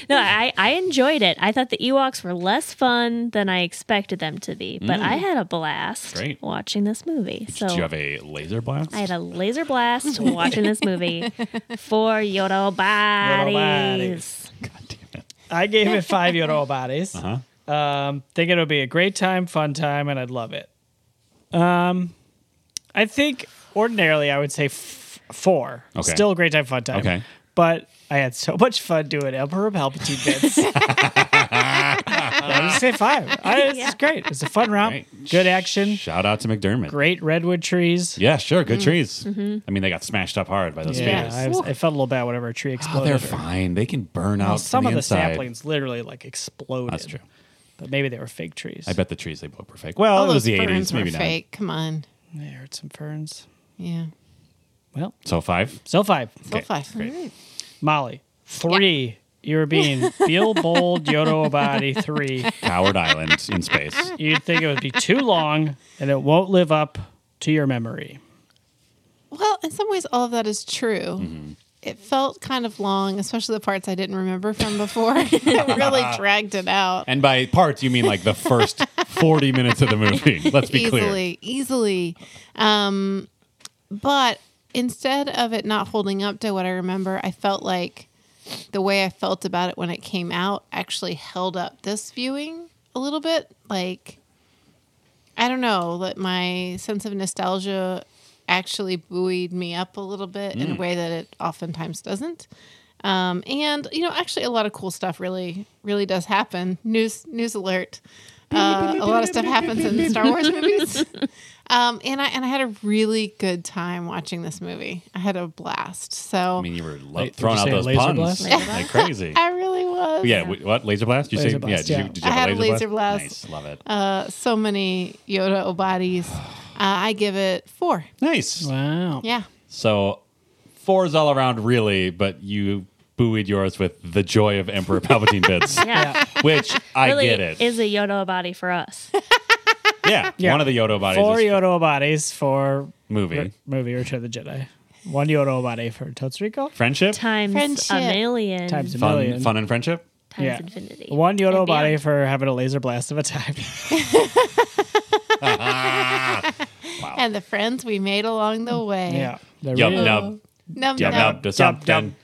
[SPEAKER 3] No, I, I enjoyed it. I thought the Ewoks were less fun than I expected them to be, but I had a blast
[SPEAKER 6] Mm. Great.
[SPEAKER 3] watching this movie. So
[SPEAKER 6] Did you have a laser blast?
[SPEAKER 3] I had a laser blast watching this movie for Yodo Bodies.
[SPEAKER 4] bodies. I gave it five Yodo bodies. Uh-huh. Um, think it'll be a great time, fun time, and I'd love it. Um, I think ordinarily I would say f- four.
[SPEAKER 6] Okay.
[SPEAKER 4] Still a great time, fun time.
[SPEAKER 6] Okay.
[SPEAKER 4] But I had so much fun doing Emperor Palpatine bits. I would say five. I, it's
[SPEAKER 3] Yeah.
[SPEAKER 4] great. It's a fun round.
[SPEAKER 6] Great.
[SPEAKER 4] Oh, Good action.
[SPEAKER 6] Shout out to McDermott.
[SPEAKER 4] Great redwood trees.
[SPEAKER 6] Yeah, sure. Good trees. I mean, they got smashed up hard by those
[SPEAKER 4] Yeah,
[SPEAKER 6] speeders.
[SPEAKER 4] I, was- I felt a little bad whenever a tree
[SPEAKER 6] Oh,
[SPEAKER 4] exploded.
[SPEAKER 6] they're
[SPEAKER 4] or-
[SPEAKER 6] fine. They can burn out
[SPEAKER 4] Some
[SPEAKER 6] from
[SPEAKER 4] of the
[SPEAKER 6] inside.
[SPEAKER 4] saplings literally like exploded.
[SPEAKER 6] That's true.
[SPEAKER 4] But maybe they were fake trees.
[SPEAKER 6] I bet the trees they blew up were fake. Well,
[SPEAKER 5] All
[SPEAKER 6] it was the
[SPEAKER 5] those ferns
[SPEAKER 6] 80s,
[SPEAKER 5] were
[SPEAKER 6] maybe not.
[SPEAKER 5] fake. Come on.
[SPEAKER 4] I heard some ferns.
[SPEAKER 5] Yeah.
[SPEAKER 4] Well,
[SPEAKER 6] So five.
[SPEAKER 4] so five.
[SPEAKER 5] So
[SPEAKER 6] Okay,
[SPEAKER 5] five.
[SPEAKER 6] great.
[SPEAKER 4] Molly, three. You're being Bill Bold, Yodo Abadi, three.
[SPEAKER 6] Coward Island in space.
[SPEAKER 4] You'd think it would be too long and it won't live up to your memory.
[SPEAKER 5] Well, in some ways, all of that is true.
[SPEAKER 6] Mm-hmm.
[SPEAKER 5] It felt kind of long, especially the parts I didn't remember from before. it really dragged it out.
[SPEAKER 6] And by parts, you mean like the first 40 minutes of the movie. Let's be clear.
[SPEAKER 5] easily, easily. Um, but instead of it not holding up to what I remember, I felt like the way I felt about it when it came out actually held up this viewing a little bit. Like, I don't know, that my sense of nostalgia actually buoyed me up a little bit
[SPEAKER 6] Mm.
[SPEAKER 5] in a way that it oftentimes doesn't. Um, and you know, actually, a lot of cool stuff really, really does happen. News, news alert! Uh, a lot of stuff happens in Star Wars movies. Um, and I and I had a really good time watching this movie. I had a blast. So
[SPEAKER 6] I mean, you were lo-
[SPEAKER 4] Wait, did
[SPEAKER 6] throwing
[SPEAKER 4] you
[SPEAKER 6] out
[SPEAKER 4] say
[SPEAKER 6] those
[SPEAKER 4] laser
[SPEAKER 6] puns
[SPEAKER 4] blast?
[SPEAKER 6] like crazy.
[SPEAKER 5] I really was.
[SPEAKER 6] yeah, wait, what? Laser blast? You say,
[SPEAKER 4] Laser blast,
[SPEAKER 6] yeah,
[SPEAKER 4] yeah.
[SPEAKER 6] did you, did you
[SPEAKER 5] I
[SPEAKER 6] have
[SPEAKER 5] had
[SPEAKER 6] a
[SPEAKER 5] a
[SPEAKER 6] laser,
[SPEAKER 5] laser blast.
[SPEAKER 6] Nice, love it.
[SPEAKER 5] Uh, so many Yoda Obadis. Uh, I give it four.
[SPEAKER 6] nice.
[SPEAKER 4] Wow.
[SPEAKER 5] Yeah.
[SPEAKER 6] So four is all around, really, but you buoyed yours with the joy of Emperor Palpatine bits,
[SPEAKER 3] Yeah.
[SPEAKER 6] which I
[SPEAKER 3] Really
[SPEAKER 6] get it.
[SPEAKER 3] is a Yodo body for us.
[SPEAKER 6] yeah,
[SPEAKER 4] Yeah.
[SPEAKER 6] one of the Yodo bodies
[SPEAKER 4] Four
[SPEAKER 6] is
[SPEAKER 4] Yodo Abadis for
[SPEAKER 6] movie.
[SPEAKER 4] re- movie Return of the Jedi. One Yodo Abadi for Totes Rico.
[SPEAKER 6] Friendship?
[SPEAKER 3] Times
[SPEAKER 5] Friendship.
[SPEAKER 3] a million.
[SPEAKER 4] Times a
[SPEAKER 6] Fun,
[SPEAKER 4] million.
[SPEAKER 6] fun and friendship?
[SPEAKER 3] times
[SPEAKER 4] yeah.
[SPEAKER 3] infinity.
[SPEAKER 4] One Yodo
[SPEAKER 3] And beyond.
[SPEAKER 4] Abadi for having a laser blast of a time.
[SPEAKER 5] And the friends we made along the way.
[SPEAKER 4] yeah. The
[SPEAKER 6] Yum,
[SPEAKER 4] real-
[SPEAKER 6] nub,
[SPEAKER 5] Num,
[SPEAKER 6] yum,
[SPEAKER 5] num,
[SPEAKER 6] nub, to something.
[SPEAKER 4] yum.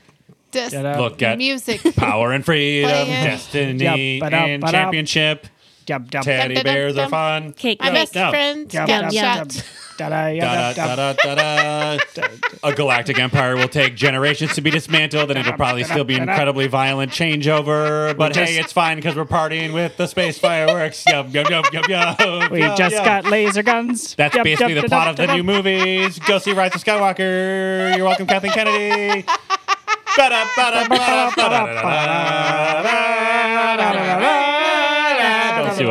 [SPEAKER 5] dis-
[SPEAKER 4] Yum,
[SPEAKER 6] Look at
[SPEAKER 5] music.
[SPEAKER 6] power and freedom,
[SPEAKER 5] Playing.
[SPEAKER 6] destiny,
[SPEAKER 4] Yup, ba-dum,
[SPEAKER 6] and
[SPEAKER 4] ba-dum.
[SPEAKER 6] championship.
[SPEAKER 4] Yum, yum.
[SPEAKER 6] Teddy
[SPEAKER 5] Dum, dum,
[SPEAKER 6] bears are
[SPEAKER 5] dum.
[SPEAKER 6] fun.
[SPEAKER 3] Cake.
[SPEAKER 5] My
[SPEAKER 3] Yum,
[SPEAKER 5] best
[SPEAKER 6] yum.
[SPEAKER 5] friend
[SPEAKER 4] Yum,
[SPEAKER 5] got
[SPEAKER 4] yum,
[SPEAKER 5] shot.
[SPEAKER 4] yum. Da-da, yum,
[SPEAKER 6] Da,
[SPEAKER 4] yum.
[SPEAKER 6] da, da, da, da, da. A galactic empire will take generations to be dismantled, and it'll probably still be an incredibly violent changeover. But
[SPEAKER 4] just-
[SPEAKER 6] hey, it's fine because we're partying with the space fireworks. Yum yum yum yum yum.
[SPEAKER 4] We
[SPEAKER 6] yum,
[SPEAKER 4] just
[SPEAKER 6] yum.
[SPEAKER 4] got laser guns.
[SPEAKER 6] Oh, That's
[SPEAKER 4] Yum,
[SPEAKER 6] basically
[SPEAKER 4] yum,
[SPEAKER 6] the
[SPEAKER 4] da-dum,
[SPEAKER 6] plot of the
[SPEAKER 4] da-dum.
[SPEAKER 6] new movies. Go see Rise of Skywalker. You're welcome, Kathleen Kennedy. Ba-da, ba-da, ba-da, ba-da, da, da, da, da, da, da, da, da. Don't sue